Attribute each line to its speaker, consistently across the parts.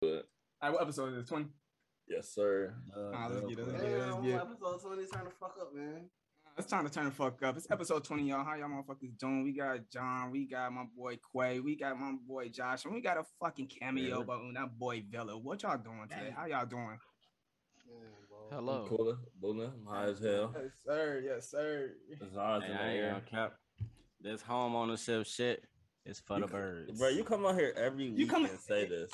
Speaker 1: But
Speaker 2: All right, what episode is uh, this? 20?
Speaker 1: yes, sir. Uh,
Speaker 2: Nah, let's get it.
Speaker 1: uh,
Speaker 2: Yeah,
Speaker 3: Damn,
Speaker 2: yeah.
Speaker 3: episode 20 trying to fuck up, man.
Speaker 2: It's time to turn the fuck up. It's episode 20, y'all. How y'all motherfuckers doing? We got John, we got my boy Quay, we got my boy Josh, and we got a fucking cameo
Speaker 1: Yeah.
Speaker 2: by that boy Villa. What y'all doing today? How y'all doing?
Speaker 3: Damn, bro.
Speaker 1: I'm
Speaker 4: Hello.
Speaker 1: Cooler, boomer, I'm high as hell.
Speaker 2: Yes, sir. Yes, sir.
Speaker 1: It's eyes in
Speaker 4: Hey,
Speaker 1: the
Speaker 4: I ain't
Speaker 1: air.
Speaker 4: gonna cap. This homeownership shit is for
Speaker 1: You
Speaker 4: the
Speaker 1: c-
Speaker 4: birds.
Speaker 1: Bro, you come out here every week
Speaker 2: come-
Speaker 1: and say this.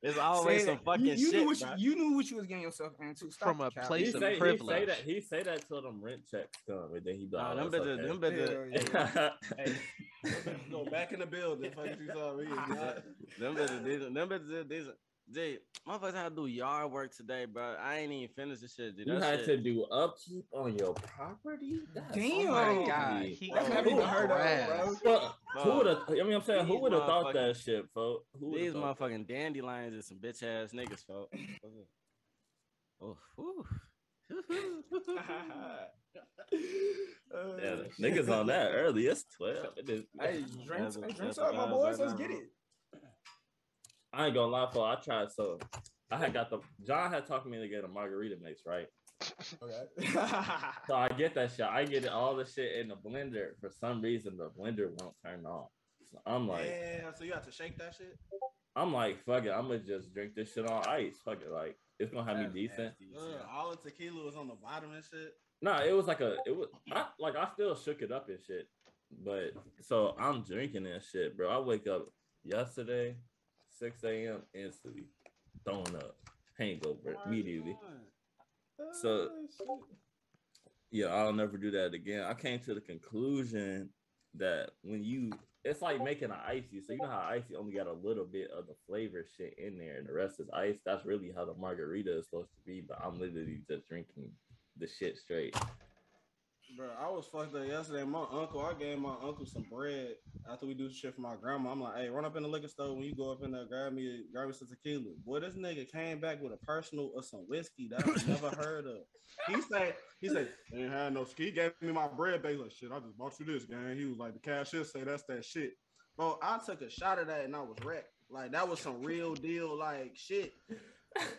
Speaker 4: There's always some fucking
Speaker 2: you, you
Speaker 4: shit.
Speaker 2: Knew what
Speaker 4: bro.
Speaker 2: you, you knew what you was getting yourself into. Stop
Speaker 4: From
Speaker 2: the
Speaker 4: a
Speaker 2: cap.
Speaker 4: place He of- say- he say
Speaker 1: that.
Speaker 4: privilege. that-
Speaker 1: He say that till them rent checks come, and then he be "Oh,
Speaker 4: Nah, them bitches, them
Speaker 2: Hell
Speaker 4: bitches,
Speaker 2: yeah.
Speaker 3: Go back in the building. Fuck you saw me.
Speaker 4: them bitches, decent. them bitches, is decent. Dude, motherfuckers had to do yard work today, bro. I ain't even finished this shit, dude.
Speaker 1: you
Speaker 4: That
Speaker 1: had
Speaker 4: shit-
Speaker 1: to do upkeep on your property. That's
Speaker 2: Damn.
Speaker 1: crazy.
Speaker 2: Oh my God.
Speaker 4: He-
Speaker 2: That's never even heard of, bro.
Speaker 1: Fuck. Who would have? I mean, I'm saying, who
Speaker 4: These
Speaker 1: would have thought that
Speaker 4: motherfuckers-
Speaker 1: shit, folks? Who
Speaker 4: These
Speaker 1: would've thought that?
Speaker 4: motherfucking dandelions is some bitch ass niggas, folks. oh, whew.
Speaker 2: Uh,
Speaker 1: Yeah, niggas on that early. It's twelve. It is-
Speaker 2: Hey, drinks, hey, drinks up, my boys. Let's get it.
Speaker 1: I ain't gonna lie, for I tried so. I had got the John had talked me to get a margarita mix, right?
Speaker 2: Okay.
Speaker 1: So I get that shit. I get all the shit in the blender. For some reason, the blender won't turn on. So I'm like,
Speaker 3: Yeah, so you have to shake that shit?
Speaker 1: I'm like, fuck it. I'm gonna just drink this shit on ice. Fuck it, like it's gonna have me decent.
Speaker 3: Ugh, all the tequila was on the bottom and shit.
Speaker 1: No, it was like a it was I, like I still shook it up and shit. But so I'm drinking and shit, bro. I wake up yesterday, 6 a.m. instantly, throwing up, hangover immediately. So- Yeah, I'll never do that again. I came to the conclusion that when you it's like making an icy. So you know how icy only got a little bit of the flavor shit in there and the rest is ice. That's really how the margarita is supposed to be, but I'm literally just drinking the shit straight.
Speaker 3: Bro, I was fucked up yesterday. My uncle, I gave my uncle some bread after we do shit for my grandma. I'm like, hey, run up in the liquor store when you go up in there, grab me, grab me some tequila. Boy, this nigga came back with a personal or some whiskey that I've never heard of. He said, he said, they ain't had no ski. He gave me my bread bag. Like, shit, I just bought you this, gang. He was like, the cashier say that's that shit. Bro, I took a shot of that and I was wrecked. Like that was some real deal, like shit.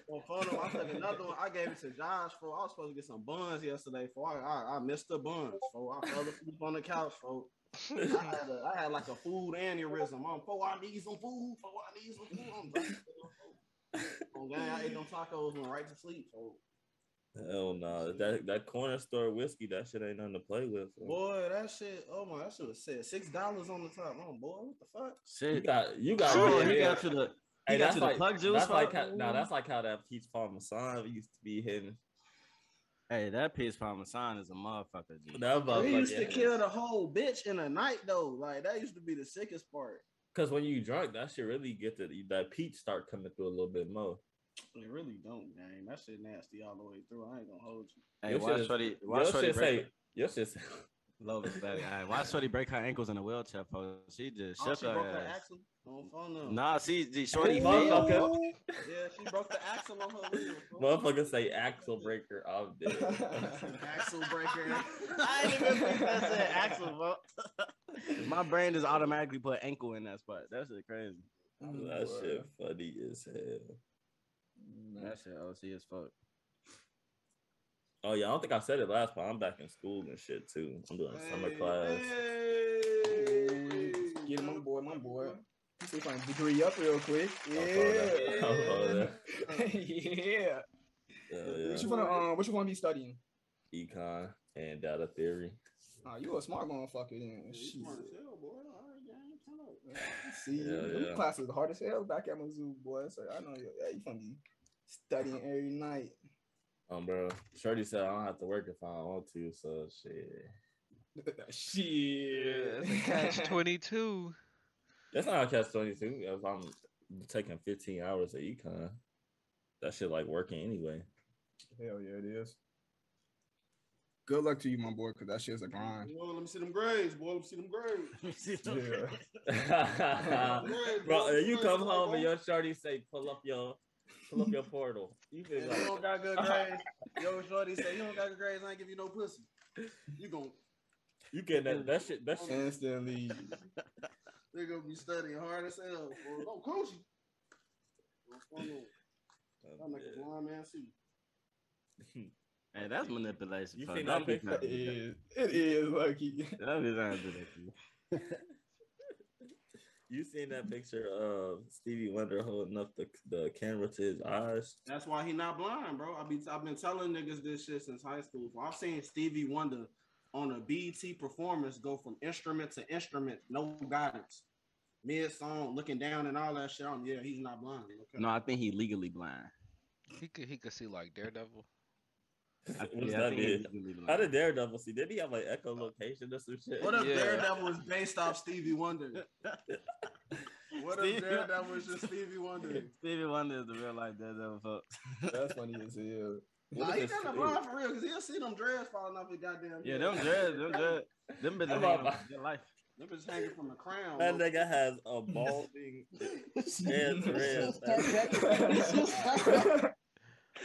Speaker 3: Well, photo, I took another one. I gave it to Josh for. I was supposed to get some buns yesterday for. I, I, I missed the buns for. I fell asleep on the couch for. I had, a, I had like a food aneurysm. I'm for. I need some food. For I need some food. I'm like, oh, gang, I ate them tacos and went right to sleep. For.
Speaker 1: Hell no, that that corner store whiskey, that shit ain't nothing to play with. son.
Speaker 3: Boy, that shit. Oh my, that shit was said six dollars on the top. Oh boy, what the fuck?
Speaker 1: You
Speaker 4: Shit.
Speaker 1: got you got.
Speaker 4: Oh,
Speaker 1: yeah.
Speaker 4: he got to the
Speaker 1: hey,
Speaker 4: he got
Speaker 1: that's
Speaker 4: you the
Speaker 1: like
Speaker 4: plug juice,
Speaker 1: That's like
Speaker 4: bro?
Speaker 1: how, nah, that's like how that peach parmesan used to be hidden.
Speaker 4: Hey, that piece parmesan is a motherfucker. G.
Speaker 1: That
Speaker 3: We used to
Speaker 1: motherfucker.
Speaker 3: kill the whole bitch in a night though. Like that used to be the sickest part.
Speaker 1: Cause when you drunk, that shit really get to that peach start coming through a little bit more.
Speaker 3: They really don't, gang. That shit nasty all the way through. I ain't gonna hold you.
Speaker 4: Hey,
Speaker 1: Your shit
Speaker 4: watch
Speaker 1: is-
Speaker 4: Shorty.
Speaker 1: Your
Speaker 4: Watch Shorty
Speaker 1: shit
Speaker 4: break.
Speaker 1: say, your shit say,
Speaker 4: Love is daddy. Hey, watch Shorty break her ankles in a wheelchair. Folks. She just
Speaker 3: Oh,
Speaker 4: shook
Speaker 3: she
Speaker 4: her
Speaker 3: broke her
Speaker 4: ass.
Speaker 3: axle on phone now.
Speaker 4: Nah, see, G, Shorty fell.
Speaker 1: motherfucker,
Speaker 3: Yeah, she broke the axle on her wheel.
Speaker 1: motherfucker say axle breaker. I'm dead.
Speaker 3: axle breaker.
Speaker 4: I didn't even think that said axle, bro. My brain just automatically put ankle in that spot. That shit crazy.
Speaker 1: that shit funny as hell.
Speaker 4: That shit OC as fuck.
Speaker 1: Oh yeah, I don't think I said it last time. I'm back in school and shit too. I'm doing summer class.
Speaker 2: Get my boy, my boy. See if I can degree up real quick.
Speaker 1: I'll throw that-
Speaker 2: Yeah.
Speaker 1: I'll throw that.
Speaker 2: yeah.
Speaker 1: Hell
Speaker 2: What
Speaker 1: yeah.
Speaker 2: you wanna um, what you wanna be studying?
Speaker 1: Econ and data theory.
Speaker 2: Oh, you a smart motherfucker then. Shit. See,
Speaker 1: Yeah,
Speaker 2: them
Speaker 1: yeah.
Speaker 2: classes was hard as hell back at Mizzou, boy. So I know you yeah, you gonna be studying every night.
Speaker 1: Um, bro, Shorty said I don't have to work if I don't want to. So shit,
Speaker 2: Shit.
Speaker 5: Catch 22.
Speaker 1: that's not a catch twenty two. If I'm taking fifteen hours of econ, that shit like working anyway.
Speaker 2: Hell yeah, it is. Good luck to you, my boy, because that shit's a grind.
Speaker 3: Boy, let me see them grades, boy. Let me see them grades.
Speaker 2: Yeah.
Speaker 1: bro,
Speaker 3: Grades,
Speaker 1: if you
Speaker 3: Grades,
Speaker 1: come
Speaker 3: boy,
Speaker 1: home and
Speaker 3: boy.
Speaker 1: your Shorty say pull up your pull up your portal, you
Speaker 3: If
Speaker 1: feel
Speaker 3: you
Speaker 1: like
Speaker 3: don't got good grades, yo, shorty say you don't got good grades. I ain't give you no pussy. You gon'
Speaker 1: you get that that shit that shit.
Speaker 2: Instantly.
Speaker 3: they gonna be studying hard as hell. Boy. Oh, coach. I'm like a blind man see.
Speaker 4: Hey, that's manipulation.
Speaker 1: You
Speaker 4: folks.
Speaker 1: seen that
Speaker 4: Don't be
Speaker 1: picture?
Speaker 4: trying to do that.
Speaker 3: It is lucky.
Speaker 4: Don't be trying to do that to me.
Speaker 1: You seen that picture of Stevie Wonder holding up the, the camera to his eyes?
Speaker 3: That's why he not blind, bro. I be I've been telling niggas this shit since high school. I've seen Stevie Wonder on a BET performance go from instrument to instrument, no guidance, mid song, looking down and all that shit. I'm, yeah, he's not blind. Okay.
Speaker 4: No, I think he legally blind.
Speaker 5: He could he could see like Daredevil.
Speaker 4: I,
Speaker 1: What does
Speaker 4: yeah, I
Speaker 1: that
Speaker 4: think he's
Speaker 1: mean?
Speaker 4: legally
Speaker 1: How
Speaker 4: blind.
Speaker 1: did Daredevil see? Did he have like echolocation or some shit?
Speaker 3: What if
Speaker 5: Yeah.
Speaker 3: Daredevil was based off Stevie Wonder? What if
Speaker 4: Stevie-
Speaker 3: Daredevil was just Stevie Wonder?
Speaker 4: Stevie Wonder is the real life Daredevil, folks.
Speaker 2: That's funny as hell.
Speaker 3: Nah,
Speaker 1: What
Speaker 3: he
Speaker 1: if
Speaker 3: kind
Speaker 1: it's-
Speaker 3: of blind for real because he'll see them dreads falling off his goddamn.
Speaker 4: Yeah,
Speaker 3: head.
Speaker 4: them dreads, them dreads, them bitches
Speaker 1: I'm
Speaker 4: hanging
Speaker 1: about-
Speaker 4: off their life.
Speaker 3: Them bitches hanging from the crown.
Speaker 1: That
Speaker 3: bro.
Speaker 1: nigga has a balding head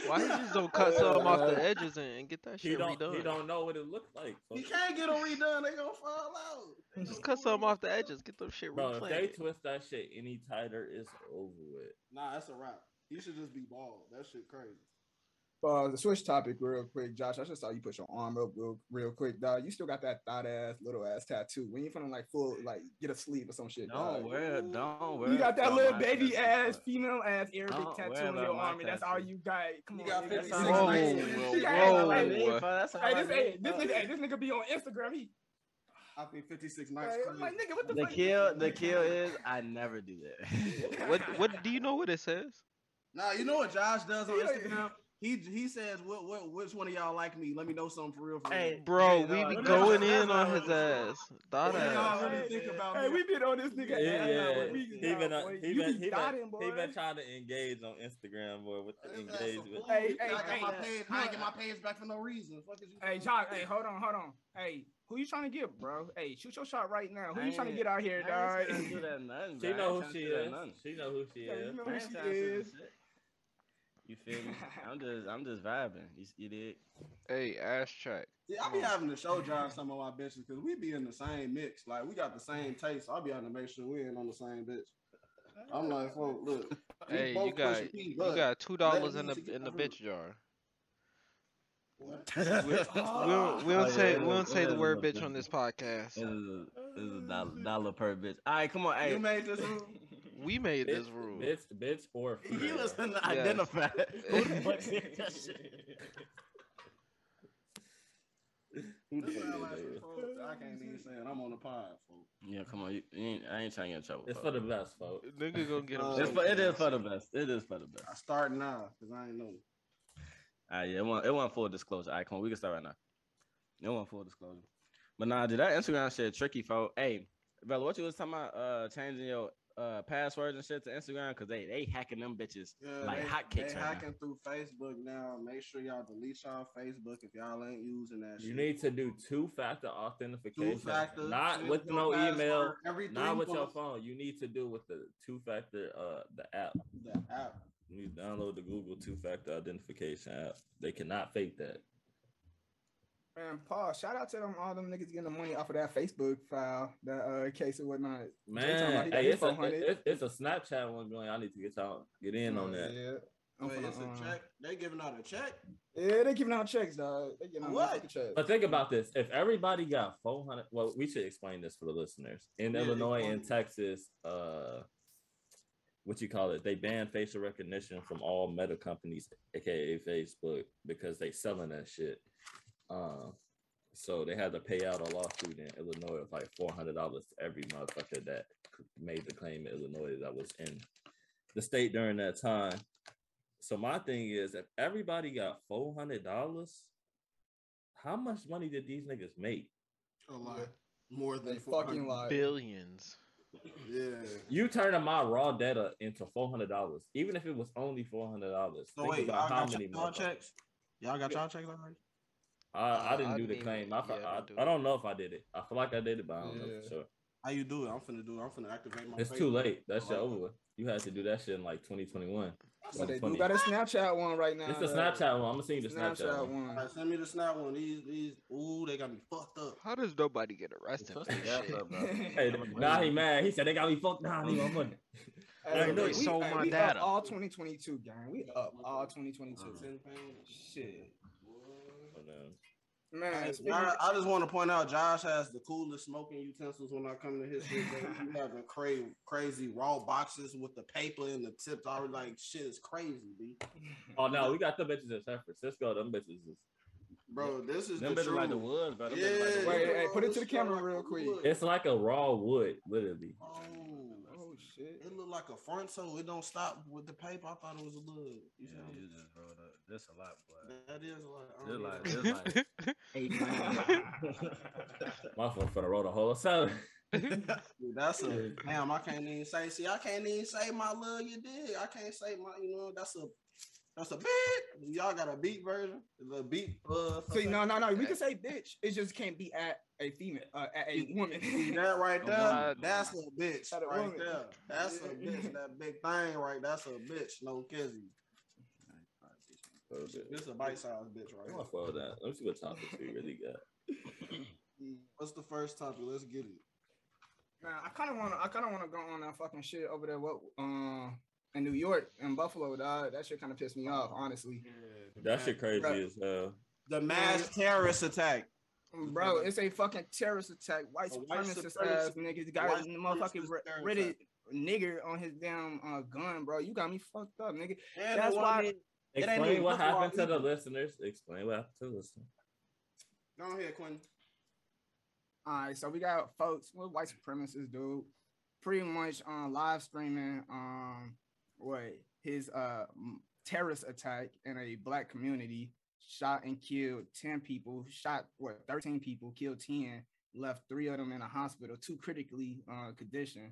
Speaker 5: Why he just don't
Speaker 4: Uh,
Speaker 5: cut some off the edges and, and get that
Speaker 1: He
Speaker 5: shit
Speaker 1: don't, he
Speaker 5: redone?
Speaker 1: don't know what it looked like.
Speaker 3: He can't get them redone. They gonna fall out. They
Speaker 5: Just
Speaker 3: gonna
Speaker 5: cut
Speaker 3: fall
Speaker 5: some off the
Speaker 3: out.
Speaker 5: edges. Get those shit
Speaker 1: Bro, if they
Speaker 5: replanted.
Speaker 1: twist that shit any tighter, it's over with.
Speaker 3: Nah, that's a wrap. He should just be bald. That shit crazy.
Speaker 2: Uh, switch topic real quick, Josh. I just saw you put your arm up real, real quick, dog. You still got that thought ass, little ass tattoo. When you finna like full, like get a sleeve or some shit.
Speaker 4: Don't
Speaker 2: dog.
Speaker 4: wear, don't wear.
Speaker 2: You got that little
Speaker 4: my
Speaker 2: baby
Speaker 4: tattoo,
Speaker 2: ass,
Speaker 4: folks.
Speaker 2: female ass Arabic
Speaker 4: Don't
Speaker 2: tattoo
Speaker 4: wear
Speaker 2: on
Speaker 4: that
Speaker 2: your
Speaker 4: white
Speaker 2: arm, and that's all
Speaker 4: tattoo.
Speaker 2: you got. Come
Speaker 3: You
Speaker 2: on,
Speaker 3: got
Speaker 2: nigga.
Speaker 3: 56
Speaker 2: This nigga-
Speaker 3: Whoa, whoa,
Speaker 2: this
Speaker 5: whoa,
Speaker 2: nigga ain't
Speaker 5: whoa.
Speaker 2: like me.
Speaker 4: Hey, that's
Speaker 5: uh,
Speaker 4: all
Speaker 2: Hey,
Speaker 4: I
Speaker 2: this,
Speaker 4: need,
Speaker 2: hey, this
Speaker 4: folks.
Speaker 2: nigga, hey, this nigga be on Instagram. He,
Speaker 3: I think 56
Speaker 2: like,
Speaker 3: nights.
Speaker 2: I'm like, nigga, what the,
Speaker 4: The
Speaker 2: fuck?
Speaker 4: kill, the kill is I never do that.
Speaker 5: What what do you know what it says?
Speaker 3: Nah, you know what Josh does on
Speaker 2: Yeah.
Speaker 3: Instagram? He he says, "What what which one of y'all like me? Let me know something for real." For
Speaker 4: Hey,
Speaker 3: real.
Speaker 5: Bro,
Speaker 4: hey,
Speaker 5: we
Speaker 4: no,
Speaker 5: be
Speaker 4: that's-
Speaker 5: going
Speaker 4: that's
Speaker 5: in
Speaker 4: not
Speaker 5: on
Speaker 4: what
Speaker 5: his
Speaker 4: it is.
Speaker 5: ass. Thought
Speaker 3: What
Speaker 5: ass.
Speaker 3: y'all really
Speaker 2: Hey,
Speaker 3: think about
Speaker 2: Hey,
Speaker 3: me?
Speaker 2: we been on this nigga.
Speaker 1: Yeah,
Speaker 2: ass,
Speaker 1: yeah.
Speaker 2: but we-
Speaker 1: He been,
Speaker 2: nah,
Speaker 1: uh,
Speaker 2: boy,
Speaker 1: he
Speaker 2: you
Speaker 1: been,
Speaker 2: be
Speaker 1: he been,
Speaker 2: dotting,
Speaker 1: he
Speaker 2: boy.
Speaker 1: been trying to engage on Instagram, boy, with the
Speaker 3: This ass a
Speaker 1: engagement.
Speaker 3: fool.
Speaker 2: Hey,
Speaker 3: I
Speaker 2: hey,
Speaker 3: got
Speaker 2: hey,
Speaker 3: my
Speaker 2: uh,
Speaker 3: page. I ain't get my page back for no reason. Fuck is you
Speaker 2: Hey,
Speaker 3: talking
Speaker 2: Josh, hey, hold on, hold on. Hey, who you trying to get, bro? Hey, shoot your shot right now. Who you trying to get out here,
Speaker 4: I
Speaker 2: dog?
Speaker 4: ain't tryna do that nothing,
Speaker 1: She
Speaker 4: bro. I
Speaker 1: know who
Speaker 4: ain't tryna
Speaker 1: she
Speaker 4: do that
Speaker 1: is.
Speaker 4: nothing.
Speaker 1: She know who she
Speaker 2: Yeah, you
Speaker 1: is.
Speaker 2: know
Speaker 4: I
Speaker 2: who
Speaker 4: ain't
Speaker 2: she
Speaker 4: tryna do
Speaker 2: is.
Speaker 4: that shit. You feel me? I'm just, I'm just vibing. You, you did.
Speaker 5: Hey, ass check.
Speaker 3: Yeah, I be having to show Josh some of my bitches because we be in the same mix. Like we got the same taste. I'll be having to make sure we ain't on the same bitch. I'm like, folk, look. we
Speaker 5: Hey,
Speaker 3: both
Speaker 5: you got
Speaker 3: pushing
Speaker 5: you
Speaker 3: P, but-
Speaker 5: got two dollars
Speaker 3: me
Speaker 5: in the
Speaker 3: to get
Speaker 5: in
Speaker 3: the
Speaker 5: the
Speaker 3: root.
Speaker 5: bitch jar.
Speaker 3: What?
Speaker 5: We don't we
Speaker 4: Oh,
Speaker 5: don't
Speaker 4: yeah,
Speaker 5: say
Speaker 4: it
Speaker 5: we
Speaker 4: was-
Speaker 5: don't
Speaker 4: it
Speaker 5: say the
Speaker 4: was
Speaker 5: word
Speaker 4: a
Speaker 5: bitch on
Speaker 4: business.
Speaker 5: this podcast.
Speaker 4: This is a, this is a dollar, dollar per bitch. All right, come on. Hey,
Speaker 3: You made this rule.
Speaker 5: We made this
Speaker 1: Bitch-
Speaker 5: rule.
Speaker 1: Bitch, bitch, or
Speaker 4: He
Speaker 1: female.
Speaker 4: was gonna identify. Who the fuck said that shit?
Speaker 1: Who the
Speaker 3: This
Speaker 1: fuck
Speaker 3: is
Speaker 1: is
Speaker 3: like,
Speaker 1: that?
Speaker 3: folks, I can't even say it. I'm on the pod, folks.
Speaker 4: Yeah, come on. You, you ain't, I ain't trying to get in trouble.
Speaker 1: It's for
Speaker 4: folks.
Speaker 1: the best, folks.
Speaker 5: Nigga gonna get
Speaker 3: Uh,
Speaker 5: him.
Speaker 4: It's for, it is for the best. It is for the best.
Speaker 3: I start now because I ain't know.
Speaker 4: All right, Ah, yeah, it want it want full disclosure. All right, come on, we can start right now. It want full disclosure. But nah, did that Instagram shit tricky, folks? Hey, brother, what you was talking about? Uh, changing your uh passwords and shit to Instagram because they they hacking them bitches.
Speaker 3: Yeah,
Speaker 4: Like
Speaker 3: they,
Speaker 4: hotcakes
Speaker 3: They
Speaker 4: right now.
Speaker 3: hacking through Facebook now. Make sure y'all delete y'all Facebook if y'all ain't using that.
Speaker 1: You
Speaker 3: shit.
Speaker 1: need to do two factor authentication.
Speaker 3: two factor.
Speaker 1: Not
Speaker 3: change
Speaker 1: with
Speaker 3: your
Speaker 1: no email.
Speaker 3: password every
Speaker 1: Not
Speaker 3: three
Speaker 1: with your
Speaker 3: months.
Speaker 1: phone. You need to do with the two factor uh the app.
Speaker 3: The app.
Speaker 1: You need to download the Google two factor identification app. They cannot fake that.
Speaker 2: Man, Paul, shout out to them all them niggas getting the money off of that Facebook file, that uh, case and whatnot. talking about
Speaker 1: Man,
Speaker 2: he got
Speaker 1: hey,
Speaker 2: his
Speaker 1: it's, a,
Speaker 2: 400.
Speaker 1: it's, it's a Snapchat one going. I need to get y'all get in on that.
Speaker 2: Oh, Yeah. I'm
Speaker 3: Wait,
Speaker 2: finna,
Speaker 3: it's
Speaker 2: uh,
Speaker 3: a check. They giving out a check.
Speaker 2: Yeah, they giving out checks, dog. They giving out
Speaker 3: What?
Speaker 2: motherfucking checks.
Speaker 1: But think about this: if everybody got four hundred, well, we should explain this for the listeners. In
Speaker 3: Yeah,
Speaker 1: Illinois and
Speaker 3: explain
Speaker 1: Texas, uh, what you call it? They banned facial recognition from all meta companies, aka Facebook, because they selling that shit. Um, so they had to pay out a lawsuit in Illinois of like four hundred dollars to every motherfucker that made the claim in Illinois that was in the state during that time. So my thing is, if everybody got four hundred dollars, how much money did these niggas make?
Speaker 3: A lot more
Speaker 2: They
Speaker 3: than
Speaker 2: fucking
Speaker 3: 400.
Speaker 2: lie.
Speaker 5: Billions.
Speaker 3: Yeah.
Speaker 1: You turning my raw data into four hundred dollars, even if it was only four hundred dollars.
Speaker 3: So
Speaker 1: Think
Speaker 3: wait, y'all
Speaker 1: about how
Speaker 3: got
Speaker 1: many
Speaker 3: y'all
Speaker 1: motherfuckers-
Speaker 3: checks? Y'all got y'all checks already?
Speaker 1: I, I
Speaker 5: Uh,
Speaker 1: didn't
Speaker 5: I
Speaker 1: do the
Speaker 5: didn't-
Speaker 1: claim. I, fe-
Speaker 5: yeah, I
Speaker 1: I,
Speaker 5: didn't do
Speaker 1: I
Speaker 5: it.
Speaker 1: don't know if I did it. I feel like I did it, but I don't know
Speaker 2: Yeah.
Speaker 1: for sure.
Speaker 3: How you do it? I'm finna do it. I'm finna activate my
Speaker 1: It's
Speaker 3: Facebook.
Speaker 1: too late. That shit
Speaker 3: Like-
Speaker 1: over with. You had to do that shit in like 2021.
Speaker 2: But they do
Speaker 1: 2020.
Speaker 2: got a Snapchat one right now.
Speaker 1: It's the
Speaker 2: dawg.
Speaker 1: Snapchat one. I'm gonna send you the Snapchat,
Speaker 2: Snapchat
Speaker 1: one.
Speaker 2: one.
Speaker 3: All right, send me the snap one. These, these, ooh, they got me fucked up.
Speaker 5: How does nobody get arrested for
Speaker 4: Trust the
Speaker 5: this
Speaker 4: gas
Speaker 5: shit?
Speaker 4: up, bro.
Speaker 1: Hey,
Speaker 4: I'm
Speaker 1: nah,
Speaker 4: waiting.
Speaker 1: he mad. He said they got me fucked. Nah, I need my money.
Speaker 2: Hey,
Speaker 1: know
Speaker 2: we-
Speaker 1: you
Speaker 5: sold
Speaker 2: hey,
Speaker 5: my
Speaker 2: we
Speaker 5: data.
Speaker 2: Up all 2022, gang. We up all 2022. Shit,
Speaker 1: But, um,
Speaker 2: man. speaking-
Speaker 3: I, I just want to point out Josh has the coolest smoking utensils when I come to his shit. bro. You having cra- crazy raw boxes with the paper and the tips. I was like, shit is crazy, B.
Speaker 1: Oh no, we got them bitches in San Francisco. Them bitches is
Speaker 3: Bro, this is
Speaker 4: Them
Speaker 3: the
Speaker 4: bitches
Speaker 3: truth.
Speaker 4: like the woods, bro. Them
Speaker 3: yeah,
Speaker 4: bitches like the
Speaker 2: Wait,
Speaker 4: woods.
Speaker 2: hey,
Speaker 3: bro,
Speaker 2: put it
Speaker 3: this
Speaker 2: to the
Speaker 3: shit
Speaker 2: camera
Speaker 3: like
Speaker 2: real
Speaker 3: the
Speaker 2: quick.
Speaker 3: woods.
Speaker 1: it's like a raw wood, literally.
Speaker 3: Oh,
Speaker 2: Oh shit.
Speaker 3: it look like a front so it don't stop with the paper. I thought it was a little. You
Speaker 4: Yeah,
Speaker 3: feel
Speaker 4: you
Speaker 3: me?
Speaker 4: just rolled up. That's a lot, boy.
Speaker 3: That is like. oh, I
Speaker 4: They're
Speaker 3: don't know.
Speaker 4: like, they're like,
Speaker 1: My phone finna roll the whole seven.
Speaker 3: Dude, That's a damn. I can't even say. See, I can't even say my love. You did. I can't say my. You know, that's a. That's a beat. Y'all got a beat version. The beat. Uh,
Speaker 2: See, no, no, no. We can say bitch. It just can't be at a female, uh, at a woman.
Speaker 3: See that right there.
Speaker 5: Uh,
Speaker 3: that's a bitch
Speaker 2: That a
Speaker 3: right
Speaker 2: woman.
Speaker 3: there. That's a bitch. That big thing right. That's a bitch. No kizzy.
Speaker 1: Let
Speaker 3: This a bite sized bitch right.
Speaker 1: me
Speaker 3: here.
Speaker 1: slow down. Let me see what topics we really got.
Speaker 3: What's the first topic? Let's get it.
Speaker 2: Man, I kind of want to. I kind of want to go on that fucking shit over there. What? Um, in New York and Buffalo, dog. That shit kind of pissed me off, honestly.
Speaker 1: That shit crazy as hell.
Speaker 3: The mass terrorist attack.
Speaker 2: Bro, it's a fucking terrorist attack. White
Speaker 3: A white
Speaker 2: supremacist ass
Speaker 3: supremacist-
Speaker 2: niggas
Speaker 3: white
Speaker 2: got a motherfucking
Speaker 3: supremacist
Speaker 2: re-
Speaker 3: terrorist
Speaker 2: Reddit nigger on his damn uh, gun, bro. You got me fucked up, nigga.
Speaker 3: And
Speaker 2: That's
Speaker 3: the
Speaker 2: why-
Speaker 3: woman- It ain't
Speaker 1: Explain
Speaker 3: even
Speaker 1: what
Speaker 3: football
Speaker 1: happened to the
Speaker 3: either.
Speaker 1: listeners. Explain what happened to the listeners.
Speaker 3: Go on here, Quentin.
Speaker 2: All right, so we got folks with white supremacists, dude, pretty much on live streaming um what his uh m- terrorist attack in a black community, shot and killed 10 people, shot what 13 people, killed 10, left three of them in a hospital, two critically uh conditioned.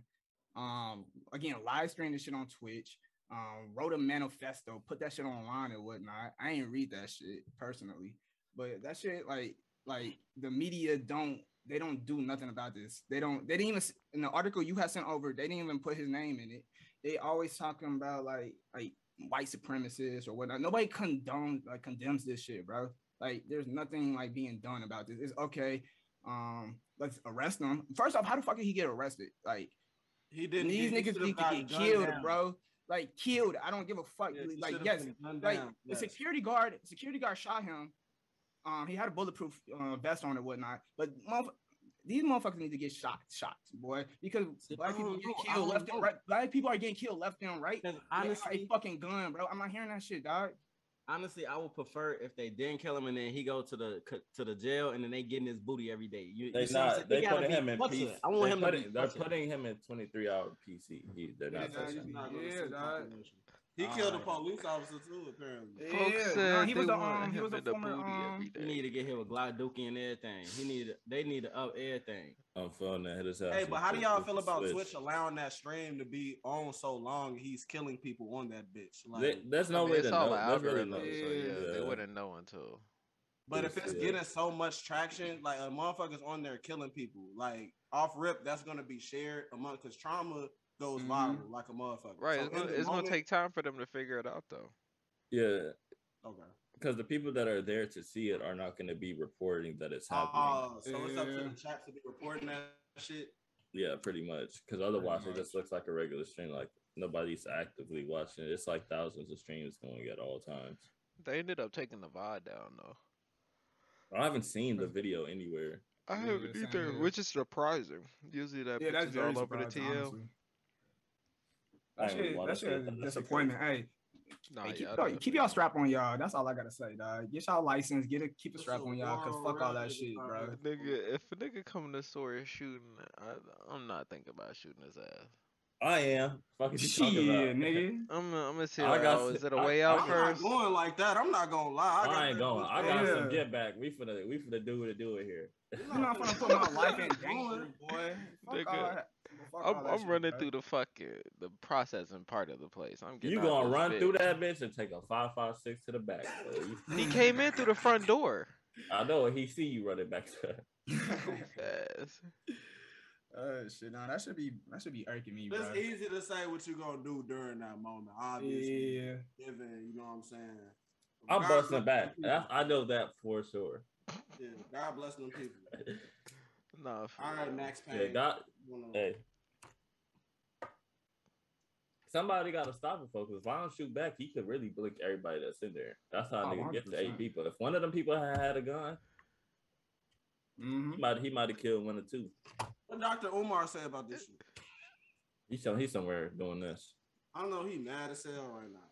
Speaker 2: Um again, live streamed this shit on Twitch, um, wrote a manifesto, put that shit online and whatnot. I ain't read that shit personally, but that shit like like the media don't they don't do nothing about this. They don't they didn't even s- in the article you had sent over, they didn't even put his name in it. They always talking about like like white supremacists or whatnot. Nobody condones like condemns this shit, bro. Like there's nothing like being done about this. It's okay. Um, let's arrest him. First off, how the fuck did he get arrested? Like
Speaker 3: He didn't.
Speaker 2: these
Speaker 3: he- he
Speaker 2: niggas
Speaker 3: should've
Speaker 2: need to
Speaker 3: got
Speaker 2: get
Speaker 3: gunned
Speaker 2: killed,
Speaker 3: down.
Speaker 2: bro. Like killed. I don't give a fuck.
Speaker 3: Yeah, he
Speaker 2: like
Speaker 3: should've
Speaker 2: yes,
Speaker 3: been gunned
Speaker 2: like
Speaker 3: down,
Speaker 2: the
Speaker 3: yes.
Speaker 2: security guard, security guard shot him. Um, he had a bulletproof uh, vest on and whatnot. But motherf- these motherfuckers need to get shot, shot, boy, because
Speaker 3: See, I
Speaker 2: black people
Speaker 3: don't
Speaker 2: get
Speaker 3: know, I
Speaker 2: killed
Speaker 3: don't
Speaker 2: left and
Speaker 3: know.
Speaker 2: right. Black people are getting killed left and right.
Speaker 4: 'Cause
Speaker 2: Honestly,
Speaker 4: honestly,
Speaker 2: fucking gun, bro. I'm not hearing that shit, dog.
Speaker 4: honestly, I would prefer if they didn't kill him and then he go to the co- to the jail and then they getting his booty every day. You,
Speaker 1: They
Speaker 4: you see what I'm
Speaker 1: not.
Speaker 4: saying?
Speaker 1: They
Speaker 4: gotta
Speaker 1: putting
Speaker 4: be
Speaker 1: him in
Speaker 4: tortured.
Speaker 1: PC.
Speaker 4: I want
Speaker 1: they
Speaker 4: him to
Speaker 1: putting,
Speaker 4: be
Speaker 1: They're
Speaker 4: tortured.
Speaker 1: putting him in 23 hour PC. He, they're not.
Speaker 2: Yeah,
Speaker 1: touching
Speaker 2: dog.
Speaker 1: him.
Speaker 3: Not gonna
Speaker 2: Yeah,
Speaker 3: see
Speaker 2: dog.
Speaker 3: population. He
Speaker 4: All
Speaker 3: killed a
Speaker 4: right.
Speaker 3: police officer too, apparently.
Speaker 5: Folks
Speaker 2: Yeah,
Speaker 5: said
Speaker 2: nah, he
Speaker 5: they
Speaker 2: was a,
Speaker 5: want
Speaker 2: um, he
Speaker 5: him
Speaker 2: was a
Speaker 5: in the
Speaker 2: former,
Speaker 5: booty every
Speaker 2: um,
Speaker 4: He
Speaker 5: day.
Speaker 4: need to get him with Glocduki and everything. He need they need to up everything.
Speaker 1: I'm feeling that. His
Speaker 3: Hey, but how do y'all feel about Twitch allowing that stream to be on so long? and He's killing people on that bitch. Like,
Speaker 1: There- There's
Speaker 5: I
Speaker 1: no
Speaker 5: mean,
Speaker 1: way
Speaker 5: it's
Speaker 1: to
Speaker 5: all
Speaker 1: know.
Speaker 5: an
Speaker 1: There's really
Speaker 5: algorithm,
Speaker 1: no.
Speaker 5: so
Speaker 2: Yeah.
Speaker 5: yeah, they
Speaker 1: Yeah.
Speaker 5: wouldn't know until.
Speaker 3: but if
Speaker 1: Yes,
Speaker 3: it's
Speaker 1: yeah.
Speaker 3: getting so much traction, like a motherfuckers on there killing people, like off rip, that's gonna be shared among because trauma goes
Speaker 2: Mhm.
Speaker 3: viral like a motherfucker.
Speaker 5: Right,
Speaker 3: So
Speaker 5: it's
Speaker 3: in
Speaker 5: gonna,
Speaker 3: the
Speaker 5: it's gonna
Speaker 3: moment-
Speaker 5: take time for them to figure it out though.
Speaker 1: Yeah,
Speaker 3: Okay.
Speaker 1: because the people that are there to see it are not going to be reporting that it's happening.
Speaker 3: Oh, so it's up to
Speaker 2: Yeah.
Speaker 3: the chat to be reporting that shit.
Speaker 1: yeah, pretty much. Because otherwise, it just looks like a regular stream. Like nobody's actively watching it. It's like thousands of streams going at all times.
Speaker 5: They ended up taking the VOD down though.
Speaker 1: I haven't seen the video anywhere.
Speaker 5: I
Speaker 2: Yeah,
Speaker 5: haven't
Speaker 2: same
Speaker 5: either,
Speaker 2: here.
Speaker 5: which is surprising. Usually that
Speaker 2: yeah, that's
Speaker 5: bitch is
Speaker 2: very
Speaker 5: all over the
Speaker 2: surprising,
Speaker 5: TL.
Speaker 2: honestly.
Speaker 1: I
Speaker 2: That
Speaker 1: ain't gonna
Speaker 2: shit,
Speaker 1: lie,
Speaker 2: that
Speaker 1: that
Speaker 2: shit
Speaker 1: shit-
Speaker 2: is
Speaker 1: that
Speaker 2: a
Speaker 1: shit
Speaker 2: disappointment. Hey,
Speaker 5: Nah,
Speaker 2: Hey, keep,
Speaker 5: yeah, I
Speaker 2: y'all,
Speaker 5: definitely-
Speaker 2: keep y'all strap on y'all. That's all I gotta say, dog. Get y'all license. Get a keep a
Speaker 3: It's
Speaker 2: strap
Speaker 3: a
Speaker 2: on y'all, cause
Speaker 3: war
Speaker 2: fuck all
Speaker 3: around
Speaker 2: that shit,
Speaker 3: everybody.
Speaker 2: bro.
Speaker 3: Right.
Speaker 5: Nigga, if a nigga come to the store and shooting, I, I'm not thinking about shooting his ass.
Speaker 1: I am. Fuck is you
Speaker 2: Shit,
Speaker 1: talking about?
Speaker 2: nigga.
Speaker 5: I'm gonna, I'm gonna see.
Speaker 1: I
Speaker 5: Like,
Speaker 1: got
Speaker 5: oh,
Speaker 1: s-
Speaker 5: is it a
Speaker 1: I-
Speaker 5: way
Speaker 1: I
Speaker 5: out
Speaker 1: got
Speaker 3: I'm not
Speaker 5: first?
Speaker 3: going like that. I'm not gonna lie.
Speaker 1: I ain't going. I got
Speaker 2: Yeah.
Speaker 1: some get back. We finna we finna do what it do it here.
Speaker 2: I'm not gonna put my life in danger, boy. Fuck
Speaker 5: Nigga,
Speaker 2: all that. fuck
Speaker 5: I'm,
Speaker 2: all that
Speaker 5: I'm
Speaker 2: shit,
Speaker 5: running
Speaker 2: bro.
Speaker 5: through the fucking the processing part of the place. I'm getting
Speaker 1: You
Speaker 5: out
Speaker 1: gonna
Speaker 5: this
Speaker 1: run through
Speaker 5: bitch.
Speaker 1: that bitch and take a five five six to the back. bro. You-
Speaker 5: He came in through the front door.
Speaker 1: I know he see you running back. To
Speaker 5: Yes.
Speaker 2: Oh Uh, shit, nah, that should be that should be irking me, bro.
Speaker 3: It's easy to say what you gonna do during that moment, obviously.
Speaker 2: Yeah,
Speaker 3: Given, you know what I'm saying.
Speaker 1: I'm
Speaker 3: God
Speaker 1: busting
Speaker 3: bless
Speaker 1: back.
Speaker 3: them
Speaker 1: I,
Speaker 3: people.
Speaker 1: I know that for sure.
Speaker 3: Yeah, God bless them people.
Speaker 5: Nah. for
Speaker 3: All right,
Speaker 5: real.
Speaker 3: Max Payne.
Speaker 1: Yeah, God.
Speaker 3: You wanna-
Speaker 1: Hey. somebody got to stop him, folks. If I don't shoot back, he could really blink everybody that's in there. That's how
Speaker 2: Oh,
Speaker 1: nigga get to
Speaker 2: 100%.
Speaker 1: AP. But if one of them people had had a gun,
Speaker 2: Mhm.
Speaker 1: he might he might have killed one or two.
Speaker 3: What Dr. Umar say about this shit?
Speaker 1: He's some, he's somewhere doing this.
Speaker 3: I know he mad as hell right now.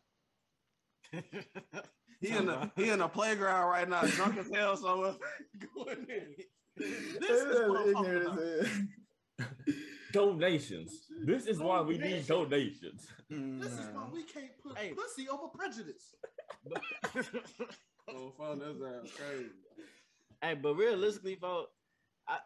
Speaker 3: he in the he in the playground right now, drunk as hell somewhere. Going in. This is what I'm talking about.
Speaker 1: Donations. This is why we need donations.
Speaker 2: Mm-hmm.
Speaker 3: This is why we can't put
Speaker 4: Hey.
Speaker 3: pussy over prejudice. oh, fun, that's crazy.
Speaker 4: Hey, but realistically, folks, I,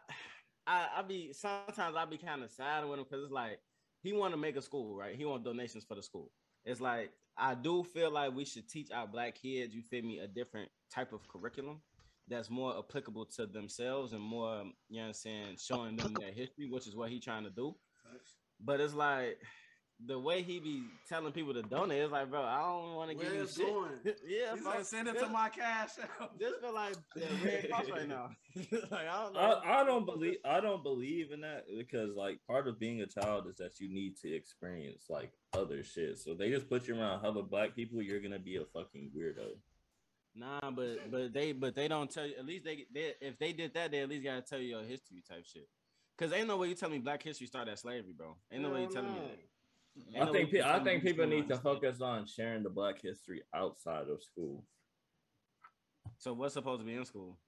Speaker 4: I, I be sometimes I be kind of sad with him because it's like he want to make a school, right? He want donations for the school. It's like I do feel like we should teach our black kids, you feel me, a different type of curriculum that's more applicable to themselves and more, you know what I'm saying, showing them their history, which is what he trying to do. But it's like the way he be telling people to donate, it's like, bro, I don't want to give
Speaker 3: Where
Speaker 4: you
Speaker 3: it's
Speaker 4: shit.
Speaker 3: going?
Speaker 4: yeah,
Speaker 3: He's
Speaker 4: fuck.
Speaker 3: like, send it
Speaker 4: Yeah.
Speaker 3: to my cash. app."
Speaker 4: This feel like the Red Cross right now. like, I don't know.
Speaker 1: I, I don't believe I don't believe in that because like part of being a child is that you need to experience like other shit. So they just put you around other black people, you're gonna be a fucking weirdo.
Speaker 4: Nah, but but they but they don't tell you. At least they, they if they did that, they at least gotta tell you your history type shit. Cause ain't no way you tell me Black history started at slavery, bro. Ain't no way you
Speaker 3: Hell
Speaker 4: telling me
Speaker 3: no.
Speaker 4: that. Ain't
Speaker 1: I
Speaker 4: no way
Speaker 1: think
Speaker 4: you
Speaker 1: pe- I
Speaker 4: telling me
Speaker 1: think
Speaker 4: you
Speaker 1: people
Speaker 4: don't
Speaker 1: need to
Speaker 4: understand.
Speaker 1: focus on sharing the black history outside of school.
Speaker 4: So what's supposed to be in school?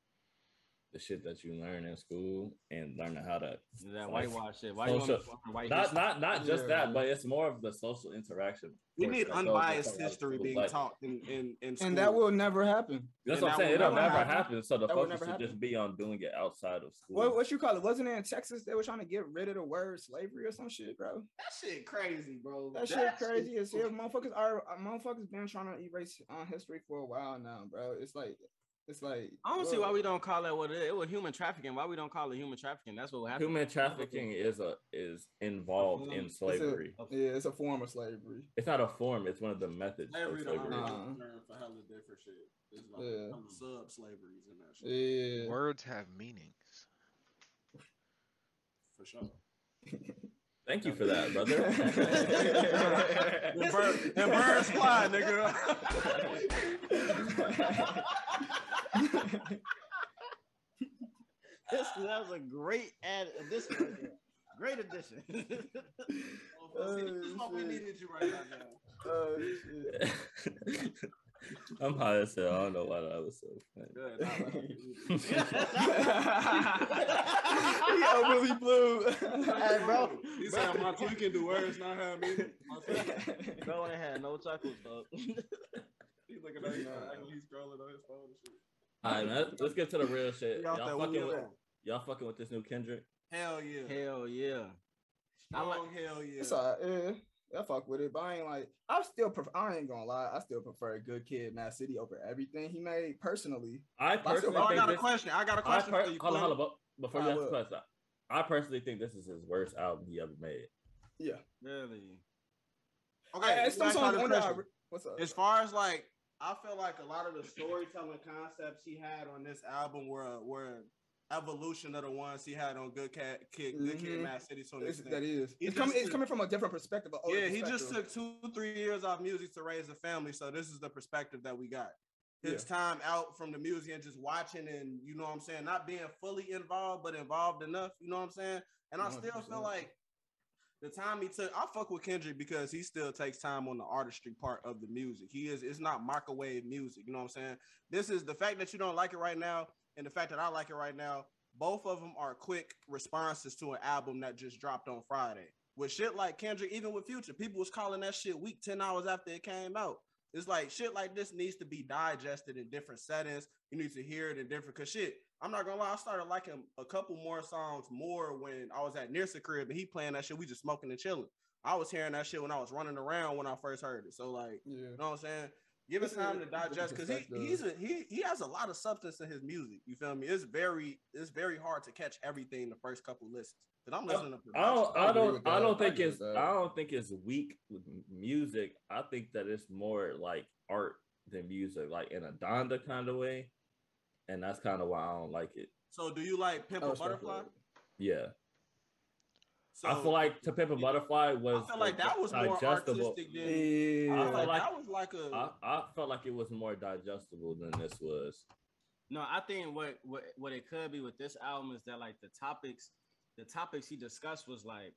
Speaker 1: The shit that you learn in school and learning how to
Speaker 4: That
Speaker 1: like,
Speaker 4: whitewash shit. Why you want me
Speaker 1: social-
Speaker 4: to learn white
Speaker 1: not
Speaker 4: history?
Speaker 1: not not just
Speaker 2: Yeah.
Speaker 1: that, but it's more of the social interaction.
Speaker 3: We
Speaker 1: portion
Speaker 3: need
Speaker 1: that goes
Speaker 3: unbiased
Speaker 1: inside of
Speaker 3: history
Speaker 1: school.
Speaker 3: being
Speaker 1: Like,
Speaker 3: taught in in, in school.
Speaker 2: And that will never happen.
Speaker 1: That's what I'm
Speaker 3: and that
Speaker 1: saying.
Speaker 3: will
Speaker 1: It'll
Speaker 2: never
Speaker 1: never
Speaker 2: happen.
Speaker 1: happen. So the
Speaker 2: That will
Speaker 1: focus
Speaker 2: never
Speaker 1: should just
Speaker 2: happen.
Speaker 1: be on doing it outside of school.
Speaker 2: What what you call it? Wasn't it in Texas they were trying to get rid of the word slavery or some shit, bro?
Speaker 3: shit crazy, bro.
Speaker 2: That shit crazy as hell. Motherfuckers are uh, motherfuckers been trying to erase uh, history for a while now, bro. It's like it's like
Speaker 4: I don't see
Speaker 2: bro.
Speaker 4: why we don't call it what it is. It was human trafficking. Why we don't call it human trafficking? That's what happened.
Speaker 1: Human trafficking is a is involved in
Speaker 2: It's a-
Speaker 1: slavery.
Speaker 2: yeah, it's a form of slavery.
Speaker 1: It's not a form. It's one of the methods of
Speaker 3: Slavery don't
Speaker 1: slavery.
Speaker 2: Nah.
Speaker 3: learn for hella different shit. It's like
Speaker 2: Yeah.
Speaker 3: sub slaveries and that shit
Speaker 2: Yeah.
Speaker 5: Words have meanings.
Speaker 3: for sure.
Speaker 1: Thank you for that, brother.
Speaker 3: The bird, the birds fly, nigga.
Speaker 4: This that was a great ad. This great addition.
Speaker 3: Well, see, this is what we
Speaker 2: shit.
Speaker 3: needed you right now. man.
Speaker 2: Oh,
Speaker 1: I'm high as hell. I don't know why that was so funny.
Speaker 3: Good. I like it.
Speaker 2: he overly blue.
Speaker 4: Hey, bro.
Speaker 3: He said, "My tweet can do words, not have me." My tweet-
Speaker 4: Bro ain't had no chuckles, bro.
Speaker 3: He's looking at his phone, like, he's scrolling on his phone and shit.
Speaker 1: All right, man. Let's get to the real shit. Y'all,
Speaker 3: Y'all
Speaker 1: fucking
Speaker 3: fucking
Speaker 1: with,
Speaker 3: with-
Speaker 1: y'all fucking with this new Kendrick.
Speaker 3: Hell yeah.
Speaker 4: Hell yeah. I like-
Speaker 3: Strong hell yeah.
Speaker 2: It's all right. Yeah, I fuck with it, but I ain't like I still prefer I ain't gonna lie, I still prefer a good kid Mad City over everything he made personally.
Speaker 1: I
Speaker 2: still-
Speaker 1: personally
Speaker 3: Oh, I
Speaker 1: think
Speaker 3: got a
Speaker 1: this,
Speaker 3: question. I got a
Speaker 1: I
Speaker 3: question
Speaker 1: per-
Speaker 3: for you.
Speaker 1: hold on,
Speaker 3: Clint.
Speaker 1: hold on, but before you
Speaker 2: I
Speaker 1: ask the
Speaker 2: will.
Speaker 1: question, I personally think this is his worst album he ever made.
Speaker 4: Really?
Speaker 3: Okay,
Speaker 2: Yeah, it's some
Speaker 3: back on
Speaker 2: songs
Speaker 3: the
Speaker 2: on there I
Speaker 3: question.
Speaker 2: re- What's up?
Speaker 3: as far as like I feel like a lot of the storytelling concepts he had on this album were were evolution of the ones he had on Good Cat Kid Good Kid
Speaker 2: Mhm.
Speaker 3: Mad City to an
Speaker 2: It's,
Speaker 3: extent.
Speaker 2: that oh, is.
Speaker 3: He
Speaker 2: It's, coming,
Speaker 3: just
Speaker 2: it's coming from a different perspective. a older
Speaker 3: yeah, he just
Speaker 2: perspective.
Speaker 3: took two, three years off music to raise a family. So this is the perspective that we got. His time out from the music and just watching and you know what I'm saying, not being fully involved, but involved enough, you know what I'm saying? And I still feel
Speaker 2: 100%.
Speaker 3: like the time he took, I fuck with Kendrick because he still takes time on the artistry part of the music. He is it's not microwave music, you know what I'm saying? This is the fact that you don't like it right now and the fact that I like it right now both of them are quick responses to an album that just dropped on Friday. With shit like Kendrick, even with Future, people was calling that shit weak 10 hours after it came out. It's like shit like this needs to be digested in different settings. You need to hear it in different cause shit. I'm not gonna lie, I started liking a couple more songs more when I was at Nirsa crib and he playing that shit. We just smoking and chilling. I was hearing that shit when I was running around when I first heard it. So like
Speaker 2: Yeah.
Speaker 3: you know what I'm saying? Give us
Speaker 2: This is
Speaker 3: time to
Speaker 2: a different
Speaker 3: digest because he
Speaker 2: perspective.
Speaker 3: he's a, he he has a lot of substance in his music. You feel me? It's very it's very hard to catch everything the first couple listens. But I'm listening to
Speaker 1: I don't, I
Speaker 2: agree
Speaker 1: don't,
Speaker 2: with
Speaker 1: I
Speaker 2: that.
Speaker 1: don't
Speaker 2: I
Speaker 1: think
Speaker 2: agree
Speaker 1: it's,
Speaker 2: with that.
Speaker 1: I don't think it's weak with m- music. I think that it's more like art than music, like in a Donda kind of way, and that's kind of why I don't like it.
Speaker 3: So do you like
Speaker 2: I
Speaker 3: Pimple
Speaker 2: respect
Speaker 3: Butterfly?
Speaker 2: that.
Speaker 1: Yeah,
Speaker 3: So
Speaker 1: I feel like To Pimp a Butterfly
Speaker 3: I
Speaker 1: was
Speaker 3: feel like that was more
Speaker 1: digestible.
Speaker 3: artistic than. I
Speaker 1: I
Speaker 3: feel
Speaker 1: feel
Speaker 2: Yeah.
Speaker 3: like,
Speaker 1: like-
Speaker 3: that was like a.
Speaker 1: I, I felt like it was more digestible than this was.
Speaker 4: No, I think what what what it could be with this album is that like the topics, the topics he discussed was like,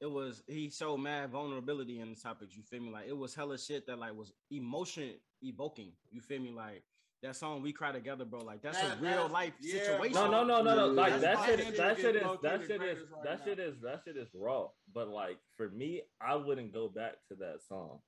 Speaker 4: it was he showed mad vulnerability in the topics. You feel me? Like it was hella shit that like was emotion evoking. You feel me? Like that song we cry together, bro. Like that's
Speaker 3: That-
Speaker 4: a real
Speaker 3: that's-
Speaker 4: life
Speaker 3: yeah,
Speaker 4: situation.
Speaker 1: No, no, no, no, no. Like
Speaker 3: That's
Speaker 1: that
Speaker 3: why
Speaker 1: shit,
Speaker 3: Kendrick
Speaker 1: that shit
Speaker 3: is
Speaker 1: is
Speaker 3: low-key
Speaker 1: that
Speaker 3: the
Speaker 1: shit is
Speaker 3: greatest right
Speaker 1: that
Speaker 3: now.
Speaker 1: shit is that shit is raw. But like for me, I wouldn't go back to that song.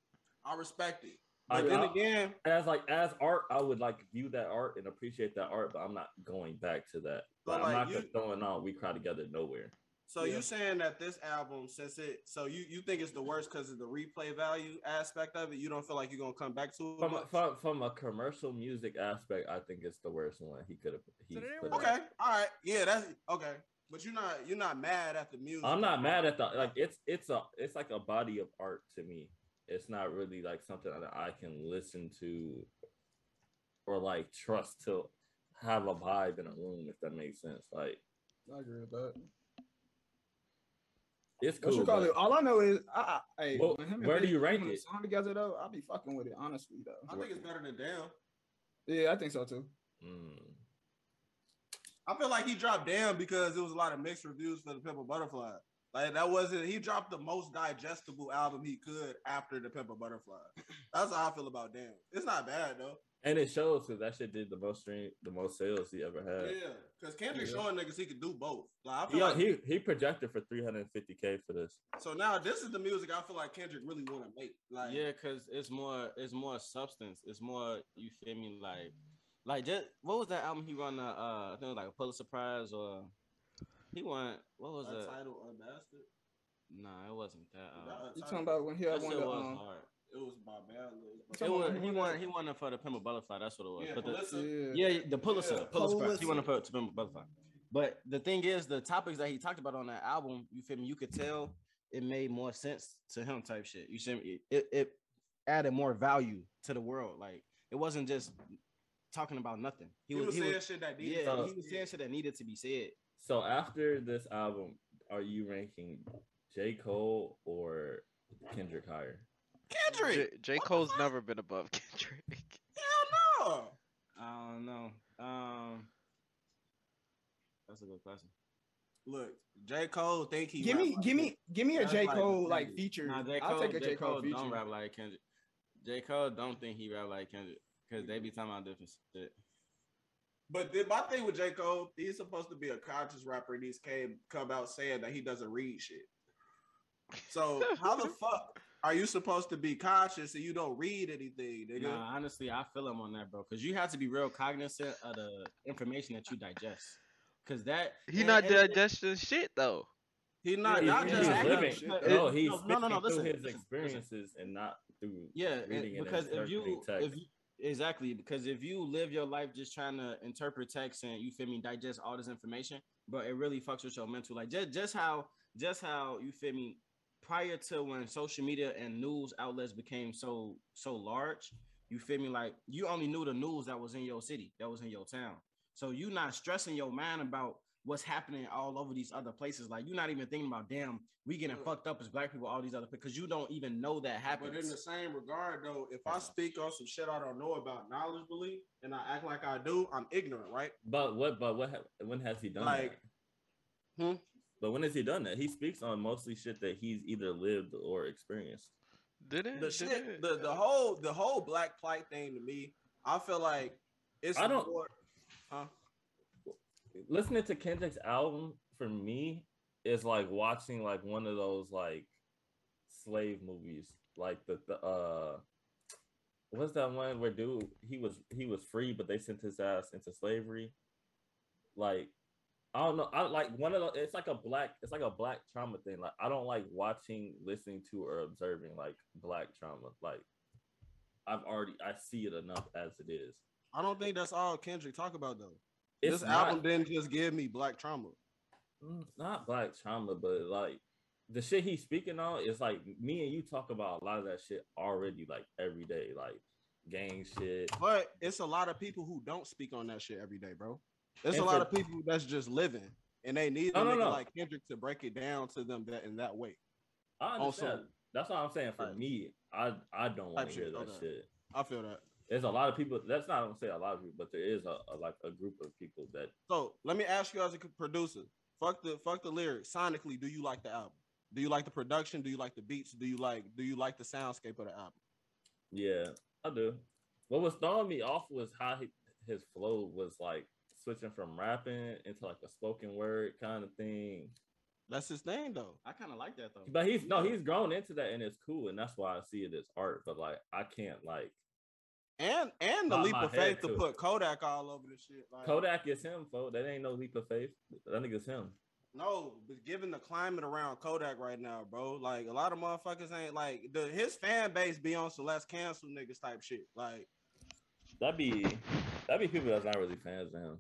Speaker 3: I respect it.
Speaker 1: Like,
Speaker 3: But then
Speaker 1: I-
Speaker 3: again,
Speaker 1: as like as art, I would like view that art and appreciate that art, but I'm not going back to that.
Speaker 3: But,
Speaker 1: Like,
Speaker 3: like,
Speaker 1: I'm not
Speaker 3: you-
Speaker 1: just throwing on "We Cry Together" nowhere.
Speaker 3: so you saying that this album, since it, so you you think it's the worst because of the replay value aspect of it. You don't feel like you're gonna come back to it.
Speaker 1: From a,
Speaker 3: much?
Speaker 1: from, from a commercial music aspect, I think it's the worst one he could have. he's
Speaker 6: they
Speaker 1: put
Speaker 6: were-
Speaker 1: out.
Speaker 3: Okay, all right, yeah, that's okay. But you're not you're not mad at the music.
Speaker 1: I'm not mad at the like. It's it's a it's like a body of art to me. It's not really like something that I can listen to or like trust to have a vibe in a room. If that makes sense, like
Speaker 2: I agree with that.
Speaker 1: it's
Speaker 2: What
Speaker 1: cool.
Speaker 2: you call
Speaker 1: but-
Speaker 2: it? All I know is, I, I, hey,
Speaker 1: Well,
Speaker 2: when him and
Speaker 1: where do
Speaker 2: Big
Speaker 1: you rank
Speaker 2: doing a
Speaker 1: it?
Speaker 2: Song together though, I'll be fucking with it honestly
Speaker 3: I
Speaker 2: though.
Speaker 3: think it's better than Damn.
Speaker 2: Yeah, I think so too.
Speaker 1: Mm.
Speaker 3: I feel like he dropped Damn because it was a lot of mixed reviews for the Pimple Butterfly. Like that wasn't he dropped the most digestible album he could after the Pimple Butterfly. That's how I feel about Damn. It's not bad though.
Speaker 1: And it shows because that shit did the most stream, the most sales he ever had.
Speaker 3: Yeah, because Kendrick showing niggas he could do both. Like I feel
Speaker 1: He,
Speaker 3: like,
Speaker 1: he he projected for 350k for this.
Speaker 3: so now this is the music I feel like Kendrick really want to make. Like
Speaker 4: yeah, cause it's more it's more substance. It's more you feel me? Like like just, what was that album he won? Uh, uh I think it was like a Pulitzer Prize or he won. What was Uh,
Speaker 3: a
Speaker 4: it?
Speaker 3: title a bastard.
Speaker 4: Nah, it wasn't that.
Speaker 3: That uh,
Speaker 4: album.
Speaker 2: You
Speaker 3: Title-
Speaker 2: talking about when he
Speaker 4: That
Speaker 2: had
Speaker 4: shit
Speaker 2: one of the,
Speaker 4: was
Speaker 2: um,
Speaker 4: hard.
Speaker 3: It was by bad.
Speaker 4: It
Speaker 2: Come
Speaker 4: was,
Speaker 2: on,
Speaker 4: he
Speaker 2: man.
Speaker 4: won. He won it for the Pimple Butterfly. That's what it was.
Speaker 3: Yeah,
Speaker 4: But the-
Speaker 3: Pulitzer.
Speaker 2: um, yeah.
Speaker 4: yeah, yeah, the Pulitzer,
Speaker 3: Yeah.
Speaker 4: Pulitzer. Prize. He won it
Speaker 6: Pulitzer.
Speaker 4: for the Pimple Butterfly. But the thing is, the topics that he talked about on that album, you feel me? You could tell it made more sense to him, type shit. You see me? It, it added more value to the world. Like it wasn't just talking about nothing.
Speaker 3: He, was,
Speaker 4: he
Speaker 3: saying
Speaker 4: was
Speaker 3: shit that needed
Speaker 4: yeah,
Speaker 3: to be
Speaker 4: he was saying
Speaker 3: said.
Speaker 4: shit that needed to be said.
Speaker 1: So after this album, are you ranking J Cole or Kendrick higher?
Speaker 3: Kendrick.
Speaker 5: J, J. Cole's never been above Kendrick.
Speaker 3: Hell
Speaker 4: I don't know. Um, that's a good question.
Speaker 3: no. Look, J Cole think he.
Speaker 2: Give
Speaker 3: rap
Speaker 2: me,
Speaker 3: like
Speaker 2: give
Speaker 3: this.
Speaker 2: me, give me a
Speaker 3: That's
Speaker 2: J
Speaker 3: like
Speaker 2: Cole
Speaker 3: the
Speaker 2: like
Speaker 3: thing.
Speaker 2: feature.
Speaker 4: Nah, J. Cole,
Speaker 2: I'll take a
Speaker 4: J.
Speaker 2: J
Speaker 4: Cole
Speaker 2: Cole feature.
Speaker 4: don't rap like Kendrick. J. Cole don't think he rap like Kendrick because they be talking about different shit.
Speaker 3: But then my thing with J. Cole, he's supposed to be a conscious rapper, and he's came come out saying that he doesn't read shit. So how the fuck are you supposed to be conscious and you don't read anything, nigga?
Speaker 4: Nah, honestly, I feel him on that, bro. Because you have to be real cognizant of the information that you digest. Because that
Speaker 5: He
Speaker 4: and-
Speaker 5: not
Speaker 4: and-
Speaker 5: digesting shit though.
Speaker 3: He not
Speaker 4: Yeah,
Speaker 3: not
Speaker 1: he's
Speaker 4: yeah,
Speaker 3: just
Speaker 4: yeah.
Speaker 3: acting.
Speaker 1: living.
Speaker 4: Shit.
Speaker 1: no,
Speaker 4: It-
Speaker 1: he's
Speaker 4: no,
Speaker 1: no,
Speaker 4: no, no, no, listen,
Speaker 1: through his
Speaker 4: listen, listen.
Speaker 1: experiences and not through.
Speaker 4: Yeah, and-
Speaker 1: reading and
Speaker 4: because if
Speaker 1: interpreting
Speaker 4: you
Speaker 1: text.
Speaker 4: if you- exactly because if you live your life just trying to interpret text and you feel me digest all this information, but it really fucks with your mental. Like just just how just how you feel me prior to when social media and news outlets became so so large, you feel me like you only knew the news that was in your city, that was in your town. So you not stressing your mind about what's happening all over these other places. Like you're not even thinking about damn, we getting fucked up as black people all these other because you don't even know that happens.
Speaker 3: But in the same regard, though, if I speak on some shit I don't know about knowledge belief and I act like I do, I'm ignorant, right?
Speaker 1: but what? But what? ha- When has he done
Speaker 3: Like-
Speaker 1: that?
Speaker 3: Hmm?
Speaker 1: But when has he done that? He speaks on mostly shit that he's either lived or experienced.
Speaker 5: Didn't
Speaker 3: The
Speaker 5: didn't
Speaker 3: shit,
Speaker 5: it?
Speaker 3: the, the whole the whole black plight thing to me, I feel like it's
Speaker 1: I don't-
Speaker 3: more- huh?
Speaker 1: listening to Kendrick's album for me is like watching like one of those like slave movies, like the, the uh, what's that one where dude he was he was free but they sent his ass into slavery, like. I don't know. I like one of the. It's like a black. It's like a black trauma thing. Like I don't like watching, listening to, or observing like black trauma. Like I've already. I see it enough as it is.
Speaker 3: I don't think that's all Kendrick talk about though.
Speaker 1: It's
Speaker 3: this
Speaker 1: not-
Speaker 3: album didn't just give me black trauma.
Speaker 1: Mm, not black trauma, but like the shit he's speaking on is like me and you talk about a lot of that shit already, like every day, like gang shit.
Speaker 3: But it's a lot of people who don't speak on that shit every day, bro. It's a
Speaker 1: And
Speaker 3: lot
Speaker 1: for-
Speaker 3: of people that's just living. and they need
Speaker 1: No,
Speaker 3: a
Speaker 1: no,
Speaker 3: nigga
Speaker 1: no.
Speaker 3: like Kendrick to break it down to them that in that way.
Speaker 1: I
Speaker 3: Also-
Speaker 1: understand. that's what I'm saying. For
Speaker 3: Right.
Speaker 1: me, I I don't want
Speaker 3: Type
Speaker 1: to hear
Speaker 3: shit,
Speaker 1: that
Speaker 3: okay.
Speaker 1: shit.
Speaker 3: I feel that.
Speaker 1: There's a lot of people. That's not I'm saying a lot of people, but there is a, a like a group of people that
Speaker 3: So let me ask you as a co- producer, fuck the fuck the lyrics. Sonically, do you like the album? Do you like the production? Do you like the beats? Do you like do you like the soundscape of the album?
Speaker 1: Yeah, I do. What was throwing me off was how he, his flow was like switching from rapping into like a spoken word kind of thing.
Speaker 3: That's his thing though.
Speaker 4: I kind of like that though.
Speaker 1: But he's no, he's grown into that and it's cool, and that's why I see it as art. But like, I can't like
Speaker 3: And and the
Speaker 1: Bob
Speaker 3: leap
Speaker 1: my
Speaker 3: of
Speaker 1: head
Speaker 3: faith to
Speaker 1: to it.
Speaker 3: put Kodak all over the shit. Like
Speaker 1: Kodak is him, folks. That ain't no leap of faith. That nigga's him.
Speaker 3: No, but given the climate around Kodak right now, bro, like a lot of motherfuckers ain't like the his fan base be on so let's cancel niggas type shit. Like
Speaker 1: That'd be that'd be people that's not really fans of him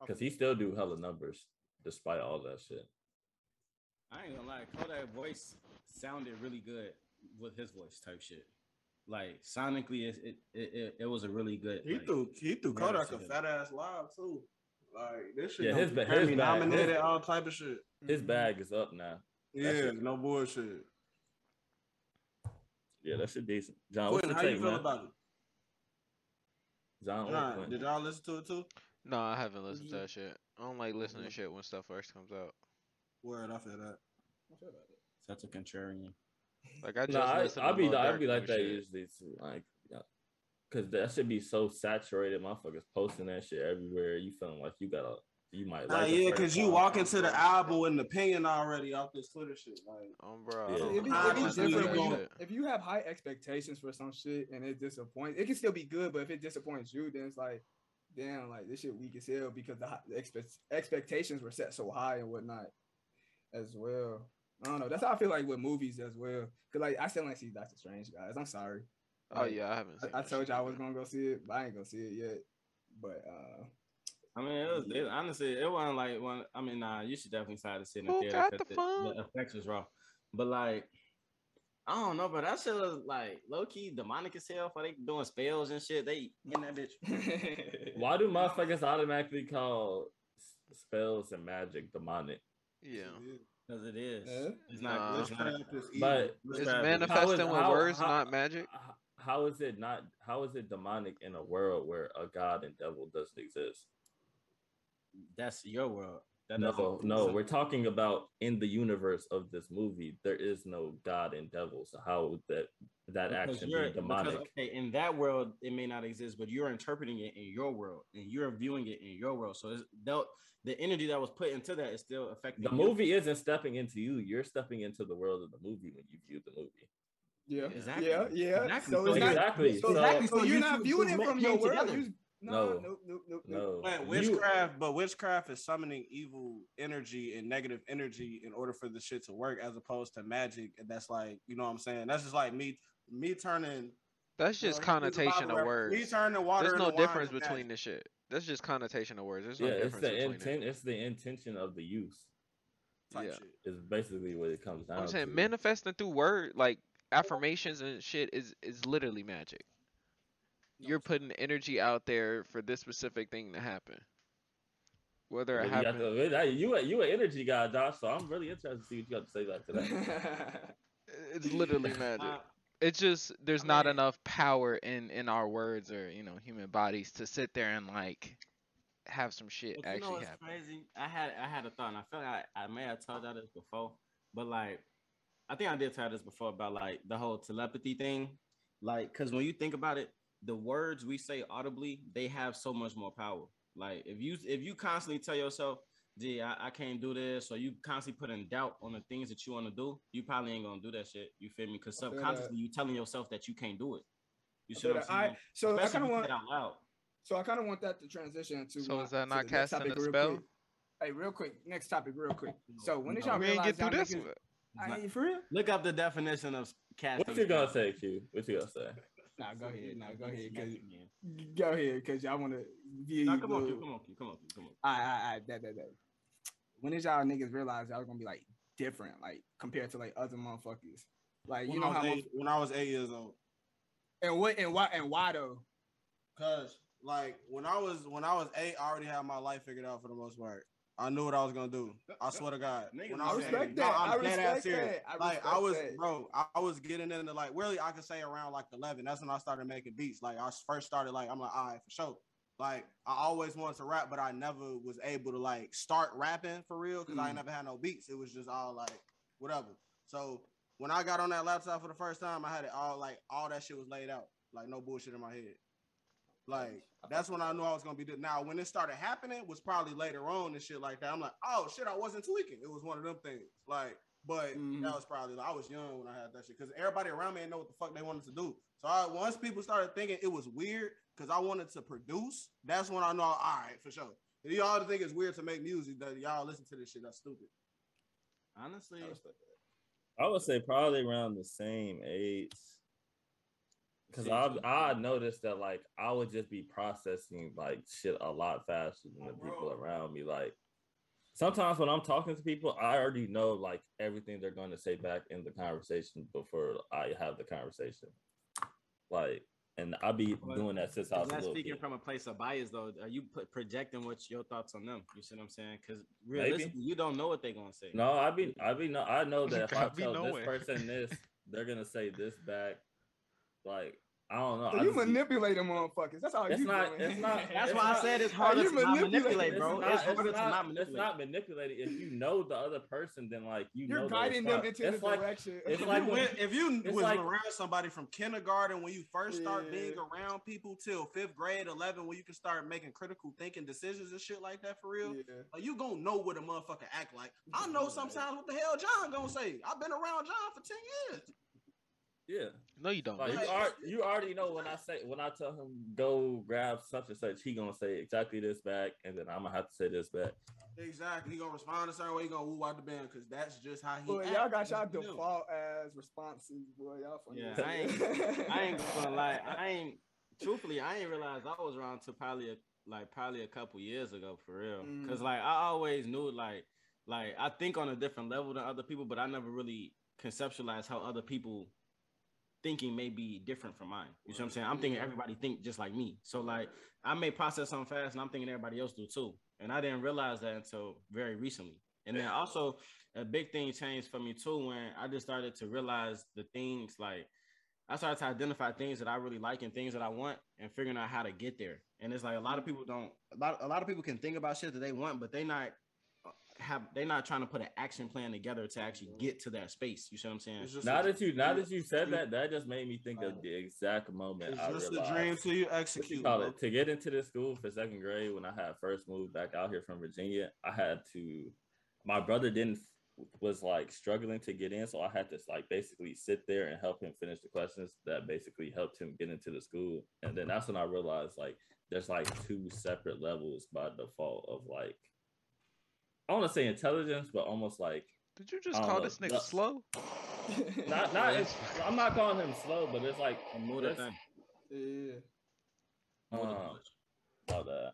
Speaker 1: because he still do hella numbers despite all that shit.
Speaker 4: I ain't gonna lie, Kodak voice sounded really good with his voice type shit. Like sonically, it it it, it, it was a really good.
Speaker 3: he
Speaker 4: like,
Speaker 3: threw he threw
Speaker 4: Yeah,
Speaker 3: Kodak a
Speaker 4: that's it.
Speaker 3: fat ass live too. Like this shit
Speaker 1: Yeah,
Speaker 3: gonna
Speaker 1: his
Speaker 3: be
Speaker 1: ba- his bag-
Speaker 3: Grammy nominated
Speaker 1: his-
Speaker 3: all type of shit.
Speaker 1: His
Speaker 2: Mm-hmm.
Speaker 1: bag is up now.
Speaker 3: Yeah,
Speaker 1: shit-
Speaker 3: no bullshit.
Speaker 1: Yeah, that shit decent. John, Oh, what's your
Speaker 3: Quentin, how you
Speaker 1: take,
Speaker 3: feel
Speaker 1: man? Oh,
Speaker 3: about it?
Speaker 1: John,
Speaker 3: Nah,
Speaker 1: Quinn.
Speaker 3: did y'all listen to it too?
Speaker 5: No, I haven't listened to
Speaker 3: Mhm.
Speaker 5: that shit. I don't like listening to shit when stuff first comes out.
Speaker 3: Word, I feel that.
Speaker 4: Such a contrarian.
Speaker 5: Like I just
Speaker 1: No, I,
Speaker 5: listened to
Speaker 1: I'll be
Speaker 5: Lil
Speaker 1: I'll
Speaker 5: Durk
Speaker 1: be like
Speaker 5: new
Speaker 1: that
Speaker 5: shit.
Speaker 1: usually too. Like, yeah. cause that should be so saturated. Motherfuckers posting that shit everywhere. You feeling like you gotta, you might
Speaker 3: Nah,
Speaker 1: like. the
Speaker 3: yeah,
Speaker 1: first
Speaker 3: cause you
Speaker 1: song.
Speaker 3: walk into the album with an opinion already off this Twitter shit. Like
Speaker 5: Um, bro,
Speaker 1: Yeah.
Speaker 5: I
Speaker 2: It'd
Speaker 5: don't,
Speaker 2: be, it'd be
Speaker 5: I don't like
Speaker 3: Honestly,
Speaker 2: different
Speaker 5: that
Speaker 2: if
Speaker 3: bro.
Speaker 2: you,
Speaker 5: shit.
Speaker 2: if you have high expectations for some shit and it disappoints. It can still be good, but if it disappoints you, then it's like, damn, like this shit weak as hell because the, hi- the expect, expectations were set so high and whatnot, as well. I don't know. That's how I feel like with movies as well. Cause like I still ain't see Doctor Strange, guys. I'm sorry.
Speaker 5: Oh
Speaker 2: Like,
Speaker 5: yeah, I haven't. Seen
Speaker 2: I, I
Speaker 5: that
Speaker 2: told
Speaker 5: shit
Speaker 2: you I
Speaker 5: either.
Speaker 2: was gonna go see it, but I ain't gonna see it yet. But uh
Speaker 4: I mean, it was it, honestly, it wasn't like one. I mean, nah, you should definitely decide to sit in the
Speaker 5: Who
Speaker 4: theater.
Speaker 5: got
Speaker 4: 'cause
Speaker 5: the
Speaker 4: the,
Speaker 5: phone?
Speaker 4: the effects was raw, but like, I don't know, but that shit was like low key demonic as hell. For they doing spells and shit, they in that bitch.
Speaker 1: Why do motherfuckers automatically call s- spells and magic demonic?
Speaker 5: Yeah,
Speaker 4: Cause it is.
Speaker 2: Yeah.
Speaker 4: It's not.
Speaker 5: Nah.
Speaker 4: it's not
Speaker 1: But
Speaker 4: it's
Speaker 5: it's
Speaker 4: not-
Speaker 5: manifesting with
Speaker 1: how-
Speaker 5: words,
Speaker 1: how-
Speaker 5: not magic.
Speaker 1: h- how is it not? How is it demonic in a world where a god and devil doesn't exist?
Speaker 4: That's your world. That
Speaker 1: No,
Speaker 4: doesn't-
Speaker 1: no, we're talking about in the universe of this movie, there is no god and devil. So how would that that
Speaker 4: Because
Speaker 1: action
Speaker 4: you're-
Speaker 1: be
Speaker 4: because,
Speaker 1: demonic?
Speaker 4: okay, in that world, it may not exist, but you're interpreting it in your world and you're viewing it in your world. So it's, the, the energy that was put into that is still affecting
Speaker 1: The
Speaker 4: you.
Speaker 1: movie isn't stepping into you. You're stepping into the world of the movie when you view the movie.
Speaker 2: yeah.
Speaker 4: Exactly.
Speaker 2: Yeah, yeah.
Speaker 4: Exactly.
Speaker 2: So it's not
Speaker 1: Exactly.
Speaker 2: So,
Speaker 1: So-
Speaker 2: exactly. So,
Speaker 4: so
Speaker 2: you're
Speaker 4: you
Speaker 2: not
Speaker 4: two
Speaker 2: viewing
Speaker 4: just
Speaker 2: it
Speaker 4: met-
Speaker 2: from your
Speaker 4: came
Speaker 2: world.
Speaker 4: together.
Speaker 2: You, no,
Speaker 1: No.
Speaker 2: nope, nope, nope, nope.
Speaker 1: No.
Speaker 3: But
Speaker 1: you-
Speaker 3: witchcraft, but witchcraft is summoning evil energy and negative energy in order for the shit to work, as opposed to magic. And that's like, you know what I'm saying? That's just like me, me turning.
Speaker 5: That's just
Speaker 3: you know, it's about
Speaker 5: connotation of
Speaker 3: where-
Speaker 5: words.
Speaker 3: Me turning water.
Speaker 5: There's
Speaker 3: into
Speaker 5: no
Speaker 3: wine
Speaker 5: difference
Speaker 3: is magic.
Speaker 5: between the shit. That's just connotation of words. There's no
Speaker 1: yeah, it's
Speaker 5: difference
Speaker 1: the
Speaker 5: between it.
Speaker 1: intent. It's the intention of the use.
Speaker 3: type
Speaker 5: Yeah.
Speaker 3: shit.
Speaker 1: Is basically what it comes down
Speaker 5: I'm saying
Speaker 1: to.
Speaker 5: manifesting through word, like affirmations and shit, is is literally magic. You're putting energy out there for this specific thing to happen, whether
Speaker 1: But
Speaker 5: it
Speaker 1: you, got
Speaker 5: happens.
Speaker 1: to, really- that- you, a- you an energy guy, Josh. So I'm really interested to see what you got to say about that.
Speaker 5: It's literally magic.
Speaker 4: Uh,
Speaker 5: it's just there's
Speaker 4: I
Speaker 5: not
Speaker 4: mean-
Speaker 5: enough power in in our words or you know human bodies to sit there and like have some
Speaker 4: But
Speaker 5: shit
Speaker 4: you know
Speaker 5: actually
Speaker 4: what's
Speaker 5: happen.
Speaker 4: crazy? I had I had a thought, and I feel like I, I may have told y'all this before, but like I think I did tell this before about like the whole telepathy thing. Like, cause when you think about it, the words we say audibly, they have so much more power. Like if you if you constantly tell yourself, gee, I, I can't do this, or you constantly putting doubt on the things that you want to do, you probably ain't gonna do that shit. You feel me? Cause
Speaker 2: I feel that.
Speaker 4: subconsciously you telling yourself that you can't do it. You see
Speaker 2: so,
Speaker 4: what I'm
Speaker 2: that I,
Speaker 4: saying?
Speaker 2: so I
Speaker 4: Especially
Speaker 2: kind
Speaker 4: if
Speaker 2: of
Speaker 4: you say
Speaker 2: want.
Speaker 4: it out loud.
Speaker 2: So I kind of want that to transition to.
Speaker 5: So
Speaker 2: my-
Speaker 5: is that
Speaker 2: to
Speaker 5: not
Speaker 2: the next
Speaker 5: casting
Speaker 2: topic
Speaker 5: a
Speaker 2: real
Speaker 5: spell?
Speaker 2: quick. Hey, real quick, next topic, real quick. So when did
Speaker 4: No.
Speaker 2: y'all
Speaker 5: We ain't
Speaker 2: realize
Speaker 5: get through
Speaker 2: y'all
Speaker 5: this.
Speaker 2: niggas-
Speaker 5: one.
Speaker 2: I ain't for real.
Speaker 4: Look up the definition of casting.
Speaker 1: What you gonna say, Q? What you gonna say?
Speaker 2: Nah, go ahead. Nah, go ahead.
Speaker 4: Come
Speaker 2: 'cause- Go ahead, cause y'all want to.
Speaker 4: on, come on, come on, come on, come on.
Speaker 2: I, I, I, that, that, that. When did y'all niggas realize y'all was gonna be like different, like compared to like other motherfuckers? Like you
Speaker 3: when
Speaker 2: know
Speaker 3: I
Speaker 2: how
Speaker 3: was
Speaker 2: much
Speaker 3: eight, when I was eight years old,
Speaker 2: and what and why and why though?
Speaker 3: cause like when I was when I was eight, I already had my life figured out for the most part. I knew what I was gonna do. I swear to God.
Speaker 7: Niggas
Speaker 3: When
Speaker 7: be
Speaker 3: I was
Speaker 7: saying
Speaker 3: eight.
Speaker 7: that.
Speaker 3: No, I'm
Speaker 2: I
Speaker 3: dead
Speaker 2: respect
Speaker 3: ass serious.
Speaker 2: that. I
Speaker 3: Like I
Speaker 2: respect
Speaker 3: was,
Speaker 2: that.
Speaker 3: bro, I- I was getting into like really, I could say around like eleven. That's when I started making beats. Like I first started, like I'm like, all right, for sure. Like I always wanted to rap, but I never was able to like start rapping for real because
Speaker 2: Mm.
Speaker 3: I ain't never had no beats. It was just all like whatever. So when I got on that laptop for the first time, I had it all like all that shit was laid out, like no bullshit in my head. Like that's when I knew I was gonna be. do- Now when it started happening was probably later on and shit like that. I'm like, oh shit, I wasn't tweaking. It was one of them things. Like, but
Speaker 2: Mhm.
Speaker 3: that was probably I was young when I had that shit because everybody around me didn't know what the fuck they wanted to do. So I, once people started thinking it was weird because I wanted to produce, that's when I know, all right, for sure. If y'all think it's weird to make music, that y'all listen to this shit. That's stupid.
Speaker 4: Honestly,
Speaker 1: I would say probably around the same age. Cause I I noticed that like I would just be processing like shit a lot faster than the people around me. Like sometimes when I'm talking to people, I already know like everything they're going to say back in the conversation before I have the conversation. Like, and I be
Speaker 4: But
Speaker 1: doing that since I was a
Speaker 4: that's
Speaker 1: little
Speaker 4: speaking
Speaker 1: kid.
Speaker 4: from a place of bias, though. Are you put, projecting what your thoughts on them? You see what I'm saying? Because realistically, you don't know what they're gonna say.
Speaker 1: No, I be I be no I know that if I
Speaker 5: I be
Speaker 1: tell this
Speaker 5: knowing.
Speaker 1: person this, they're gonna say this back. Like I don't know.
Speaker 2: So
Speaker 1: I
Speaker 2: you
Speaker 1: just be-
Speaker 2: manipulate them motherfuckers. That's all
Speaker 1: It's
Speaker 2: you
Speaker 1: not-
Speaker 2: doing.
Speaker 1: it's not-
Speaker 4: That's
Speaker 1: it's
Speaker 4: why I
Speaker 1: not-
Speaker 4: said it's harder
Speaker 2: you
Speaker 4: to not
Speaker 2: manipulating-
Speaker 4: manipulate,
Speaker 2: it's
Speaker 4: bro.
Speaker 1: not-
Speaker 4: It's harder to not
Speaker 1: It's
Speaker 4: manipulate.
Speaker 1: not manipulated. If you know the other person, then like you know
Speaker 2: You're
Speaker 1: the
Speaker 2: guiding them
Speaker 1: response.
Speaker 2: into the
Speaker 1: it's like,
Speaker 2: direction.
Speaker 1: it's
Speaker 3: If
Speaker 1: like
Speaker 3: you,
Speaker 1: when-
Speaker 3: went, if you
Speaker 1: it's
Speaker 3: was
Speaker 1: like-
Speaker 3: around somebody from kindergarten when you first start
Speaker 2: Yeah.
Speaker 3: being around people till fifth grade, eleven, when you can start making critical thinking decisions and shit like that for real, like, you gonna know what a motherfucker act like. I know sometimes what the hell John gonna say. I've been around John for ten years.
Speaker 1: Yeah,
Speaker 5: No, you don't.
Speaker 1: like
Speaker 5: Luke.
Speaker 1: you, are, you already know when I say when I tell him go grab such and such, he gonna say exactly this back, and then I'm gonna have to say this back.
Speaker 3: Exactly. He gonna respond a certain way. He gonna woo out the band because that's just how he.
Speaker 2: Boy,
Speaker 3: act.
Speaker 2: y'all got
Speaker 3: That's
Speaker 2: y'all
Speaker 3: what he do.
Speaker 2: default as responses, boy. Y'all funny.
Speaker 4: Yeah,
Speaker 2: as
Speaker 4: I ain't-
Speaker 2: hell.
Speaker 4: I ain't gonna lie. I ain't truthfully. I ain't realized I was around to probably a, like probably a couple years ago for real. Cause like I always knew like like I think on a different level than other people, but I never really conceptualized how other people thinking may be different from mine. You see what I'm saying? I'm thinking everybody think just like me. So like I may process something fast, and I'm thinking everybody else do too. And I didn't realize that until very recently. And then also a big thing changed for me too when I just started to realize the things like I started to identify things that I really like and things that I want and figuring out how to get there. And it's like a lot of people don't a lot a lot of people can think about shit that they want, but they not uh, have they not trying to put an action plan together to actually get to that space. You see what I'm saying?
Speaker 3: It's just
Speaker 1: Now
Speaker 3: a-
Speaker 1: that you now that you said that, that just made me think of the exact moment
Speaker 3: it's
Speaker 1: I
Speaker 3: just
Speaker 1: realized.
Speaker 3: a dream till you
Speaker 1: what you
Speaker 3: execute.
Speaker 1: call
Speaker 3: bro.
Speaker 1: it, to get into this school for second grade when I had first moved back out here from Virginia, I had to my brother didn't was like struggling to get in, so I had to like basically sit there and help him finish the questions that basically helped him get into the school. And then that's when I realized like there's like two separate levels by default of like I want to say intelligence, but almost like
Speaker 5: Did you just
Speaker 1: I
Speaker 5: call
Speaker 1: don't
Speaker 5: this
Speaker 1: know.
Speaker 5: nigga
Speaker 1: Look.
Speaker 5: slow?
Speaker 1: not not. It's, I'm not calling him slow, but it's like
Speaker 4: And more than
Speaker 1: there's-
Speaker 4: that.
Speaker 2: yeah.
Speaker 4: More than
Speaker 1: um,
Speaker 4: that.
Speaker 1: about that.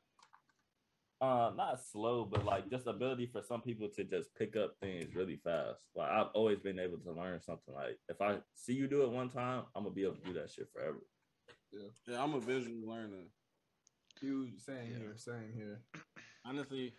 Speaker 1: Uh, not slow, but like just ability for some people to just pick up things really fast. Like I've always been able to learn something. Like if I see you do it one time, I'm gonna be able to do that shit forever.
Speaker 3: Yeah, I'm a visual learner.
Speaker 2: Huge. Same
Speaker 5: Yeah.
Speaker 2: here. Same here.
Speaker 4: Honestly,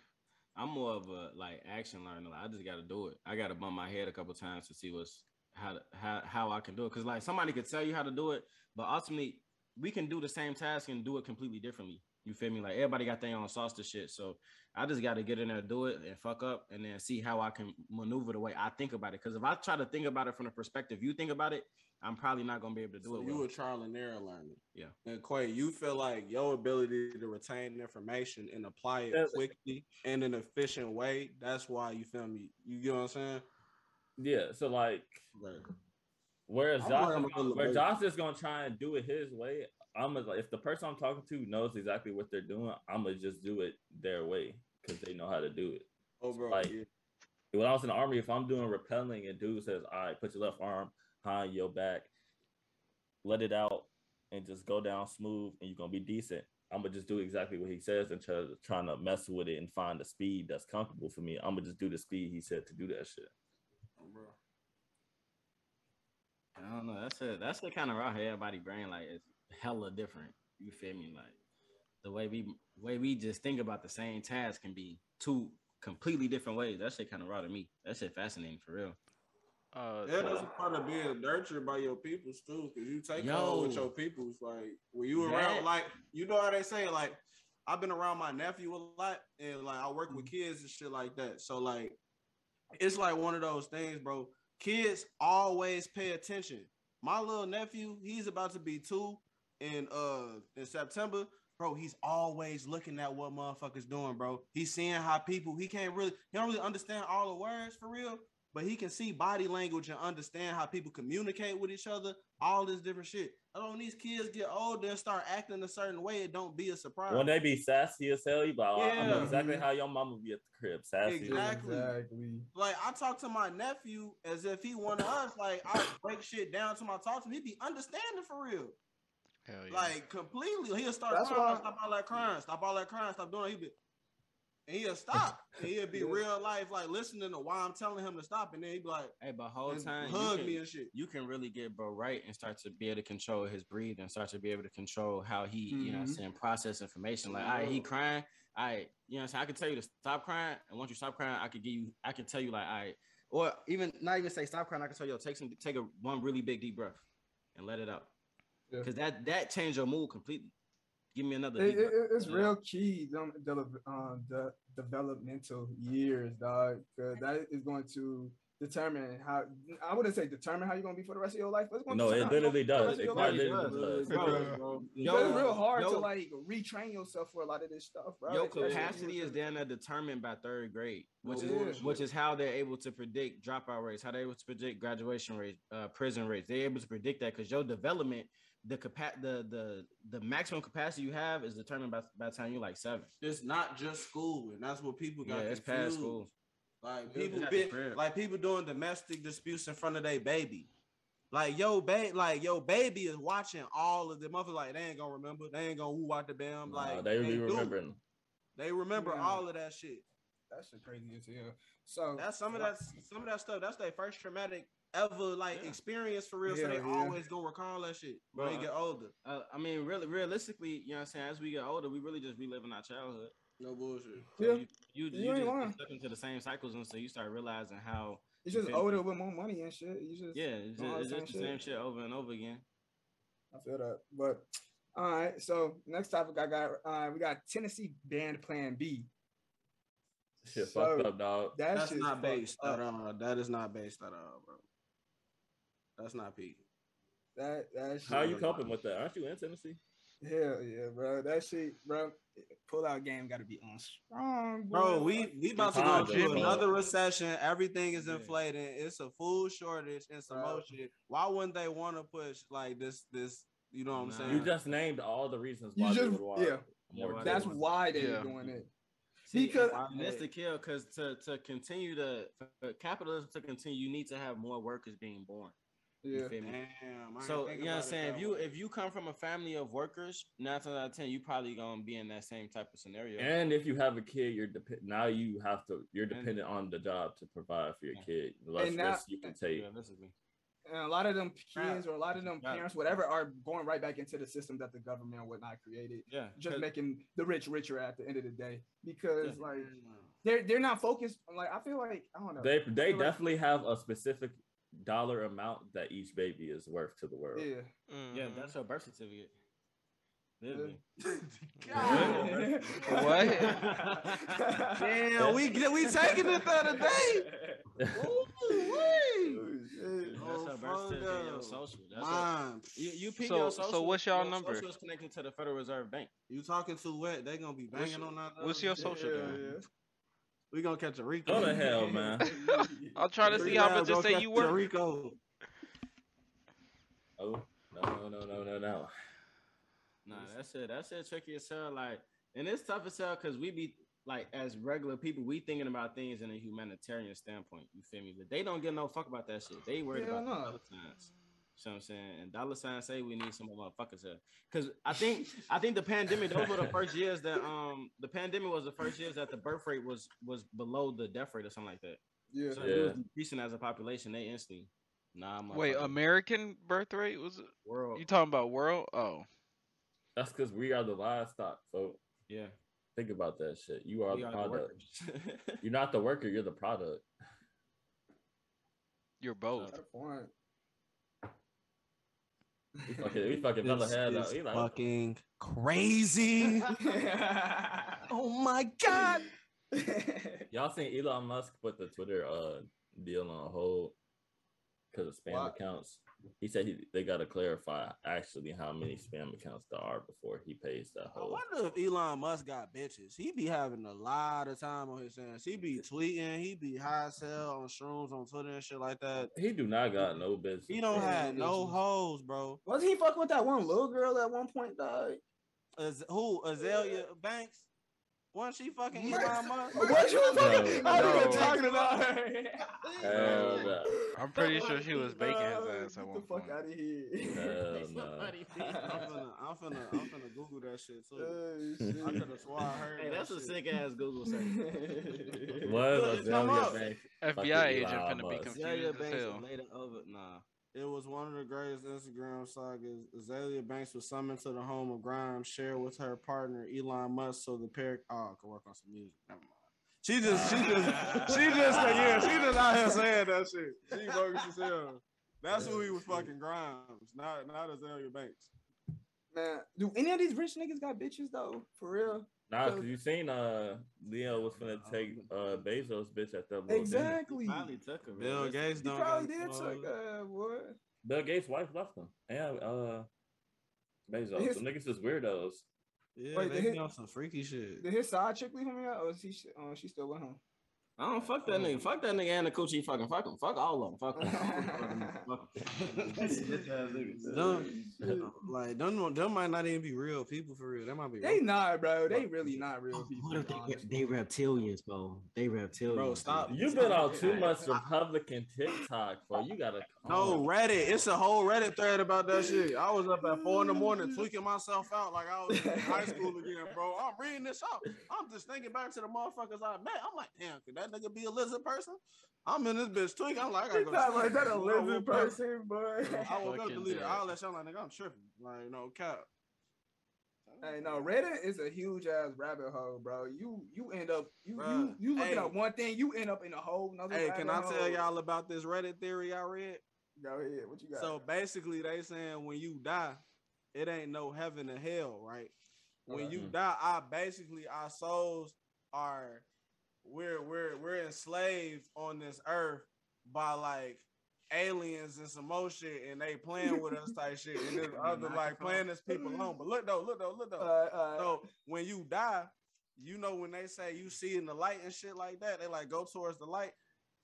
Speaker 4: I'm more of a like action learner. Like, I just got to do it. I got to bump my head a couple times to see what's how to, how how I can do it. Cause like somebody could tell you how to do it, but ultimately we can do the same task and do it completely differently. You feel me? Like everybody got their own sauce to shit. So I just got to get in there, do it, and fuck up, and then see how I can maneuver the way I think about it. Cause if I try to think about it from the perspective you think about it, I'm probably not gonna be able to do
Speaker 3: So
Speaker 4: it.
Speaker 3: you
Speaker 4: well.
Speaker 3: a trial and error learner.
Speaker 4: Yeah.
Speaker 3: And Quay, you feel like your ability to retain information and apply it
Speaker 1: Yes.
Speaker 3: quickly and in an efficient way. That's why you feel me. You get what I'm saying?
Speaker 1: Yeah. So like,
Speaker 3: Right.
Speaker 1: whereas
Speaker 3: I'm
Speaker 1: Josh, is
Speaker 3: wearing my
Speaker 1: gonna-
Speaker 3: little
Speaker 1: where
Speaker 3: baby.
Speaker 1: Josh is gonna try and do it his way, I'm gonna, if the person I'm talking to knows exactly what they're doing, I'm gonna just do it their way because they know how to do it.
Speaker 3: Oh, bro.
Speaker 1: Like-
Speaker 3: yeah.
Speaker 1: when I was in the army, if I'm doing rappelling and dude says, "All right, put your left arm behind your back, let it out, and just go down smooth, and you're gonna be decent." I'm gonna just do exactly what he says and try trying to mess with it and find the speed that's comfortable for me. I'm gonna just do the speed he said to do that shit.
Speaker 3: Oh, bro.
Speaker 4: I don't know. That's it. That's the kind of route everybody brain like is hella different. You feel me? Like the way we way we just think about the same task can be two completely different ways. That shit kind of raw to me. That shit fascinating for real.
Speaker 5: Uh,
Speaker 3: Yeah, that's a part of being nurtured by your peoples too, because you take
Speaker 4: Yo.
Speaker 3: on with your peoples. Like when you
Speaker 4: That-
Speaker 3: around, like you know how they say, like I've been around my nephew a lot, and like I work
Speaker 4: Mm-hmm.
Speaker 3: with kids and shit like that. So like, it's like one of those things, bro. Kids always pay attention. My little nephew, he's about to be two in uh in September. Bro, he's always looking at what motherfuckers doing, bro. He's seeing how people he can't really he don't really understand all the words for real, but he can see body language and understand how people communicate with each other, all this different shit. I don't these kids get older and start acting a certain way, it don't be a surprise.
Speaker 1: When they be sassy as hell, you about I know
Speaker 3: Yeah.
Speaker 1: exactly how your mama be at the crib. Sassy.
Speaker 3: Exactly.
Speaker 2: Exactly.
Speaker 3: Like I talk to my nephew as if he one of us. Like I break shit down to my talk to him. He be understanding for real.
Speaker 5: hell yeah.
Speaker 3: Like completely. He'll start
Speaker 2: That's
Speaker 3: crying,
Speaker 2: why-
Speaker 3: stop all that crying, stop all that crying, stop doing it. He'll be, and he'll stop. and he'll be
Speaker 2: Yeah.
Speaker 3: real life, like listening to why I'm telling him to stop. And then he'd be like,
Speaker 4: Hey, but whole
Speaker 3: and
Speaker 4: time you
Speaker 3: hug
Speaker 4: can,
Speaker 3: me and shit.
Speaker 4: you can really get bro right and start to be able to control his breathing, start to be able to control how he, you know, what I'm
Speaker 2: Mhm.
Speaker 4: saying, process information. Like, all right, he crying. All right, you know, what I'm saying, I can tell you to stop crying, and once you stop crying, I could give you, I can tell you like, all right, or even not even say stop crying. I can tell you, yo, take some, take a one really big deep breath, and let it out,
Speaker 2: Yeah.
Speaker 4: because that that changed your mood completely. Give me another.
Speaker 2: It,
Speaker 4: deep
Speaker 2: it,
Speaker 4: breath.
Speaker 2: it's
Speaker 4: Yeah.
Speaker 2: real key them de- uh, the developmental years, dog. 'cause that is going to determine how I wouldn't say determine how you're gonna be for the rest of your life, but it's going
Speaker 1: No,
Speaker 2: to
Speaker 1: it literally does. It
Speaker 2: life.
Speaker 1: probably literally does.
Speaker 2: It does,
Speaker 4: Yo,
Speaker 2: it's real hard to
Speaker 4: yo.
Speaker 2: like retrain yourself for a lot of this stuff, bro.
Speaker 4: Your
Speaker 2: Especially-
Speaker 4: capacity is down there determined by third grade, which
Speaker 2: No
Speaker 4: is
Speaker 2: bullshit.
Speaker 4: which is how they're able to predict dropout rates, how they're able to predict graduation rates, uh, prison rates. They're able to predict that because your development, the capa- the the the maximum capacity you have is determined by by the time you're like seven.
Speaker 3: It's not just school, and that's what people
Speaker 4: Yeah,
Speaker 3: got.
Speaker 4: it's past
Speaker 3: confused.
Speaker 4: school.
Speaker 3: Like
Speaker 4: Yeah,
Speaker 3: people
Speaker 4: that's
Speaker 3: been,
Speaker 4: different.
Speaker 3: like people doing domestic disputes in front of their baby. Like yo, babe, like yo, baby is watching all of the mother. Like they ain't gonna remember. They ain't gonna woo out the bam. Like
Speaker 1: Nah, they be
Speaker 3: do.
Speaker 1: remembering.
Speaker 3: They remember
Speaker 2: Yeah.
Speaker 3: all of that shit.
Speaker 2: That shit crazy as hell. So
Speaker 3: That's some of
Speaker 2: wha-
Speaker 3: that some of that stuff. That's their first traumatic ever like
Speaker 4: Yeah.
Speaker 3: experience for real. so
Speaker 2: Yeah,
Speaker 3: they
Speaker 2: yeah.
Speaker 3: always gonna recall that shit when
Speaker 4: Bruh.
Speaker 3: they get older.
Speaker 4: Uh, I mean, really, realistically, you know what I'm saying. As we get older, we really just reliving our childhood.
Speaker 3: No bullshit.
Speaker 4: So
Speaker 2: Yeah.
Speaker 4: You you,
Speaker 2: You
Speaker 4: you,
Speaker 2: ain't
Speaker 4: just
Speaker 2: lying.
Speaker 4: step into the same cycles, and so you start realizing how
Speaker 2: you just
Speaker 4: Okay.
Speaker 2: older with more money and shit. You just
Speaker 4: yeah, it's
Speaker 2: All
Speaker 4: just,
Speaker 2: the
Speaker 4: it's just
Speaker 2: same
Speaker 4: the same
Speaker 2: shit.
Speaker 4: shit over and over again.
Speaker 2: I feel that. But all right, so next topic I got uh, we got Tennessee band Plan B.
Speaker 1: Shit
Speaker 2: So,
Speaker 1: fucked up, dog.
Speaker 2: That
Speaker 3: That's
Speaker 2: shit's
Speaker 3: not
Speaker 2: fucked
Speaker 3: based
Speaker 2: up.
Speaker 3: at all. That is not based at all, bro. That's not peak.
Speaker 2: That that shit.
Speaker 1: How you coping with that? Aren't you in Tennessee?
Speaker 2: Hell yeah, bro. That shit, bro. Pull out game got to be on strong, boy.
Speaker 3: Bro, we we about to
Speaker 1: Nah,
Speaker 3: go through
Speaker 1: bro.
Speaker 3: another recession. Everything is
Speaker 4: Yeah.
Speaker 3: inflating. It's a food shortage and some
Speaker 2: Bro.
Speaker 3: more shit. Why wouldn't they want to push like this? This you know what I'm
Speaker 4: Nah.
Speaker 3: saying?
Speaker 1: You just named all the reasons
Speaker 2: You
Speaker 1: why
Speaker 2: just
Speaker 1: we would want
Speaker 2: yeah.
Speaker 1: more
Speaker 4: Yeah, why
Speaker 2: That's
Speaker 1: kids.
Speaker 2: why they're
Speaker 5: Yeah.
Speaker 2: doing it.
Speaker 4: See,
Speaker 2: Because-
Speaker 4: because that's the kill. Because to to continue to for- for capitalism to continue, you need to have more workers being born.
Speaker 2: Yeah,
Speaker 4: You feel me?
Speaker 3: Damn, I
Speaker 4: So
Speaker 3: ain't think
Speaker 4: you know what I'm
Speaker 3: about it
Speaker 4: saying.
Speaker 3: that
Speaker 4: If you
Speaker 3: way.
Speaker 4: if you come from a family of workers, nine times out of ten, you probably gonna be in that same type of scenario.
Speaker 1: And if you have a kid, you're dep- now you have to you're
Speaker 4: And-
Speaker 1: dependent on the job to provide for your
Speaker 4: Yeah.
Speaker 1: kid. The less
Speaker 2: And now-
Speaker 1: risk you can take.
Speaker 4: Realistically.
Speaker 2: and a lot of them
Speaker 4: Yeah.
Speaker 2: kids or a lot of them
Speaker 4: Yeah.
Speaker 2: parents, whatever, are going right back into the system that the government and whatnot created,
Speaker 4: yeah,
Speaker 2: just
Speaker 4: 'cause-
Speaker 2: making the rich richer at the end of the day. Because
Speaker 4: Yeah.
Speaker 2: like they're they're not focused. on, Like I feel like I don't know.
Speaker 1: They they
Speaker 2: Like-
Speaker 1: definitely have a specific dollar amount that each baby is worth to the world.
Speaker 2: yeah.
Speaker 4: yeah,
Speaker 2: Mm-hmm.
Speaker 5: mhm.
Speaker 4: that's your birth certificate. Literally.
Speaker 2: God.
Speaker 4: What?
Speaker 3: Damn, we get- we taking it the other day. Ooh-wee.
Speaker 4: That's
Speaker 3: Oh,
Speaker 4: your birth certificate. Your
Speaker 3: fuck.
Speaker 4: social. That's your-
Speaker 3: Mom,
Speaker 4: you you pick
Speaker 5: So-
Speaker 4: your
Speaker 5: so
Speaker 4: social.
Speaker 5: what's y'all
Speaker 4: your
Speaker 5: number?
Speaker 4: Social is connected to the Federal Reserve Bank.
Speaker 3: you talking too wet? They gonna be
Speaker 5: What's
Speaker 3: banging
Speaker 5: your-
Speaker 3: on that.
Speaker 5: what's your social
Speaker 2: Yeah,
Speaker 5: doing?
Speaker 2: yeah.
Speaker 3: We gonna catch a Rico.
Speaker 1: Go to hell, man.
Speaker 5: I'll try to
Speaker 3: Three
Speaker 5: see how
Speaker 3: rounds,
Speaker 5: much it
Speaker 3: gonna
Speaker 5: say
Speaker 3: catch
Speaker 5: you
Speaker 3: a
Speaker 5: work.
Speaker 3: Rico.
Speaker 1: Oh no no no no no no.
Speaker 4: Nah, that's it. That's it. Tricky as hell. Like, and it's tough as hell because we be like, as regular people, we thinking about things in a humanitarian standpoint. You feel me? But they don't give no fuck about that shit. They worried
Speaker 2: Hell
Speaker 4: about
Speaker 2: no.
Speaker 4: the dollar signs. You know what I'm saying? And dollar signs say we need some more motherfuckers here. Cause I think I think the pandemic, those were the first years that um the pandemic was the first years that the birth rate was was below the death rate or something like that.
Speaker 2: yeah.
Speaker 4: So it was
Speaker 1: Yeah.
Speaker 4: decreasing as a population, they instantly nah
Speaker 5: Wait,
Speaker 2: um,
Speaker 4: motherfucker,
Speaker 5: American birth rate was
Speaker 4: world
Speaker 5: you talking about world? Oh,
Speaker 1: That's because we are the livestock. So
Speaker 4: Yeah.
Speaker 1: think about that shit. You are
Speaker 3: We
Speaker 1: the
Speaker 3: are the
Speaker 1: product.
Speaker 3: workers.
Speaker 1: you're not the worker. You're the product.
Speaker 5: You're both.
Speaker 2: Got a point.
Speaker 1: We fucking, we fucking fell ahead.
Speaker 3: This
Speaker 1: uh,
Speaker 3: is
Speaker 1: we like,
Speaker 3: fucking crazy. oh my god.
Speaker 1: Y'all seen Elon Musk put the Twitter uh deal on hold because of spam
Speaker 3: What?
Speaker 1: accounts. He said he, they got to clarify actually how many spam accounts there are before he pays that
Speaker 3: I
Speaker 1: whole.
Speaker 3: wonder if Elon Musk got bitches. He be having a lot of time on his hands. He be tweeting. He be high as hell on shrooms on Twitter and shit like that.
Speaker 1: He do not got no business.
Speaker 3: He don't
Speaker 2: Yeah,
Speaker 3: have no
Speaker 2: bitches.
Speaker 3: hoes, bro.
Speaker 2: Was he fucking with that one little girl at one point, dog?
Speaker 3: Az- who Azalea Banks? Wasn't she fucking
Speaker 2: What?
Speaker 3: Elon Musk?
Speaker 2: What you fucking?
Speaker 1: No,
Speaker 2: I don't even
Speaker 5: no.
Speaker 2: talking about her.
Speaker 1: Hell no.
Speaker 5: I'm pretty sure she was baking his ass at
Speaker 2: Get
Speaker 5: one
Speaker 2: the
Speaker 5: point.
Speaker 2: fuck out of here.
Speaker 1: Hell no.
Speaker 3: I'm finna, I'm finna, I'm finna Google that shit too.
Speaker 2: Oh,
Speaker 3: I
Speaker 2: shit.
Speaker 3: could have swore I heard.
Speaker 4: Hey,
Speaker 3: that
Speaker 4: that's a
Speaker 3: shit.
Speaker 4: sick ass Google search.
Speaker 1: Was
Speaker 3: Look, come
Speaker 1: Azalea
Speaker 3: up.
Speaker 1: Banks?
Speaker 5: FBI
Speaker 1: Fucking
Speaker 5: agent
Speaker 1: Elon
Speaker 5: finna be
Speaker 1: Musk.
Speaker 4: Azalea
Speaker 5: confused as
Speaker 4: Banks
Speaker 5: hell.
Speaker 4: is later over. Nah.
Speaker 3: It was one of the greatest Instagram sagas. Azalea Banks was summoned to the home of Grimes, shared with her partner Elon Musk, so the pair oh, I could work on some music. Never mind. She just, she just, she just, yeah, she just out here saying that shit. She bogus as hell. That's who he was fucking Grimes, not not Azalea Banks.
Speaker 2: Man, do any of these rich niggas got bitches though? For real?
Speaker 1: Nah, cause you seen uh Leo was gonna take uh Bezos bitch at that little dinner.
Speaker 2: Exactly.
Speaker 4: Finally took her.
Speaker 3: Bill Gates
Speaker 2: You
Speaker 3: don't.
Speaker 2: probably
Speaker 3: got
Speaker 2: did
Speaker 3: no
Speaker 2: took
Speaker 3: hoes.
Speaker 2: uh what?
Speaker 1: Bill Gates' wife left him. Yeah, uh Bezos.
Speaker 2: His-
Speaker 1: Them niggas is weirdos.
Speaker 3: Yeah,
Speaker 2: Wait,
Speaker 3: they
Speaker 2: they-
Speaker 3: be on some freaky shit.
Speaker 2: Did his side chick leave him out, or is he? sh- Uh, she still with him?
Speaker 4: I don't fuck that nigga. Fuck that nigga and the coochie. Fucking fuck him. Fuck all of them. Fuck 'em.
Speaker 3: Them, uh, like them, them might not even be real people for real. That might be.
Speaker 2: They
Speaker 3: real.
Speaker 2: not, bro. They really not real
Speaker 6: What
Speaker 2: people.
Speaker 6: if
Speaker 2: honestly.
Speaker 6: they, they reptilians, bro? They reptilians.
Speaker 3: Bro, stop.
Speaker 1: You've been on too much Republican TikTok, bro. You gotta
Speaker 3: No Reddit. It's a whole Reddit thread about that shit. I was up at four in the
Speaker 2: Mm.
Speaker 3: morning tweaking myself out like I was in high school again, bro. I'm reading this up. I'm just thinking back to the motherfuckers I met. I'm like, damn, could that nigga be a lizard person? I'm in this bitch tweaking. I'm like,
Speaker 2: He's
Speaker 3: I gotta go.
Speaker 2: not like that a
Speaker 3: I woke
Speaker 2: lizard
Speaker 3: up-
Speaker 2: person, boy.
Speaker 3: I woke up
Speaker 5: Fucking
Speaker 3: deleted
Speaker 5: dead.
Speaker 3: all that shit. I'm like, nigga, I'm tripping. Like, no cap.
Speaker 2: Hey, no, Reddit is a huge ass rabbit hole, bro. You you end up you
Speaker 3: Bruh,
Speaker 2: you you looking
Speaker 3: hey.
Speaker 2: at one thing, you end up in a whole another.
Speaker 3: Hey, can I
Speaker 2: rabbit
Speaker 3: tell
Speaker 2: hole.
Speaker 3: y'all about this Reddit theory I read?
Speaker 2: Go ahead, what you got?
Speaker 3: So basically, they saying when you die, it ain't no heaven or hell, right? When you
Speaker 1: Mhm.
Speaker 3: die, I basically our souls are we're we're we're enslaved on this earth by like aliens and some more shit, and they playing with us type shit, and this other like playing this people alone. But look though, look though, look
Speaker 2: uh,
Speaker 3: though.
Speaker 2: uh,
Speaker 3: So when you die, you know when they say you see in the light and shit like that, they like go towards the light.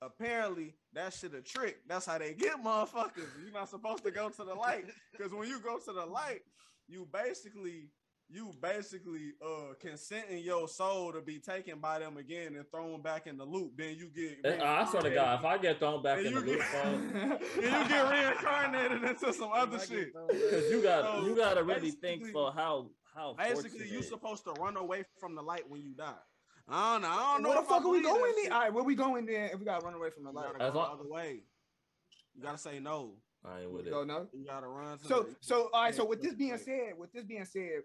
Speaker 3: Apparently, that shit a trick. That's how they get motherfuckers. You're not supposed to go to the light because when you go to the light, you basically you basically uh consenting your soul to be taken by them again and thrown back in the loop. Then you get
Speaker 2: Uh,
Speaker 1: I swear to God, if I get thrown back
Speaker 3: Hey,
Speaker 1: in the
Speaker 3: you
Speaker 1: loop,
Speaker 3: get-
Speaker 1: bro,
Speaker 3: then you get reincarnated into some other shit.
Speaker 1: because you got
Speaker 3: So,
Speaker 1: you gotta really think
Speaker 3: basically-
Speaker 1: for how how
Speaker 3: Basically, you
Speaker 1: fortunate-
Speaker 3: supposed to run away from the light when you die. I don't know. I don't know.
Speaker 2: where the
Speaker 3: if I
Speaker 2: fuck are we
Speaker 3: believe that
Speaker 2: going?
Speaker 3: shit.
Speaker 2: Then? All right, where we going then? If we gotta run away from the
Speaker 3: You
Speaker 2: light,
Speaker 3: gotta
Speaker 1: As
Speaker 3: go
Speaker 1: long-
Speaker 3: the other way. You gotta say no.
Speaker 1: I ain't with
Speaker 2: we
Speaker 1: it.
Speaker 2: go no.
Speaker 3: You gotta run. to
Speaker 2: So
Speaker 3: the-
Speaker 2: so all right. So with this
Speaker 3: Like,
Speaker 2: being said, with this being said,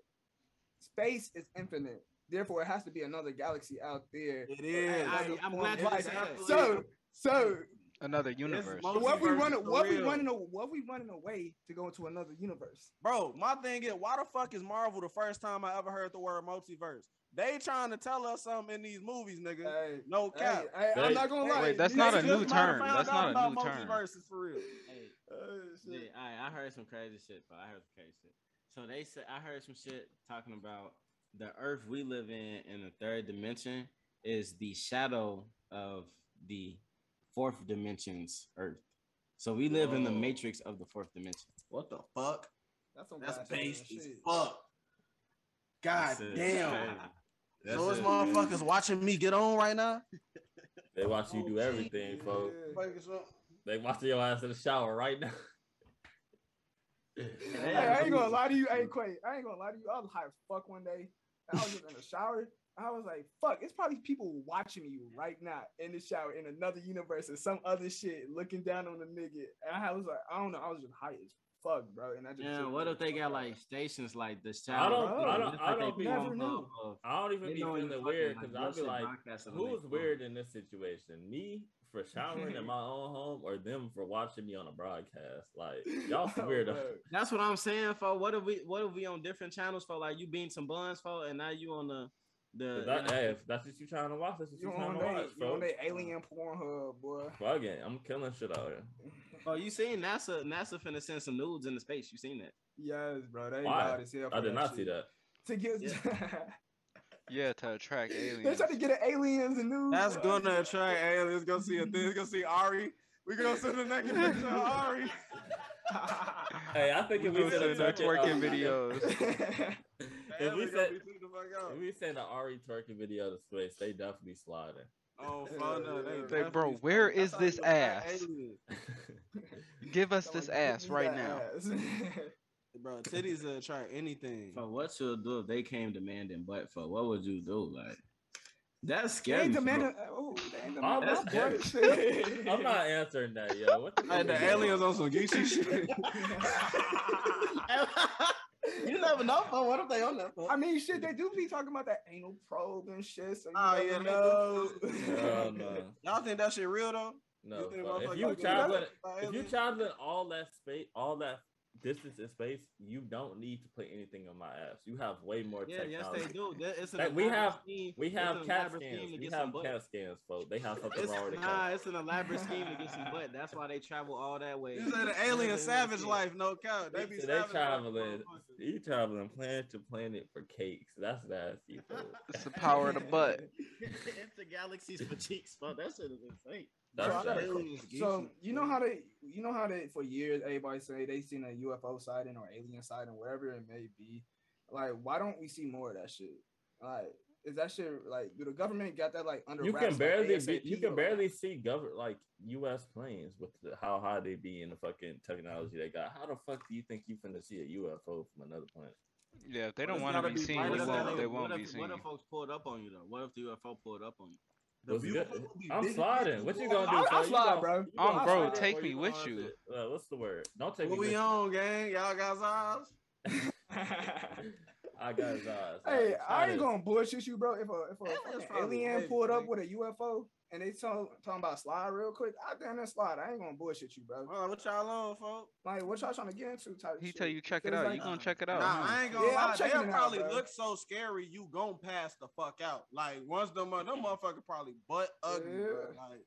Speaker 2: space is infinite. Therefore, it has to be another galaxy out there.
Speaker 3: it is.
Speaker 2: I-
Speaker 6: I'm glad you
Speaker 3: It's
Speaker 6: said
Speaker 3: definitely-
Speaker 6: that.
Speaker 2: So so
Speaker 5: Another universe.
Speaker 3: most-
Speaker 2: what we
Speaker 3: Multiverse
Speaker 2: running?
Speaker 3: for
Speaker 2: What we
Speaker 3: real.
Speaker 2: running? a- What we running away to go into another universe?
Speaker 3: bro, my thing is, why the fuck is Marvel the first time I ever heard the word multiverse? They trying to tell us something in these movies, nigga.
Speaker 2: Hey,
Speaker 3: no cap.
Speaker 2: hey, hey, I'm
Speaker 1: Hey,
Speaker 2: not gonna lie.
Speaker 5: wait, that's
Speaker 2: You
Speaker 5: not
Speaker 2: know,
Speaker 5: a
Speaker 2: you
Speaker 5: new
Speaker 2: just-
Speaker 3: might have
Speaker 5: term.
Speaker 3: found
Speaker 5: That's
Speaker 3: out
Speaker 5: not a
Speaker 3: about
Speaker 5: new term.
Speaker 3: Multiverses for real.
Speaker 6: Hey,
Speaker 2: Oh,
Speaker 6: yeah,
Speaker 2: shit.
Speaker 6: all right, I heard some crazy shit, but I heard some crazy shit. So they said I heard some shit talking about the Earth we live in in the third dimension is the shadow of the fourth dimension's Earth. So we live in the
Speaker 1: Whoa.
Speaker 6: matrix of the fourth dimension.
Speaker 3: What the fuck?
Speaker 2: That's, some
Speaker 3: That's
Speaker 2: goddamn
Speaker 3: based as
Speaker 2: shit.
Speaker 3: fuck. God
Speaker 6: That's it.
Speaker 3: damn.
Speaker 4: That's
Speaker 3: so it's
Speaker 4: it.
Speaker 3: motherfuckers watching me get on right now.
Speaker 1: They watch you do
Speaker 3: Oh,
Speaker 1: everything, folks.
Speaker 2: Yeah.
Speaker 1: They watch your ass in the shower right now.
Speaker 2: Hey, I ain't gonna lie to you. I ain't quite. I ain't gonna lie to you. I was high as fuck one day. I was just in the shower. I was like, fuck, it's probably people watching me right now in the shower in another universe or some other shit looking down on the nigga. And I was like, I don't know. I was just high as fuck, bro. And I just
Speaker 4: Yeah,
Speaker 2: took
Speaker 4: what
Speaker 2: it.
Speaker 4: if they got like stations like the
Speaker 1: I
Speaker 4: shadow?
Speaker 1: don't, I don't, I don't be,
Speaker 2: never knew.
Speaker 1: I don't even be feeling weird because I'll be like, who's
Speaker 4: weird?
Speaker 1: weird in this situation? Me for showering in my own home, or them for watching me on a broadcast? Like y'all some
Speaker 2: Oh,
Speaker 1: weirdo.
Speaker 2: bro.
Speaker 4: That's what I'm saying. For what if we what if we on different channels for like you being some buns for and now you on the the
Speaker 1: If that, hey, if that's what you trying to watch, that's what you
Speaker 2: You
Speaker 1: trying
Speaker 2: on
Speaker 1: to
Speaker 2: that?
Speaker 1: watch,
Speaker 2: You on
Speaker 1: bro.
Speaker 2: that alien porn hub, boy?
Speaker 1: Fucking, I'm killing shit out here.
Speaker 4: oh you seen NASA NASA finna send some nudes into space. You seen that?
Speaker 2: Yes, bro. They
Speaker 1: Why?
Speaker 2: loud as hell.
Speaker 1: I
Speaker 2: for
Speaker 1: did not see
Speaker 2: shit.
Speaker 1: that.
Speaker 2: To get,
Speaker 5: Yeah, to attract
Speaker 2: they're
Speaker 5: aliens.
Speaker 2: trying to get an aliens and news.
Speaker 3: That's
Speaker 2: bro.
Speaker 3: gonna attract aliens. Go see a thing. Go see Ari. We gonna see the naked picture of Ari.
Speaker 1: Hey, I think if we
Speaker 5: Those
Speaker 1: said
Speaker 5: are
Speaker 1: a
Speaker 5: twerking
Speaker 1: twerking video,
Speaker 5: videos.
Speaker 1: if we
Speaker 3: Aliens gonna
Speaker 1: said
Speaker 3: be freaked the fuck out.
Speaker 1: if we send an Ari twerking video to space, they definitely sliding.
Speaker 3: Oh, fuck no,
Speaker 2: They-
Speaker 3: definitely
Speaker 5: bro,
Speaker 3: stupid.
Speaker 5: where
Speaker 3: That's
Speaker 5: is
Speaker 3: how you
Speaker 5: this
Speaker 3: attract
Speaker 5: ass?
Speaker 3: aliens.
Speaker 5: Give us
Speaker 2: Someone
Speaker 5: this
Speaker 2: give
Speaker 5: ass
Speaker 2: me that
Speaker 5: right now.
Speaker 2: ass.
Speaker 3: Bro, titties will attract anything.
Speaker 4: For what you'll do if they came demanding butt for what would you do? Like that's
Speaker 2: they
Speaker 4: scary.
Speaker 2: ain't
Speaker 4: for-
Speaker 2: demanding. Oh, they ain't
Speaker 1: All
Speaker 2: demanding.
Speaker 1: this
Speaker 2: my boy,
Speaker 1: dick.
Speaker 2: shit.
Speaker 1: I'm not answering that, yo. What the
Speaker 3: Hey,
Speaker 1: fuck
Speaker 3: the
Speaker 1: is
Speaker 3: aliens
Speaker 1: going
Speaker 3: on some Gucci shit.
Speaker 4: you never know for what if they on that for?
Speaker 2: I mean, shit, they do be talking about that anal probe and shit. So you
Speaker 3: Oh, yeah,
Speaker 2: never
Speaker 3: they do.
Speaker 2: know.
Speaker 1: on? Hell no,
Speaker 3: Y'all think that shit real though?
Speaker 1: no. fuck.
Speaker 3: think motherfuckers
Speaker 1: If you
Speaker 3: like
Speaker 1: traveling,
Speaker 3: that? Like
Speaker 1: if you
Speaker 3: aliens?
Speaker 1: traveling all that space, all that distance in space, you don't need to put anything on my ass. You have way more
Speaker 4: Yeah, yes
Speaker 1: technology.
Speaker 4: they do. That- It's an
Speaker 1: Like, we
Speaker 4: elaborate
Speaker 1: have-
Speaker 4: scheme-
Speaker 1: We
Speaker 4: it's
Speaker 1: have
Speaker 4: an
Speaker 1: CAT
Speaker 4: elaborate scheme
Speaker 1: scans.
Speaker 4: to
Speaker 1: We
Speaker 4: get some
Speaker 1: have
Speaker 4: butt.
Speaker 1: CAT scans, folks. They have something
Speaker 4: It's,
Speaker 1: wrong with the
Speaker 4: nah,
Speaker 1: cat.
Speaker 4: it's an elaborate scheme to get some butt. That's why they travel all that way.
Speaker 3: You said the alien savage life, no count. They be
Speaker 1: So they
Speaker 3: savage like a
Speaker 1: traveling.
Speaker 3: motherfucker.
Speaker 1: You traveling planet to planet for cakes. That's nasty. folks.
Speaker 5: It's the power of the butt.
Speaker 4: it's the galaxy's boutiques, but that shit is insane.
Speaker 1: That's
Speaker 2: Bro, I gotta-
Speaker 1: nasty.
Speaker 2: So you know how they, you know how they, for years everybody say they seen a UFO sighting or alien sighting, whatever it may be. Like, why don't we see more of that shit? Like, is that shit like? Do the government got that like under?
Speaker 1: you
Speaker 2: wraps,
Speaker 1: can
Speaker 2: like,
Speaker 1: barely be,
Speaker 2: ASAP,
Speaker 1: you can
Speaker 2: or-
Speaker 1: barely see govern like U.S. planes with the, how high they be in the fucking technology they got. How the fuck do you think you finna see a UFO from another planet?
Speaker 5: Yeah, if they
Speaker 3: Well,
Speaker 5: don't
Speaker 3: it's
Speaker 5: want
Speaker 3: gotta
Speaker 5: to be
Speaker 3: be
Speaker 5: seen,
Speaker 3: right
Speaker 5: you
Speaker 3: up
Speaker 5: won't.
Speaker 3: there.
Speaker 5: They
Speaker 4: what
Speaker 5: won't
Speaker 4: if,
Speaker 5: be seen.
Speaker 4: What if folks pulled up on you though? What if the UFO pulled up on you?
Speaker 1: What's
Speaker 3: The
Speaker 1: good?
Speaker 3: beautiful be
Speaker 1: I'm
Speaker 3: big.
Speaker 1: sliding. What you gonna do?
Speaker 2: I'll- I'll
Speaker 1: son? You
Speaker 2: slide,
Speaker 1: gonna-
Speaker 2: bro.
Speaker 1: you gonna
Speaker 2: I'm
Speaker 1: slide
Speaker 2: bro,
Speaker 1: or
Speaker 5: take
Speaker 1: you
Speaker 5: me
Speaker 1: gonna
Speaker 5: with
Speaker 1: sit-
Speaker 5: you.
Speaker 1: Uh, what's the word? Don't take me.
Speaker 3: What we
Speaker 1: With
Speaker 3: on, gang? Y'all got eyes?
Speaker 1: you. I got his eyes.
Speaker 2: Hey,
Speaker 1: I'm
Speaker 2: I
Speaker 1: excited.
Speaker 2: ain't gonna bullshit you, bro. If a if
Speaker 3: Aliens
Speaker 2: a fucking
Speaker 3: probably
Speaker 2: alien
Speaker 3: crazy,
Speaker 2: pulled up
Speaker 3: nigga.
Speaker 2: with a UFO and they talk, talking about slide real quick, I damn that slide. I ain't gonna bullshit you, bro.
Speaker 3: Hold on, what y'all on, folks?
Speaker 2: Like, what y'all trying to get into? Type.
Speaker 5: He
Speaker 2: shit.
Speaker 5: tell you check it
Speaker 2: Feels
Speaker 5: out.
Speaker 2: like-
Speaker 5: You gonna check it out?
Speaker 3: nah,
Speaker 5: huh?
Speaker 3: I ain't gonna
Speaker 2: Yeah, I'm
Speaker 3: lie.
Speaker 2: checking
Speaker 3: They'll
Speaker 2: it out,
Speaker 3: probably
Speaker 2: bro.
Speaker 3: look so scary, you gon' pass the fuck out. Like once them, them motherfucker probably butt ugly. bro.
Speaker 2: Yeah.
Speaker 3: Like,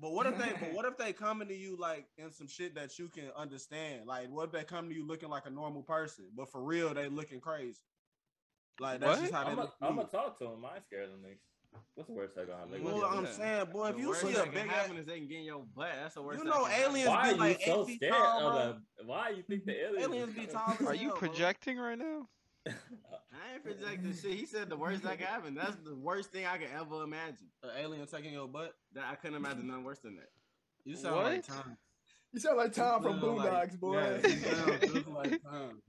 Speaker 3: but what if they? but what if they coming to you like in some shit that you can understand? Like, what if they come to you looking like a normal person, but for real they looking crazy? Like that's
Speaker 5: What?
Speaker 3: just how they
Speaker 1: I'm
Speaker 3: look. to me.
Speaker 1: gonna talk to him. I ain't scared of them niggas. What's the worst they're gonna make?
Speaker 3: Well, I'm
Speaker 5: Yeah.
Speaker 3: saying, boy, if
Speaker 4: The
Speaker 3: you
Speaker 4: worst
Speaker 3: see
Speaker 4: that
Speaker 3: a
Speaker 4: can
Speaker 3: big ass,
Speaker 4: happen is they can get in your butt. That's the worst.
Speaker 3: you
Speaker 4: that
Speaker 3: know
Speaker 4: can happen.
Speaker 3: aliens
Speaker 1: Why
Speaker 3: be
Speaker 1: are you
Speaker 3: like
Speaker 1: so
Speaker 3: eight feet
Speaker 1: scared
Speaker 3: tall, bro.
Speaker 1: of the? Why you think the aliens?
Speaker 3: Aliens be tall as
Speaker 5: Are
Speaker 3: hell.
Speaker 5: you
Speaker 3: bro.
Speaker 5: projecting right now?
Speaker 4: I ain't projecting shit. He said the worst that can happen. That's the worst thing I could ever imagine.
Speaker 3: An alien taking your butt.
Speaker 4: That I couldn't imagine nothing worse than that.
Speaker 3: You sound like
Speaker 5: What?
Speaker 3: Tom.
Speaker 2: You sound like Tom from
Speaker 3: Sound like-
Speaker 2: Boondocks, boy.
Speaker 3: Yeah, you sound just like Tom.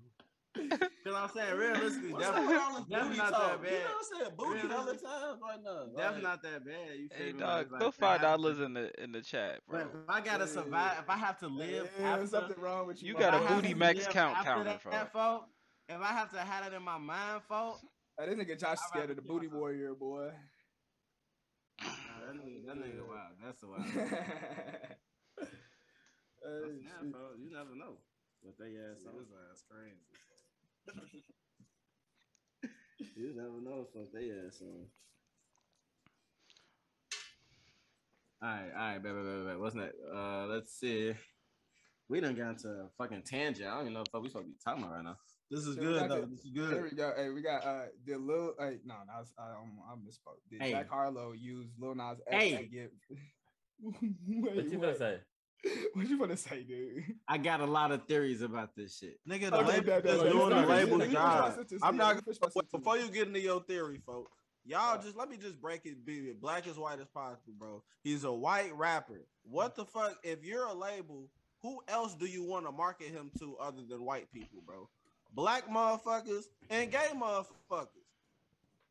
Speaker 4: Because I'm saying realistically,
Speaker 3: What's up
Speaker 4: definitely,
Speaker 3: with all this
Speaker 4: that's
Speaker 3: booty
Speaker 4: not
Speaker 3: talk? You
Speaker 4: that bad.
Speaker 3: know what I'm saying? Booty
Speaker 4: Really?
Speaker 3: all the time right now.
Speaker 4: definitely
Speaker 3: Like,
Speaker 4: not that bad. You feel
Speaker 5: Hey
Speaker 4: me?
Speaker 5: dog,
Speaker 4: It's like,
Speaker 5: throw
Speaker 4: that
Speaker 5: five
Speaker 4: happens.
Speaker 5: dollars in the in the chat,
Speaker 4: But
Speaker 5: bro.
Speaker 4: if I gotta survive, if I have to live,
Speaker 2: Yeah,
Speaker 4: after,
Speaker 2: something wrong with you.
Speaker 5: You
Speaker 2: my
Speaker 5: got
Speaker 4: if
Speaker 5: a
Speaker 4: I
Speaker 2: boy.
Speaker 4: have
Speaker 5: booty
Speaker 4: to
Speaker 5: max
Speaker 4: live
Speaker 5: count
Speaker 4: after
Speaker 5: counter,
Speaker 4: that,
Speaker 5: bro.
Speaker 4: folk, if I have to have it in my mind, fault.
Speaker 2: Hey, this nigga Josh scared of the
Speaker 4: Alright.
Speaker 2: booty warrior, boy.
Speaker 4: Nah, that nigga, that nigga wild. That's a wild.
Speaker 2: Hey,
Speaker 4: That's
Speaker 2: shit.
Speaker 4: not, folk. You never know. But they ass
Speaker 3: Yeah,
Speaker 4: on.
Speaker 3: his ass crazy.
Speaker 4: You never know what they ass on. Alright, alright, bet, bet, bet, bet. What's next? Uh, let's see. We done got into a fucking tangent. I don't even know what we supposed to be talking about right now.
Speaker 3: This is
Speaker 2: So we got
Speaker 3: good though.
Speaker 2: the-
Speaker 3: This is
Speaker 2: There
Speaker 3: good.
Speaker 2: we go. Hey, we got uh did Lil hey no, no I, was- I, um, I misspoke. Did
Speaker 4: Hey.
Speaker 2: Jack Harlow use Lil Nas X
Speaker 4: Hey.
Speaker 2: to get Wait,
Speaker 1: What you gonna say?
Speaker 2: What you gonna say, dude?
Speaker 4: I got a lot of theories about this shit.
Speaker 3: Nigga, the
Speaker 2: Okay,
Speaker 3: label
Speaker 2: bet, bet,
Speaker 3: is
Speaker 2: bet. Let
Speaker 3: doing the
Speaker 2: me- let me
Speaker 3: label
Speaker 2: push my
Speaker 3: job.
Speaker 2: sentence,
Speaker 3: I'm
Speaker 2: Steve.
Speaker 3: not
Speaker 2: Let me push my
Speaker 3: Wait,
Speaker 2: sentence.
Speaker 3: Before you get into your theory, folks, y'all
Speaker 2: Uh.
Speaker 3: just let me just break it be black as white as possible, bro. He's a white rapper. What the fuck? If you're a label, who else do you want to market him to other than white people, bro? Black motherfuckers and gay motherfuckers.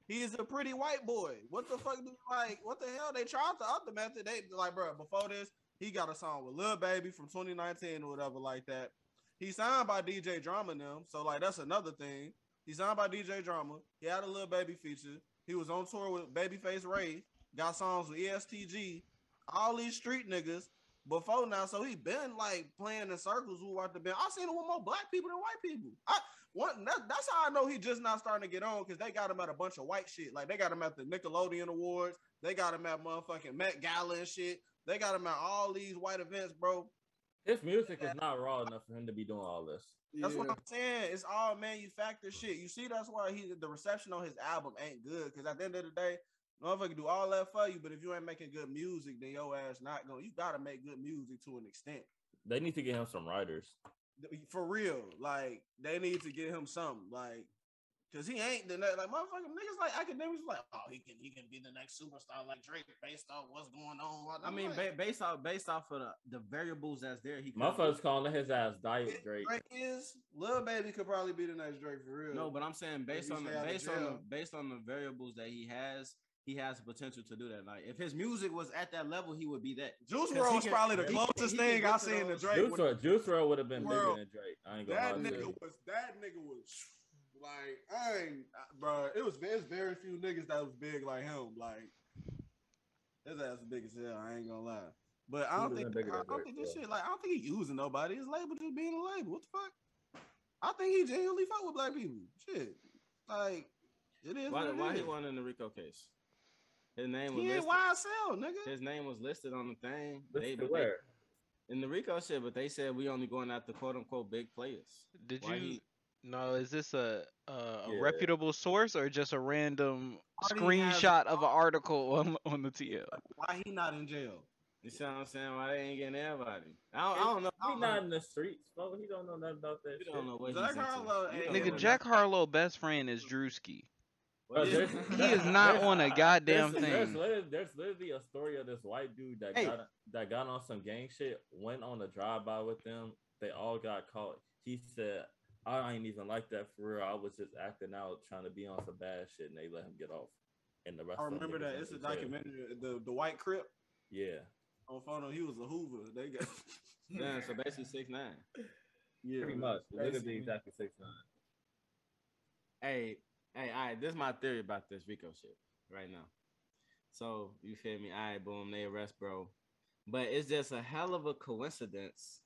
Speaker 3: He's a pretty white boy. What the fuck? Do, like, what the hell? They tried the other method. They like, bro. Before this, he got a song with Lil Baby from 2019 or whatever like that. He signed by DJ Drama and them, so like that's another thing. He signed by DJ Drama. He had a little baby feature. He was on tour with Babyface Ray. Got songs with E ESTG. All these street niggas before now, so he been like playing in circles with Walter Ben. I seen him with more black people than white people. I one that, that's how I know he just not starting to get on because they got him at a bunch of white shit. Like they got him at the Nickelodeon Awards. They got him at motherfucking Met Gala and shit. They got him at all these white events, bro.
Speaker 1: His music is not raw enough for him to be doing all this.
Speaker 3: That's what
Speaker 2: Yeah.
Speaker 3: I'm saying. It's all manufactured shit. You see, that's why he the reception on his album ain't good. Cause at the end of the day, motherfucker do all that for you. But if you ain't making good music, then your ass not going. to You gotta make good music to an extent.
Speaker 1: They need to get him some writers.
Speaker 3: For real. Like they need to get him something. Like cause he ain't the next like motherfucking niggas like academics like, oh, he can he can be the next superstar like Drake based on what's going on.
Speaker 4: I mean, ba- based off based off of the, the variables that's there, he
Speaker 1: Motherfuckers calling his ass Diet Drake.
Speaker 3: Drake. is little baby could probably be the next Drake for real.
Speaker 4: No, but I'm saying based
Speaker 3: he's
Speaker 4: on the
Speaker 3: out of
Speaker 4: based on the
Speaker 3: jail.
Speaker 4: based on the variables that he has, he has the potential to do that. Like if his music was at that level, he would be that.
Speaker 3: Juice
Speaker 4: Cause
Speaker 3: WRLD
Speaker 4: he
Speaker 3: was
Speaker 4: can-
Speaker 3: probably the
Speaker 4: he can-
Speaker 3: closest
Speaker 4: he can
Speaker 3: thing
Speaker 4: get
Speaker 3: I
Speaker 4: to
Speaker 3: seen to
Speaker 4: those-
Speaker 3: Drake.
Speaker 1: Juice WRLD Juice WRLD would have been bigger
Speaker 3: World.
Speaker 1: than Drake. I ain't
Speaker 3: That
Speaker 1: gonna lie to
Speaker 3: nigga
Speaker 1: you.
Speaker 3: was that nigga was like I ain't bro. It was there's very few niggas that was big like him. Like his ass was big as hell. I ain't gonna lie. But I
Speaker 1: He
Speaker 3: don't
Speaker 1: was
Speaker 3: think
Speaker 1: bigger
Speaker 3: I
Speaker 1: than
Speaker 3: don't
Speaker 1: Drake,
Speaker 3: think this
Speaker 1: yeah.
Speaker 3: shit like I don't think he using nobody. His label just being a label. What the fuck? I think he genuinely fuck with black people. Shit, like it is.
Speaker 4: Why,
Speaker 3: what it
Speaker 4: why he
Speaker 3: is.
Speaker 4: won in the Rico case? His name
Speaker 3: He
Speaker 4: was
Speaker 3: ain't
Speaker 4: listed.
Speaker 3: YSL, nigga.
Speaker 4: His name was listed on the thing. They,
Speaker 1: Listen to
Speaker 4: but they,
Speaker 1: where?
Speaker 4: in the Rico shit, but they said we only going after quote unquote big players.
Speaker 5: Did
Speaker 4: Why
Speaker 5: you?
Speaker 4: he-
Speaker 5: No, is this a a, a
Speaker 1: Yeah.
Speaker 5: reputable source or just a random
Speaker 3: Already has-
Speaker 5: screenshot of an article on on the TL?
Speaker 3: Why he not in jail?
Speaker 4: You see what I'm saying? Why they ain't getting everybody? I don't, I don't know. I
Speaker 1: He
Speaker 3: Uh-huh.
Speaker 4: don't know.
Speaker 1: not in the streets, bro. He don't know nothing about that.
Speaker 4: You
Speaker 1: shit.
Speaker 4: don't know what
Speaker 3: Jack
Speaker 4: he's into.
Speaker 3: Harlow
Speaker 4: You
Speaker 3: ain't-
Speaker 4: don't know
Speaker 5: Nigga,
Speaker 4: what-
Speaker 5: Jack Harlow best friend is Drewski.
Speaker 1: Bro,
Speaker 4: what he-
Speaker 1: there's-
Speaker 5: He is not on a goddamn
Speaker 1: there's, There's
Speaker 5: thing.
Speaker 1: literally, there's literally a story of this white dude that
Speaker 2: Hey.
Speaker 1: got that got on some gang shit, went on a drive by with them. They all got caught. He said, "I ain't even like that for real. I was just acting out, trying to be on some bad shit, and they let him get off." And the rest.
Speaker 3: I
Speaker 1: of them
Speaker 3: remember
Speaker 1: niggas
Speaker 3: that.
Speaker 1: went
Speaker 3: It's a
Speaker 1: to jail.
Speaker 3: documentary. The the White Crip
Speaker 1: Yeah,
Speaker 3: on photo. He was a Hoover. They got
Speaker 4: Yeah, so basically six nine.
Speaker 3: yeah,
Speaker 1: pretty much. Literally
Speaker 3: basically.
Speaker 1: exactly six nine.
Speaker 4: Hey, hey, all right. This is my theory about this Rico shit right now. So you feel me? All right, boom, they arrest bro. But it's just a hell of a coincidence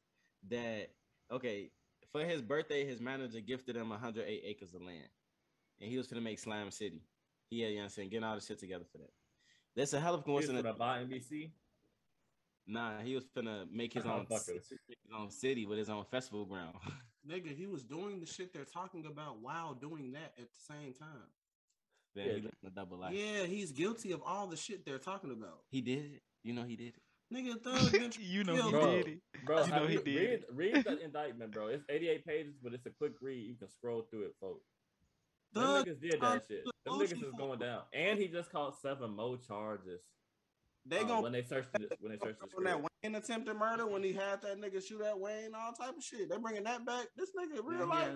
Speaker 4: that okay, for his birthday, his manager gifted him 108 acres of land, and he was gonna make Slime City. He had, you know what I'm saying, getting all the shit together for that. That's a hell of a
Speaker 1: He was
Speaker 4: coincidence.
Speaker 1: gonna buy NBC.
Speaker 4: Nah, he was gonna make his own,
Speaker 1: Motherfuckers.
Speaker 4: ci- his own city with his own festival ground.
Speaker 3: Nigga, he was doing the shit they're talking about while doing that at the same time.
Speaker 4: Man,
Speaker 1: Yeah.
Speaker 4: he lived a double life.
Speaker 3: yeah, he's guilty of all the shit they're talking about.
Speaker 4: He did it. You know he did it.
Speaker 3: Nigga, thug been
Speaker 5: you know
Speaker 3: Yo,
Speaker 5: he
Speaker 1: bro.
Speaker 5: did it.
Speaker 1: Bro,
Speaker 5: You know
Speaker 1: have
Speaker 5: he
Speaker 1: you-
Speaker 5: did.
Speaker 1: read, read the indictment, bro. It's 88 pages, but it's a quick read. You can scroll through it, folks. Them
Speaker 3: Thug
Speaker 1: niggas did
Speaker 3: tried
Speaker 1: that shit.
Speaker 3: to
Speaker 1: Them
Speaker 3: lose
Speaker 1: niggas is
Speaker 3: people.
Speaker 1: going down, and he just caught seven more charges.
Speaker 3: they
Speaker 1: um,
Speaker 3: gonna
Speaker 1: when they searched this, when they searched this.
Speaker 3: on that Wayne attempted murder when he had that nigga shoot at Wayne, all type of shit. They bringing that back. This nigga real life.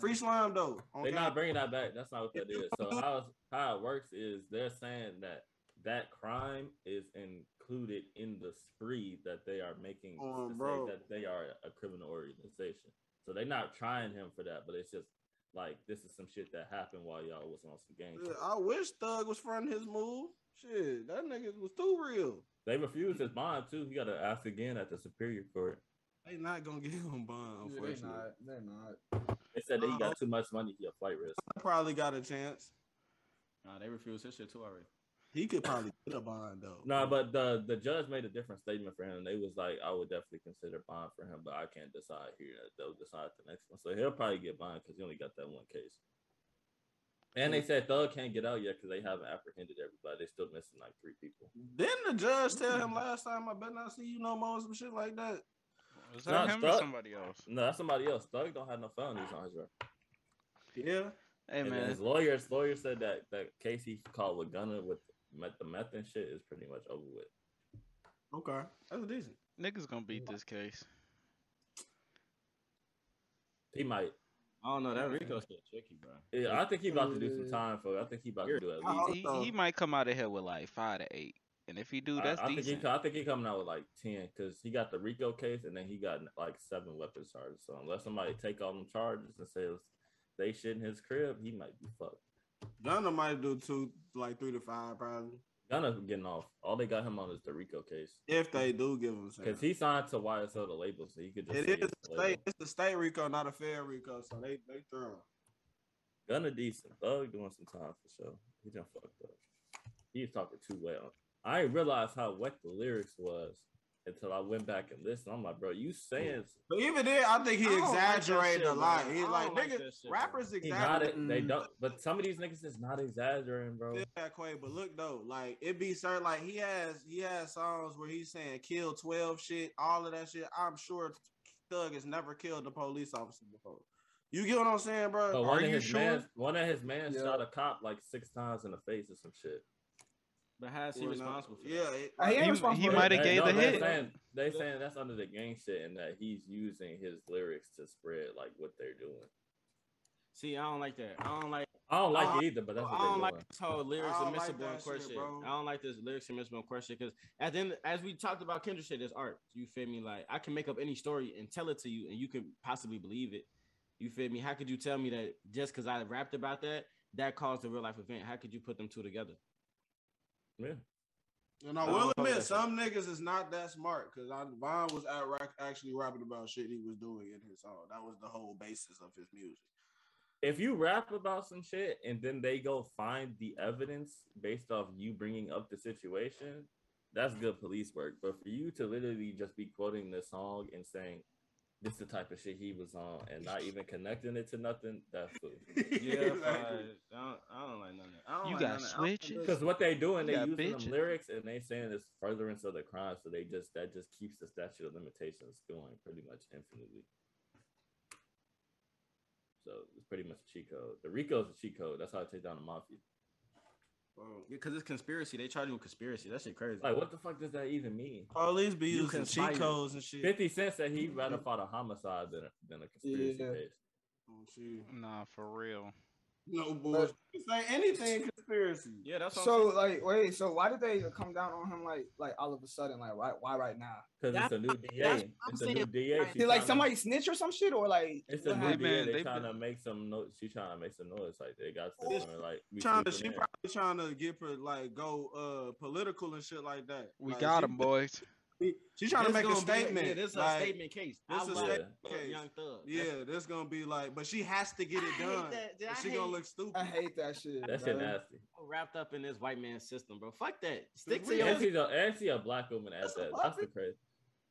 Speaker 3: Free slime though.
Speaker 1: They're
Speaker 3: Okay.
Speaker 1: not bringing that back. That's not what that
Speaker 3: If you
Speaker 1: is. So how it's- how it works is they're saying that that crime is included in the spree that they are making
Speaker 3: Oh,
Speaker 1: to
Speaker 3: bro.
Speaker 1: say that they are a criminal organization. So they're not trying him for that, but it's just like this is some shit that happened while y'all was on some gang.
Speaker 3: Yeah,
Speaker 1: shit.
Speaker 3: I wish Thug was fronting his move. Shit, that nigga was too real.
Speaker 1: They refused his bond too. He got to ask again at the superior court.
Speaker 3: They not gonna give him bond,
Speaker 2: Yeah, they
Speaker 3: unfortunately.
Speaker 2: not. They're not.
Speaker 1: They said that he
Speaker 3: Uh-huh.
Speaker 1: got too much money. He a flight risk.
Speaker 3: Probably got a chance.
Speaker 4: Nah, they refused his shit too already.
Speaker 3: He could probably get a bond though.
Speaker 1: No, but the the judge made a different statement for him. They was like, I would definitely consider bond for him, but I can't decide here. They'll decide the next one. So he'll probably get bond because he only got that one case. And
Speaker 5: Mm.
Speaker 1: they said Thug can't get out yet because they haven't apprehended everybody. They're still missing like three people.
Speaker 3: Didn't the judge tell him last time I better not see you no more or some shit like that?
Speaker 5: Was
Speaker 1: Nah,
Speaker 5: that him or
Speaker 1: Thug-
Speaker 5: somebody else?
Speaker 1: No, that's somebody else. Thug don't have no felonies on his record.
Speaker 3: Yeah.
Speaker 5: Hey
Speaker 1: and then
Speaker 5: man,
Speaker 1: his lawyer, his lawyer said that that case he called with Gunner with met the meth and shit is pretty much over with.
Speaker 3: Okay. That's decent.
Speaker 5: niggas gonna beat this case.
Speaker 1: He might.
Speaker 4: I don't know. That Rico shit tricky, bro.
Speaker 1: Yeah, I think he about to do some time for. it. I think he about to do at
Speaker 3: I
Speaker 1: least.
Speaker 3: hope
Speaker 5: He,
Speaker 3: so.
Speaker 5: he might come out of here with like five to eight. And if he do,
Speaker 1: I-
Speaker 5: that's
Speaker 1: I, think he,
Speaker 5: decent.
Speaker 1: co- I think he coming out with like ten because he got the Rico case and then he got like seven weapon charges. So unless somebody take all them charges and says they shit in his crib, he might be fucked.
Speaker 3: Gunner might do two, like three to five, probably.
Speaker 1: Gunna getting off. All they got him on is the Rico case
Speaker 3: If they do give him,
Speaker 1: because
Speaker 3: something.
Speaker 1: he signed to YSL the label, so he could just.
Speaker 3: it
Speaker 1: say
Speaker 3: is
Speaker 1: it's
Speaker 3: the
Speaker 1: label.
Speaker 3: state. It's the state Rico, not a fair Rico. So they they throw. him.
Speaker 1: Gunna decent. Thug doing some time for sure. He done fucked up. He was talking too well. I didn't realize how wet the lyrics was until I went back and listened. I'm like, bro, you saying
Speaker 3: But even then, I think he
Speaker 4: I don't like that
Speaker 3: exaggerated
Speaker 4: shit,
Speaker 3: a lot.
Speaker 4: bro. I
Speaker 3: He's
Speaker 4: don't
Speaker 3: like,
Speaker 4: like
Speaker 3: niggas,
Speaker 4: that shit, bro.
Speaker 3: rappers
Speaker 1: he not
Speaker 3: exaggerate.
Speaker 1: it. They
Speaker 2: Mm.
Speaker 1: don't. But some of these niggas is not exaggerating, bro.
Speaker 3: feel that way, but look though, like it be certain like he has he has songs where he's saying kill twelve shit, all of that shit. I'm sure Thug has never killed a police officer before. You get what I'm saying, bro?
Speaker 1: But one
Speaker 3: Are
Speaker 1: of
Speaker 3: you
Speaker 1: his
Speaker 3: sure?
Speaker 1: man, one of his man
Speaker 2: Yeah.
Speaker 1: shot a cop like six times in the face or some shit.
Speaker 4: But how is he
Speaker 3: Or not?
Speaker 4: responsible for that?
Speaker 3: Yeah, it,
Speaker 2: He, ain't
Speaker 5: He-
Speaker 2: responsible
Speaker 5: he
Speaker 2: for
Speaker 5: might
Speaker 2: that.
Speaker 5: have gave the
Speaker 1: they
Speaker 5: hit.
Speaker 1: Saying, they saying that's under the gang shit and that he's using his lyrics to spread like what they're doing.
Speaker 4: See, I don't like that. I don't like.
Speaker 1: I don't like
Speaker 4: I-
Speaker 1: it either, but that's what
Speaker 4: I
Speaker 1: they're
Speaker 4: don't
Speaker 1: doing.
Speaker 4: like this whole lyrics
Speaker 3: I don't like
Speaker 4: admissible
Speaker 3: that
Speaker 4: and court
Speaker 3: shit,
Speaker 4: shit.
Speaker 3: bro.
Speaker 4: I don't like this lyrics admissible and court shit because at the end, as we talked about Kendrick shit, it's art. You feel me? Like I can make up any story and tell it to you, and you can possibly believe it. You feel me? How could you tell me that just because I rapped about that, that caused a real life event? How could you put them two together?
Speaker 1: Yeah.
Speaker 3: and I
Speaker 4: I
Speaker 3: will
Speaker 4: don't know
Speaker 3: admit,
Speaker 4: that
Speaker 3: some niggas is not that smart because Von was at rack actually rapping about shit he was doing in his song. That was the whole basis of his music.
Speaker 1: if you rap about some shit and then they go find the evidence based off you bringing up the situation, that's good police work. But for you to literally just be quoting this song and saying this is the type of shit he was on and not even connecting it to nothing, that's good.
Speaker 4: Yeah,
Speaker 3: Exactly.
Speaker 4: but I, don't, I don't like none of that. I don't
Speaker 5: You
Speaker 4: like
Speaker 5: got
Speaker 4: none of that. I don't like
Speaker 5: switches?
Speaker 4: this.
Speaker 1: Because what they doing, they
Speaker 5: Yeah,
Speaker 1: using
Speaker 5: bitch.
Speaker 1: them lyrics and they saying it's furtherance of the crime, so they just that just keeps the statute of limitations going pretty much infinitely. So it's pretty much a cheat code. The Rico's a cheat code. That's how I take down the mafia.
Speaker 4: Because it's conspiracy. They charge you with conspiracy. That shit crazy.
Speaker 1: Like, what the fuck does that even mean?
Speaker 3: Police be
Speaker 4: You
Speaker 3: using cheat
Speaker 4: conspired.
Speaker 3: codes and shit.
Speaker 1: Fifty Cent said he'd rather fight a homicide than a, than a
Speaker 2: Mm-hmm.
Speaker 1: conspiracy
Speaker 2: Yeah.
Speaker 1: case.
Speaker 3: Oh, shit.
Speaker 5: Nah, for real.
Speaker 3: No bullshit. Say anything conspiracy.
Speaker 4: yeah, that's what
Speaker 2: So like, wait, so why did they come down on him like, like all of a sudden, like, why, why right now?
Speaker 1: Because it's a new
Speaker 4: that's
Speaker 1: DA.
Speaker 4: I'm
Speaker 1: It's a new
Speaker 4: saying.
Speaker 1: DA.
Speaker 2: Did
Speaker 1: She
Speaker 2: like
Speaker 1: tryna-
Speaker 2: somebody snitch or some shit or like?
Speaker 1: It's
Speaker 2: what
Speaker 1: a new
Speaker 5: Hey,
Speaker 2: happened?
Speaker 1: DA.
Speaker 5: man,
Speaker 1: They
Speaker 5: they
Speaker 1: trying to
Speaker 5: been-
Speaker 1: make some noise. She trying to make some noise. Like they got
Speaker 3: Oh,
Speaker 1: some like we
Speaker 3: trying to
Speaker 1: sleeping
Speaker 3: she
Speaker 1: in.
Speaker 3: probably trying to get her like go uh political and shit like that.
Speaker 5: We
Speaker 3: Like,
Speaker 5: got
Speaker 3: she-
Speaker 5: him, boys.
Speaker 3: She trying to
Speaker 4: This
Speaker 3: make a
Speaker 4: gonna be- yeah,
Speaker 3: statement.
Speaker 4: this is
Speaker 3: like,
Speaker 4: a statement case.
Speaker 3: this
Speaker 4: I
Speaker 3: is
Speaker 4: love
Speaker 1: Yeah.
Speaker 3: case.
Speaker 4: Young Thug.
Speaker 3: Yeah, this gonna be like, but she has to get
Speaker 4: That's-
Speaker 3: it
Speaker 4: I hate
Speaker 3: done.
Speaker 4: that. Did
Speaker 3: or
Speaker 4: I
Speaker 3: She
Speaker 4: hate
Speaker 3: gonna look stupid.
Speaker 2: I hate that shit.
Speaker 1: That
Speaker 2: bro.
Speaker 1: shit nasty.
Speaker 4: wrapped up in this white man system, bro? Fuck that. Stick to
Speaker 3: we
Speaker 4: your.
Speaker 1: And she's a and she a black woman at
Speaker 2: That's a
Speaker 1: that. That's
Speaker 2: puppet.
Speaker 1: the crazy.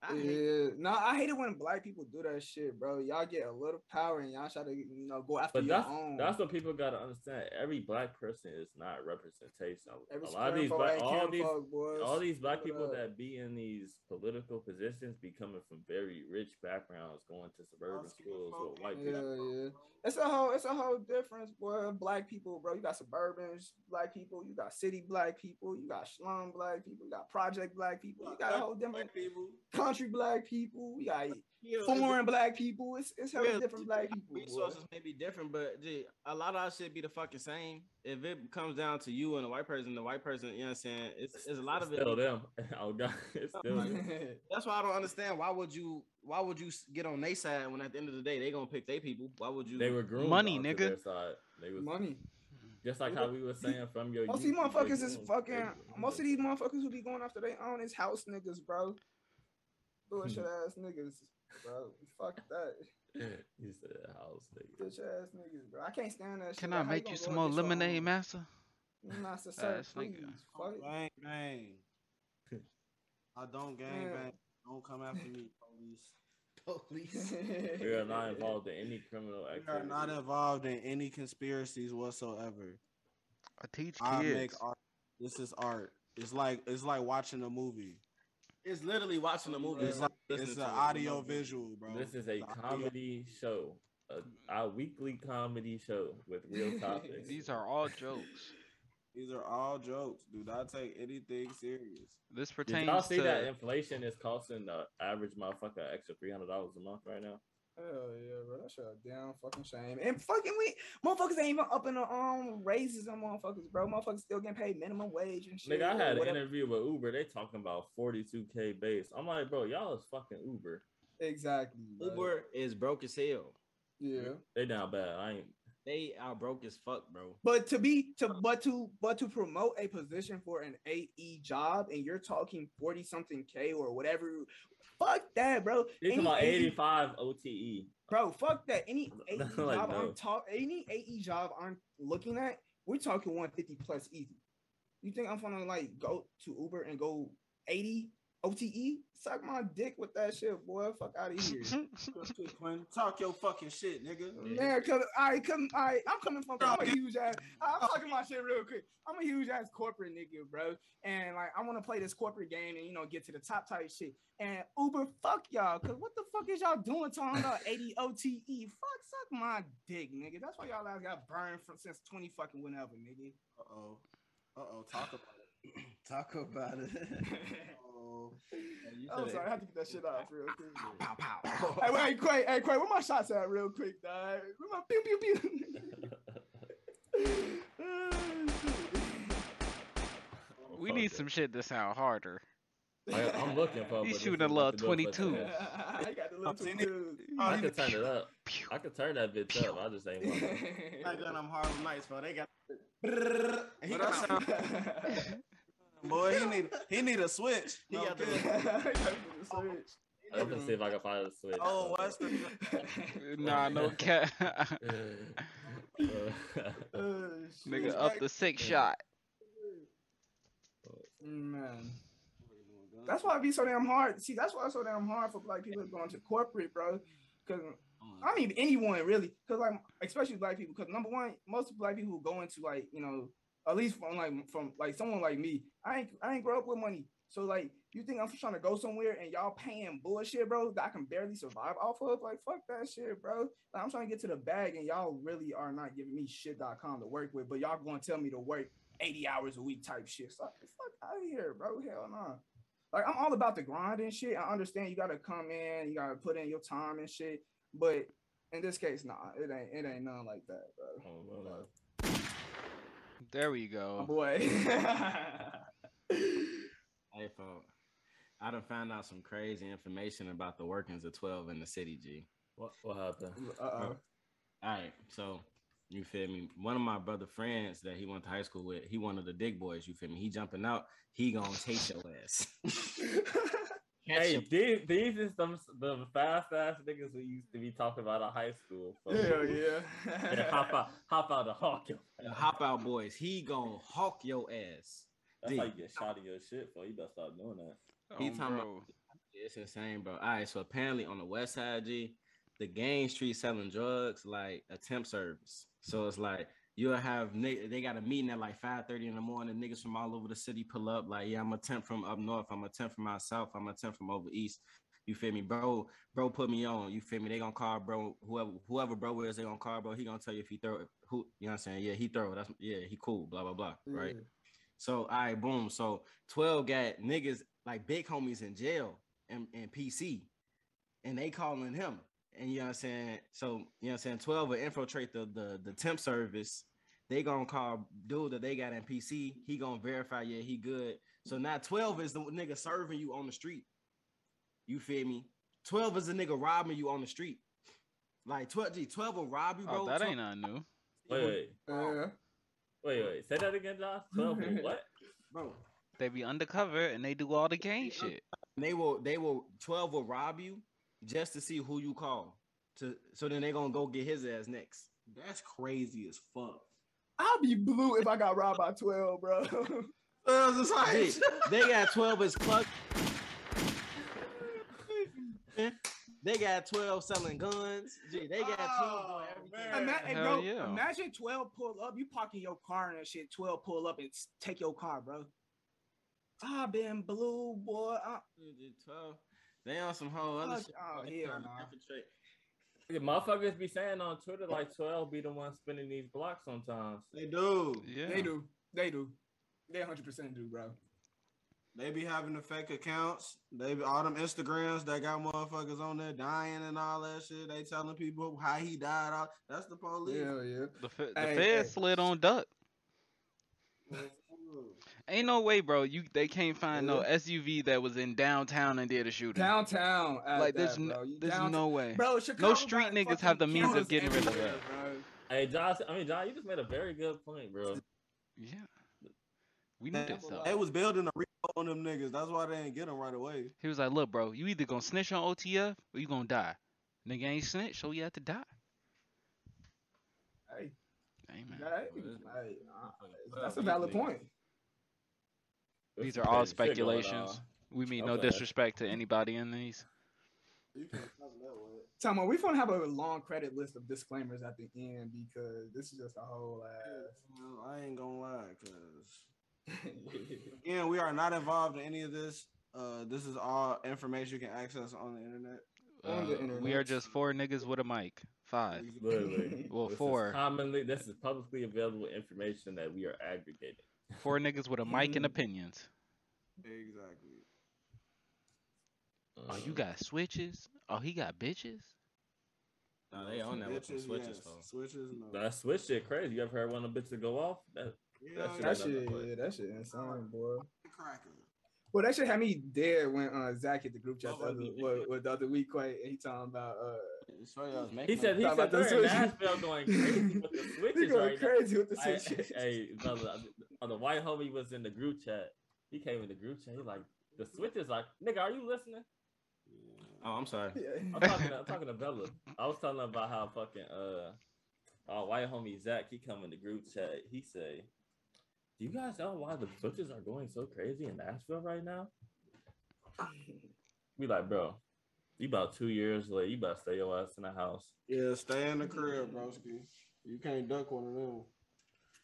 Speaker 4: I hate
Speaker 2: Yeah, no, I hate it when black people do that shit, bro. Y'all get a little power and y'all try to, you know, go after
Speaker 1: But
Speaker 2: your
Speaker 1: that's
Speaker 2: own.
Speaker 1: that's what people gotta understand. Every black person is not representation.
Speaker 2: Every
Speaker 1: a lot of these
Speaker 2: scarecrow
Speaker 1: black,
Speaker 2: ain't
Speaker 1: all these
Speaker 2: kinfolk, boys.
Speaker 1: all these black people
Speaker 2: up.
Speaker 1: that be in these political positions be coming from very rich backgrounds, going to suburban schools with white
Speaker 2: Yeah,
Speaker 1: people.
Speaker 2: yeah. It's a whole, it's a whole difference, boy. Black people, bro. You got suburbans, black people. You got city black people. You got slum black people. You got project black people. You got a whole different
Speaker 3: Black people.
Speaker 2: country black people. You got
Speaker 4: Yeah,
Speaker 2: foreign black people. It's it's hella
Speaker 4: Yeah,
Speaker 2: different black people. boy.
Speaker 4: Resources may be different, but gee, a lot of our shit be the fucking same. If it comes down to you and a white person, the white person, you know what I'm saying? It's, it's a lot of it.
Speaker 1: Still them. Oh god, it's still them.
Speaker 4: That's why I don't understand. Why would you? Why would you s- get on their side when at the end of the day they gonna pick their people? Why would you?
Speaker 1: They were groomed
Speaker 5: Money,
Speaker 1: onto
Speaker 5: nigga.
Speaker 1: Their side. They was
Speaker 2: Money.
Speaker 1: just like how we were saying from your.
Speaker 2: Most of these
Speaker 1: youth, they
Speaker 2: motherfuckers is
Speaker 1: groomed- they
Speaker 2: fucking.
Speaker 1: groomed
Speaker 2: Most of
Speaker 1: them.
Speaker 2: these motherfuckers who be going after they own is house niggas, bro. Bullshit
Speaker 1: Hmm.
Speaker 2: ass niggas, bro. Fuck that.
Speaker 1: He said house nigga.
Speaker 2: Bitch ass niggas, bro. I can't stand that shit.
Speaker 5: Can
Speaker 2: bro.
Speaker 5: I
Speaker 2: How
Speaker 5: make
Speaker 2: gonna
Speaker 5: you
Speaker 2: go
Speaker 5: some more
Speaker 2: against your
Speaker 5: lemonade,
Speaker 2: own-
Speaker 5: massa?
Speaker 2: Nah, sir, sir,
Speaker 5: Ass nigga.
Speaker 2: please. Fuck it.
Speaker 3: Bang bang. I don't gang
Speaker 2: Yeah.
Speaker 3: bang. Don't come after me, police.
Speaker 4: police.
Speaker 1: We are not involved in any criminal
Speaker 3: We
Speaker 1: activity.
Speaker 3: are not involved in any conspiracies whatsoever.
Speaker 5: I teach
Speaker 3: I make
Speaker 5: kids.
Speaker 3: art. This is art. It's like it's like watching a movie.
Speaker 4: It's literally watching a movie.
Speaker 3: It's like it's an audio visual, bro.
Speaker 1: This is a
Speaker 3: It's a
Speaker 1: comedy show, a, a weekly comedy show with real topics.
Speaker 5: These are all jokes.
Speaker 3: These are all jokes. Do not take anything serious.
Speaker 5: This
Speaker 1: Did y'all
Speaker 5: pertains
Speaker 1: see that
Speaker 5: to
Speaker 1: inflation is costing the average motherfucker an extra three hundred dollars a month right now?
Speaker 2: Hell yeah, bro. That's a damn fucking shame. And fucking we motherfuckers ain't even up in the um raises on motherfuckers, bro. Motherfuckers still getting paid minimum wage and shit.
Speaker 1: Nigga, I
Speaker 2: or
Speaker 1: had an
Speaker 2: whatever.
Speaker 1: interview with Uber. They talking about 42k base. I'm like, bro, y'all is fucking Uber.
Speaker 2: Exactly. bro.
Speaker 4: Uber is broke as hell.
Speaker 2: Yeah.
Speaker 1: They down bad. I ain't.
Speaker 4: They are broke as fuck, bro.
Speaker 2: But to be
Speaker 1: Oh.
Speaker 2: to but to but to promote a position for an AE job and you're talking 40 something K or whatever. Fuck that, bro.
Speaker 1: They
Speaker 2: Any
Speaker 1: talking about
Speaker 2: AE
Speaker 1: 85 OTE.
Speaker 2: Bro, fuck that. Any AE
Speaker 1: Like,
Speaker 2: job
Speaker 1: no.
Speaker 2: I'm talk any AE job I'm looking at, we're talking 150 plus easy. You think I'm gonna like go to Uber and go 80 OTE? E? Suck my dick with that shit, boy. Fuck out of here.
Speaker 3: Quinn. Talk your fucking shit, nigga.
Speaker 2: Man, cause I come, I I'm coming from. I'm a huge ass. I'm talking my shit real quick. I'm a huge ass corporate nigga, bro, and like I want to play this corporate game and you know get to the top type shit. And Uber, fuck y'all, cause what the fuck is y'all doing talking about 80 OTE? E? Fuck, suck my dick, nigga. That's why y'all ass got burned from since 20 fucking whenever, nigga.
Speaker 3: Uh oh. Uh oh. Talk about
Speaker 8: Talk about it.
Speaker 3: it. Oh.
Speaker 2: I'm sorry, I had to get that shit off real quick.
Speaker 4: Pow pow.
Speaker 2: hey, wait, hey, Quay, hey, Quay, where my shots at real quick, dog? Where my pew pew pew?
Speaker 5: we need some shit to sound harder.
Speaker 1: I, I'm looking for.
Speaker 5: He's
Speaker 1: but
Speaker 5: shooting
Speaker 1: this is
Speaker 5: a little
Speaker 1: what the good for
Speaker 5: 22.
Speaker 1: today.
Speaker 2: I got the little
Speaker 3: seen
Speaker 2: tattoos.
Speaker 1: I could turn it up.
Speaker 5: Pew.
Speaker 1: I could turn that bitch up. I just ain't. want to.
Speaker 3: I got them Harlem Nights, bro. They got.
Speaker 8: He come out-
Speaker 3: Boy, he need he need a switch. He
Speaker 8: No,
Speaker 3: got the
Speaker 8: good.
Speaker 1: I'm gonna see if I can find a switch.
Speaker 3: oh Western.
Speaker 5: nah, no cat.
Speaker 1: Uh,
Speaker 2: Oh,
Speaker 5: Nigga, up the six shot.
Speaker 2: Mm, Man. That's why it be so damn hard. See, that's why it's so damn hard for black people going to corporate, bro. Cause I mean anyone really. Cause like especially black people. Cause number one, most black people who go into like, you know, at least from like from like someone like me, I ain't I ain't grow up with money. So like you think I'm trying to go somewhere and y'all paying bullshit, bro, that I can barely survive off of? Like fuck that shit, bro. Like I'm trying to get to the bag and y'all really are not giving me shit.com to work with, but y'all gonna tell me to work 80 hours a week type shit. So like, fuck out of here, bro. Hell no. Like I'm all about the grind and shit. I understand you gotta come in, you gotta put in your time and shit. But in this case, nah, it ain't it ain't nothing like that, bro.
Speaker 5: There we
Speaker 2: My
Speaker 5: go.
Speaker 2: boy.
Speaker 4: Hey, folk. I done found out some crazy information about the workings of 12 in the city, G.
Speaker 1: what, what happened?
Speaker 2: Uh-oh.
Speaker 4: All right, so you feel me? One of my brother friends that he went to high school with, he one of the dick boys, you feel me? He jumping out, he gonna take your ass. Catch
Speaker 1: Hey,
Speaker 4: your-
Speaker 1: these, these is some the fast ass niggas we used to be talking about at high school. So.
Speaker 2: Hell
Speaker 1: Yeah,
Speaker 2: yeah.
Speaker 1: hop out, hop out of hawk. him.
Speaker 4: the hop out boys, he gonna hawk your ass.
Speaker 1: That's how you
Speaker 4: Dude.
Speaker 1: get shot in your shit, bro. You better stop doing that.
Speaker 5: Oh,
Speaker 4: He talking about-
Speaker 5: bro.
Speaker 4: It's insane, bro. All right, so apparently on the west side, G, the gang street selling drugs like a temp service. So it's like you'll have ni- they got a meeting at like 5 30 in the morning. Niggas from all over the city pull up, like, yeah, I'm a temp from up north, I'm a temp from out south, I'm a temp from over east. You feel me, bro? Bro, put me on. You feel me? They gonna call bro, whoever, whoever bro is, they gonna call bro. He gonna tell you if he throw it. Who you know what I'm saying? Yeah, he throw. That's yeah, he cool, blah, blah, blah. Right. So all right, boom. So 12 got niggas like big homies in jail and, and PC, and they calling him. And you know what I'm saying? So you know what I'm saying? 12 will infiltrate the the, the temp service. They gonna call dude that they got in PC. He gonna verify, yeah, he good. So now 12 is the nigga serving you on the street. You feel me? 12 is the nigga robbing you on the street. Like 12 G, 12 will rob you, bro.
Speaker 5: Oh, that
Speaker 4: 12
Speaker 5: ain't nothing new.
Speaker 1: Wait, wait,
Speaker 2: Yeah.
Speaker 1: wait, wait. Say that again, Josh. Twelve. what?
Speaker 4: bro.
Speaker 5: They be undercover and they do all the gang shit.
Speaker 4: they will they will 12 will rob you just to see who you call to so then they gonna go get his ass next
Speaker 3: That's crazy as fuck.
Speaker 2: I'll be blue if I got robbed by 12, bro.
Speaker 4: Hey, they got 12 as plug they got 12 selling guns Gee, they got 12 doing
Speaker 3: Oh,
Speaker 4: everything
Speaker 3: man.
Speaker 2: Ima- hey,
Speaker 5: Hell
Speaker 2: bro,
Speaker 5: yeah.
Speaker 2: Imagine 12 pull up. You parking your car and shit. 12 pull up and s- take your car, bro. i been blue, boy. I-
Speaker 4: 12 they on some whole other
Speaker 2: Fuck,
Speaker 4: shit
Speaker 2: oh,
Speaker 4: They
Speaker 2: hell
Speaker 4: trying to
Speaker 2: nah.
Speaker 4: infiltrate.
Speaker 1: Yeah, motherfuckers be saying on Twitter like twelve be the one spinning these blocks sometimes.
Speaker 3: They do.
Speaker 5: Yeah.
Speaker 2: They do. They do. They 100% do, bro.
Speaker 3: They be having the fake accounts. They be, all them Instagrams that got motherfuckers on there dying and all that shit. They telling people how he died. All that's the police.
Speaker 2: Hell yeah.
Speaker 5: The, fe- the
Speaker 2: Hey,
Speaker 5: Fed
Speaker 2: hey.
Speaker 5: slid on duck. Ain't no way, bro. You they can't find no SUV that was in downtown and did a shooting.
Speaker 2: Downtown. at
Speaker 5: Like, there's
Speaker 2: that,
Speaker 5: n-
Speaker 2: bro. You
Speaker 5: there's
Speaker 2: downtown-
Speaker 5: no way.
Speaker 2: Bro, Chicago
Speaker 5: street
Speaker 2: got
Speaker 5: niggas have the
Speaker 2: fucking
Speaker 5: means of
Speaker 2: counters
Speaker 5: getting rid of
Speaker 2: everywhere,
Speaker 5: that.
Speaker 2: bro.
Speaker 1: Hey, Josh. I mean, John, you just made a very good point, bro.
Speaker 5: Yeah. We need this stuff.
Speaker 3: They was building a repo on them niggas. That's why they ain't get them right away.
Speaker 5: He was like, look, bro, you either gonna snitch on OTF or you gonna die. Nigga ain't snitch, so you have to die.
Speaker 2: Hey,
Speaker 5: Hey, man.
Speaker 2: that- hey, uh, that's a valid point.
Speaker 1: There's
Speaker 5: These
Speaker 1: some
Speaker 5: are all
Speaker 1: crazy shit going
Speaker 5: speculations.
Speaker 1: on.
Speaker 5: We mean no
Speaker 1: Okay.
Speaker 5: disrespect to anybody in these.
Speaker 3: You can't cover that way.
Speaker 2: Tell me, we're gonna have a long credit list of disclaimers at the end because this is just a whole uh, ass.
Speaker 3: Well, I ain't gonna lie, cause again, we are not involved in any of this. Uh, this is all information you can access on the internet.
Speaker 2: On the
Speaker 5: Uh, we are
Speaker 2: internet.
Speaker 5: just four niggas with a mic. Five.
Speaker 1: Literally.
Speaker 5: Well,
Speaker 1: This is
Speaker 5: four.
Speaker 1: commonly, this is publicly available information that we are aggregating.
Speaker 5: Four niggas with a mic and
Speaker 2: Mm.
Speaker 5: opinions.
Speaker 3: Exactly.
Speaker 5: Oh, you
Speaker 1: Um,
Speaker 5: got switches? Oh, he got bitches?
Speaker 6: No, they own that with some
Speaker 3: Switches,
Speaker 6: switches,
Speaker 3: yes.
Speaker 6: though.
Speaker 3: Switches, no.
Speaker 1: That switch shit crazy. You ever heard one of them bitches go off? That,
Speaker 3: yeah,
Speaker 1: that
Speaker 2: that
Speaker 1: shit-
Speaker 2: shit, yeah, that shit insane, boy.
Speaker 3: cracker.
Speaker 2: Well, that shit had me dead when uh, Zach hit the group chat
Speaker 6: What
Speaker 2: the
Speaker 6: was
Speaker 2: other,
Speaker 6: it?
Speaker 2: what, what the other week. Quite, and he talking about uh,
Speaker 6: So y'all was making
Speaker 1: he said he
Speaker 2: Talking
Speaker 1: said
Speaker 2: about the
Speaker 1: they're in
Speaker 2: switches.
Speaker 1: Nashville going crazy with the
Speaker 2: he
Speaker 1: switches
Speaker 2: going
Speaker 1: right now.
Speaker 2: crazy with the
Speaker 1: I,
Speaker 2: switch. shit.
Speaker 1: hey, brother, uh, the white homie was in the group chat. He came in the group chat. He like the switches. Like, nigga, are you listening?
Speaker 6: Oh, I'm sorry.
Speaker 1: I'm
Speaker 2: Yeah.
Speaker 1: talking. To, I'm talking to Bella. I was telling her about how fucking uh, our white homie Zach. He come in the group chat. He say, "Do you guys know why the switches are going so crazy in Nashville right now?" We like, bro. You about two years late. You about to stay your ass in the house.
Speaker 3: Yeah, stay in the crib, broski. You can't duck one of them.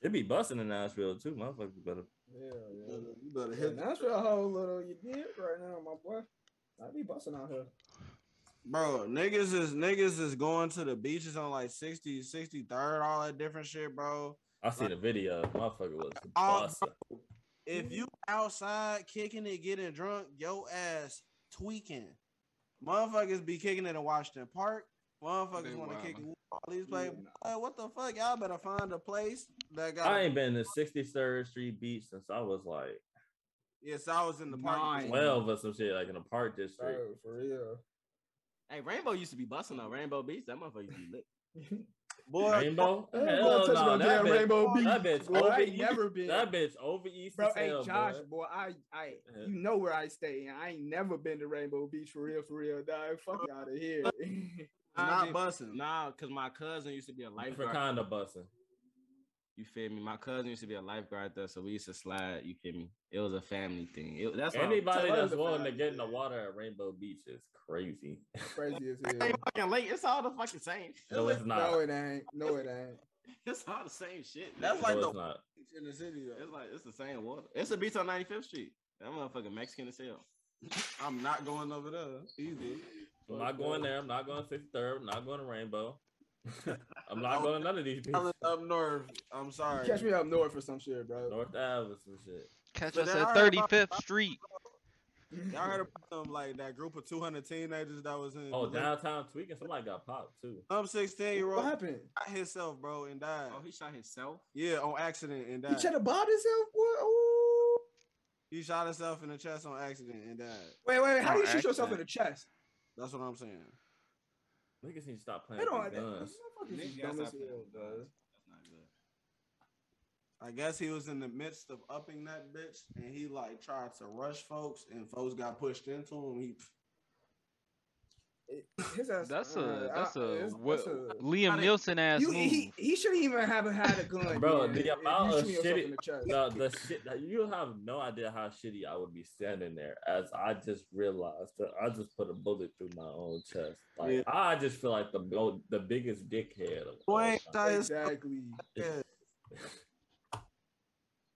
Speaker 1: It be busting in Nashville too, motherfucker. Better.
Speaker 2: Hell,
Speaker 3: You
Speaker 2: yeah.
Speaker 3: better, you better
Speaker 2: Yeah,
Speaker 3: hit that.
Speaker 2: Nashville a whole little you did right now, my boy. I be busting out here.
Speaker 3: Bro, niggas is niggas is going to the beaches on like 60, 63rd, all that different shit, bro.
Speaker 1: I see the video. Motherfucker was
Speaker 3: Oh,
Speaker 1: busting.
Speaker 3: If you outside kicking it, getting drunk, yo ass tweaking. Motherfuckers be kicking it in Washington Park. Motherfuckers
Speaker 5: They
Speaker 3: want to kick
Speaker 5: wildin'.
Speaker 3: it. All these play.
Speaker 2: Yeah,
Speaker 3: Boy, what the fuck? Y'all better find a place that got.
Speaker 1: I ain't been to 63rd Street Beach since I was like
Speaker 3: Yes, I was in the park.
Speaker 2: Nine.
Speaker 1: 12 or some shit, like in a park district.
Speaker 2: Bro, for real.
Speaker 6: Hey, Rainbow used to be busting though. Rainbow Beach, that motherfucker used to be lit.
Speaker 3: Boy,
Speaker 1: Rainbow? Hell
Speaker 2: Everybody
Speaker 1: no,
Speaker 2: touching on
Speaker 1: that,
Speaker 2: damn
Speaker 1: bitch,
Speaker 2: Rainbow Beach.
Speaker 1: that bitch
Speaker 2: Boy, I
Speaker 1: over
Speaker 2: ain't
Speaker 1: east.
Speaker 2: never been.
Speaker 1: That bitch over east.
Speaker 2: Bro,
Speaker 1: as
Speaker 2: hey
Speaker 1: hell,
Speaker 2: Josh,
Speaker 1: boy.
Speaker 2: boy, I, I,
Speaker 1: Yeah.
Speaker 2: you know where I stay, and I ain't never been to Rainbow Beach for real, for real, dog. Fuck out of here.
Speaker 3: not
Speaker 6: Nah,
Speaker 3: bussing.
Speaker 6: Nah, cause my cousin used to be a
Speaker 1: For
Speaker 6: lifeguard.
Speaker 1: kind of busting.
Speaker 6: You feel me? My cousin used to be a lifeguard there, so we used to slide. You feel me? It was a family thing. It, that's why
Speaker 1: Anybody
Speaker 2: So
Speaker 1: that's
Speaker 2: the
Speaker 1: willing to
Speaker 2: fact
Speaker 1: get in the water at Rainbow Beach is crazy.
Speaker 2: Crazy as
Speaker 6: Same
Speaker 2: hell.
Speaker 6: fucking lake. It's all the fucking same.
Speaker 1: No, it's not.
Speaker 2: No, it ain't. No, it ain't.
Speaker 6: It's all the same shit. nigga.
Speaker 3: That's like
Speaker 1: no,
Speaker 3: the-
Speaker 1: it's not.
Speaker 3: in the city though.
Speaker 6: it's like it's the same water. It's a beach on 95th Street. That motherfucker Mexican as hell.
Speaker 3: I'm not going over there. Easy.
Speaker 1: I'm not going there. I'm not going to 63rd. I'm not going to Rainbow. I'm not going to none of these
Speaker 3: Island
Speaker 1: beaches.
Speaker 3: up north. I'm sorry.
Speaker 2: Catch me up north for some shit, bro.
Speaker 1: North Ave or some shit.
Speaker 5: Catch
Speaker 3: But
Speaker 5: us
Speaker 3: then I
Speaker 5: at
Speaker 3: heard
Speaker 5: 35th Street.
Speaker 3: Y'all heard about them like that group of 200 teenagers that was in
Speaker 1: Oh, downtown tweaking. Somebody got popped too.
Speaker 3: some 16 year
Speaker 2: What
Speaker 3: old
Speaker 2: happened?
Speaker 3: shot himself, bro, and died.
Speaker 6: Oh, he shot himself.
Speaker 3: yeah, on accident and
Speaker 2: He
Speaker 3: died.
Speaker 2: tried to bob himself. What? Ooh.
Speaker 3: He shot himself in the chest on accident and died.
Speaker 2: Wait, wait, wait. How
Speaker 5: Oh,
Speaker 2: do you shoot yourself
Speaker 5: accident.
Speaker 2: in the chest?
Speaker 3: That's what I'm saying.
Speaker 1: Niggas need to stop playing
Speaker 2: They don't.
Speaker 1: with
Speaker 2: That,
Speaker 1: these guns.
Speaker 2: motherfuckers is
Speaker 6: Nigga,
Speaker 2: dumb
Speaker 6: that's
Speaker 2: as
Speaker 6: not
Speaker 2: hell,
Speaker 6: good.
Speaker 2: bro.
Speaker 6: That's not good.
Speaker 3: I guess he was in the midst of upping that bitch and he like tried to rush folks and folks got pushed into him. He
Speaker 2: It- His ass,
Speaker 5: That's
Speaker 2: uh,
Speaker 5: a
Speaker 2: I-
Speaker 5: that's a,
Speaker 2: it's-
Speaker 5: wi-
Speaker 2: that's a-
Speaker 5: Liam Nielsen ass
Speaker 2: You,
Speaker 5: move.
Speaker 2: he he shouldn't even have had a gun,
Speaker 1: Bro,
Speaker 2: man,
Speaker 1: the
Speaker 2: if you
Speaker 1: amount of
Speaker 2: shoot yourself
Speaker 1: shitty-
Speaker 2: in the chest.
Speaker 1: No, the shit that you have no idea how shitty I would be standing there as I just realized that I just put a bullet through my own chest. Like
Speaker 3: Yeah.
Speaker 1: I just feel like the mo- the biggest dickhead of all
Speaker 3: Wait,
Speaker 1: time.
Speaker 3: that is
Speaker 2: Exactly.
Speaker 3: yeah.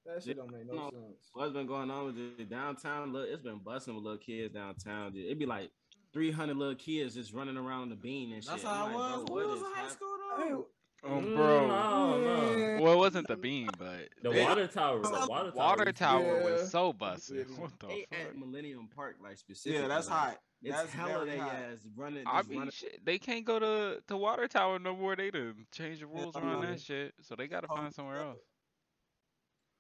Speaker 2: That shit don't make no,
Speaker 6: No.
Speaker 2: sense.
Speaker 6: What's been going on with the downtown? Look, it's been busting with little kids downtown. It'd be like 300 little kids just running around the bean and shit.
Speaker 3: That's
Speaker 6: I'm
Speaker 3: how I
Speaker 6: like,
Speaker 3: was.
Speaker 6: bro,
Speaker 3: We
Speaker 6: what
Speaker 3: was
Speaker 6: is
Speaker 3: in high
Speaker 6: happening?
Speaker 3: school though.
Speaker 5: Oh,
Speaker 1: Mm,
Speaker 5: bro.
Speaker 1: I don't know.
Speaker 5: Well, what's wasn't the beam, but
Speaker 1: The
Speaker 5: they-
Speaker 1: water tower. The water tower.
Speaker 5: water
Speaker 1: is-
Speaker 5: tower
Speaker 2: Yeah.
Speaker 5: was so busted.
Speaker 4: Yeah.
Speaker 5: What the
Speaker 4: They
Speaker 5: fuck?
Speaker 4: at Millennium Park, like specifically.
Speaker 3: Yeah, that's
Speaker 4: like,
Speaker 3: hot.
Speaker 4: It's
Speaker 3: That's
Speaker 4: hella
Speaker 3: very
Speaker 4: they
Speaker 3: hot.
Speaker 4: ass running.
Speaker 5: I
Speaker 4: just
Speaker 5: mean,
Speaker 4: running-
Speaker 5: shit, they can't go to to water tower no more. They done changed the rules around
Speaker 3: yeah.
Speaker 5: that shit, so they gotta
Speaker 3: Oh,
Speaker 5: find somewhere else.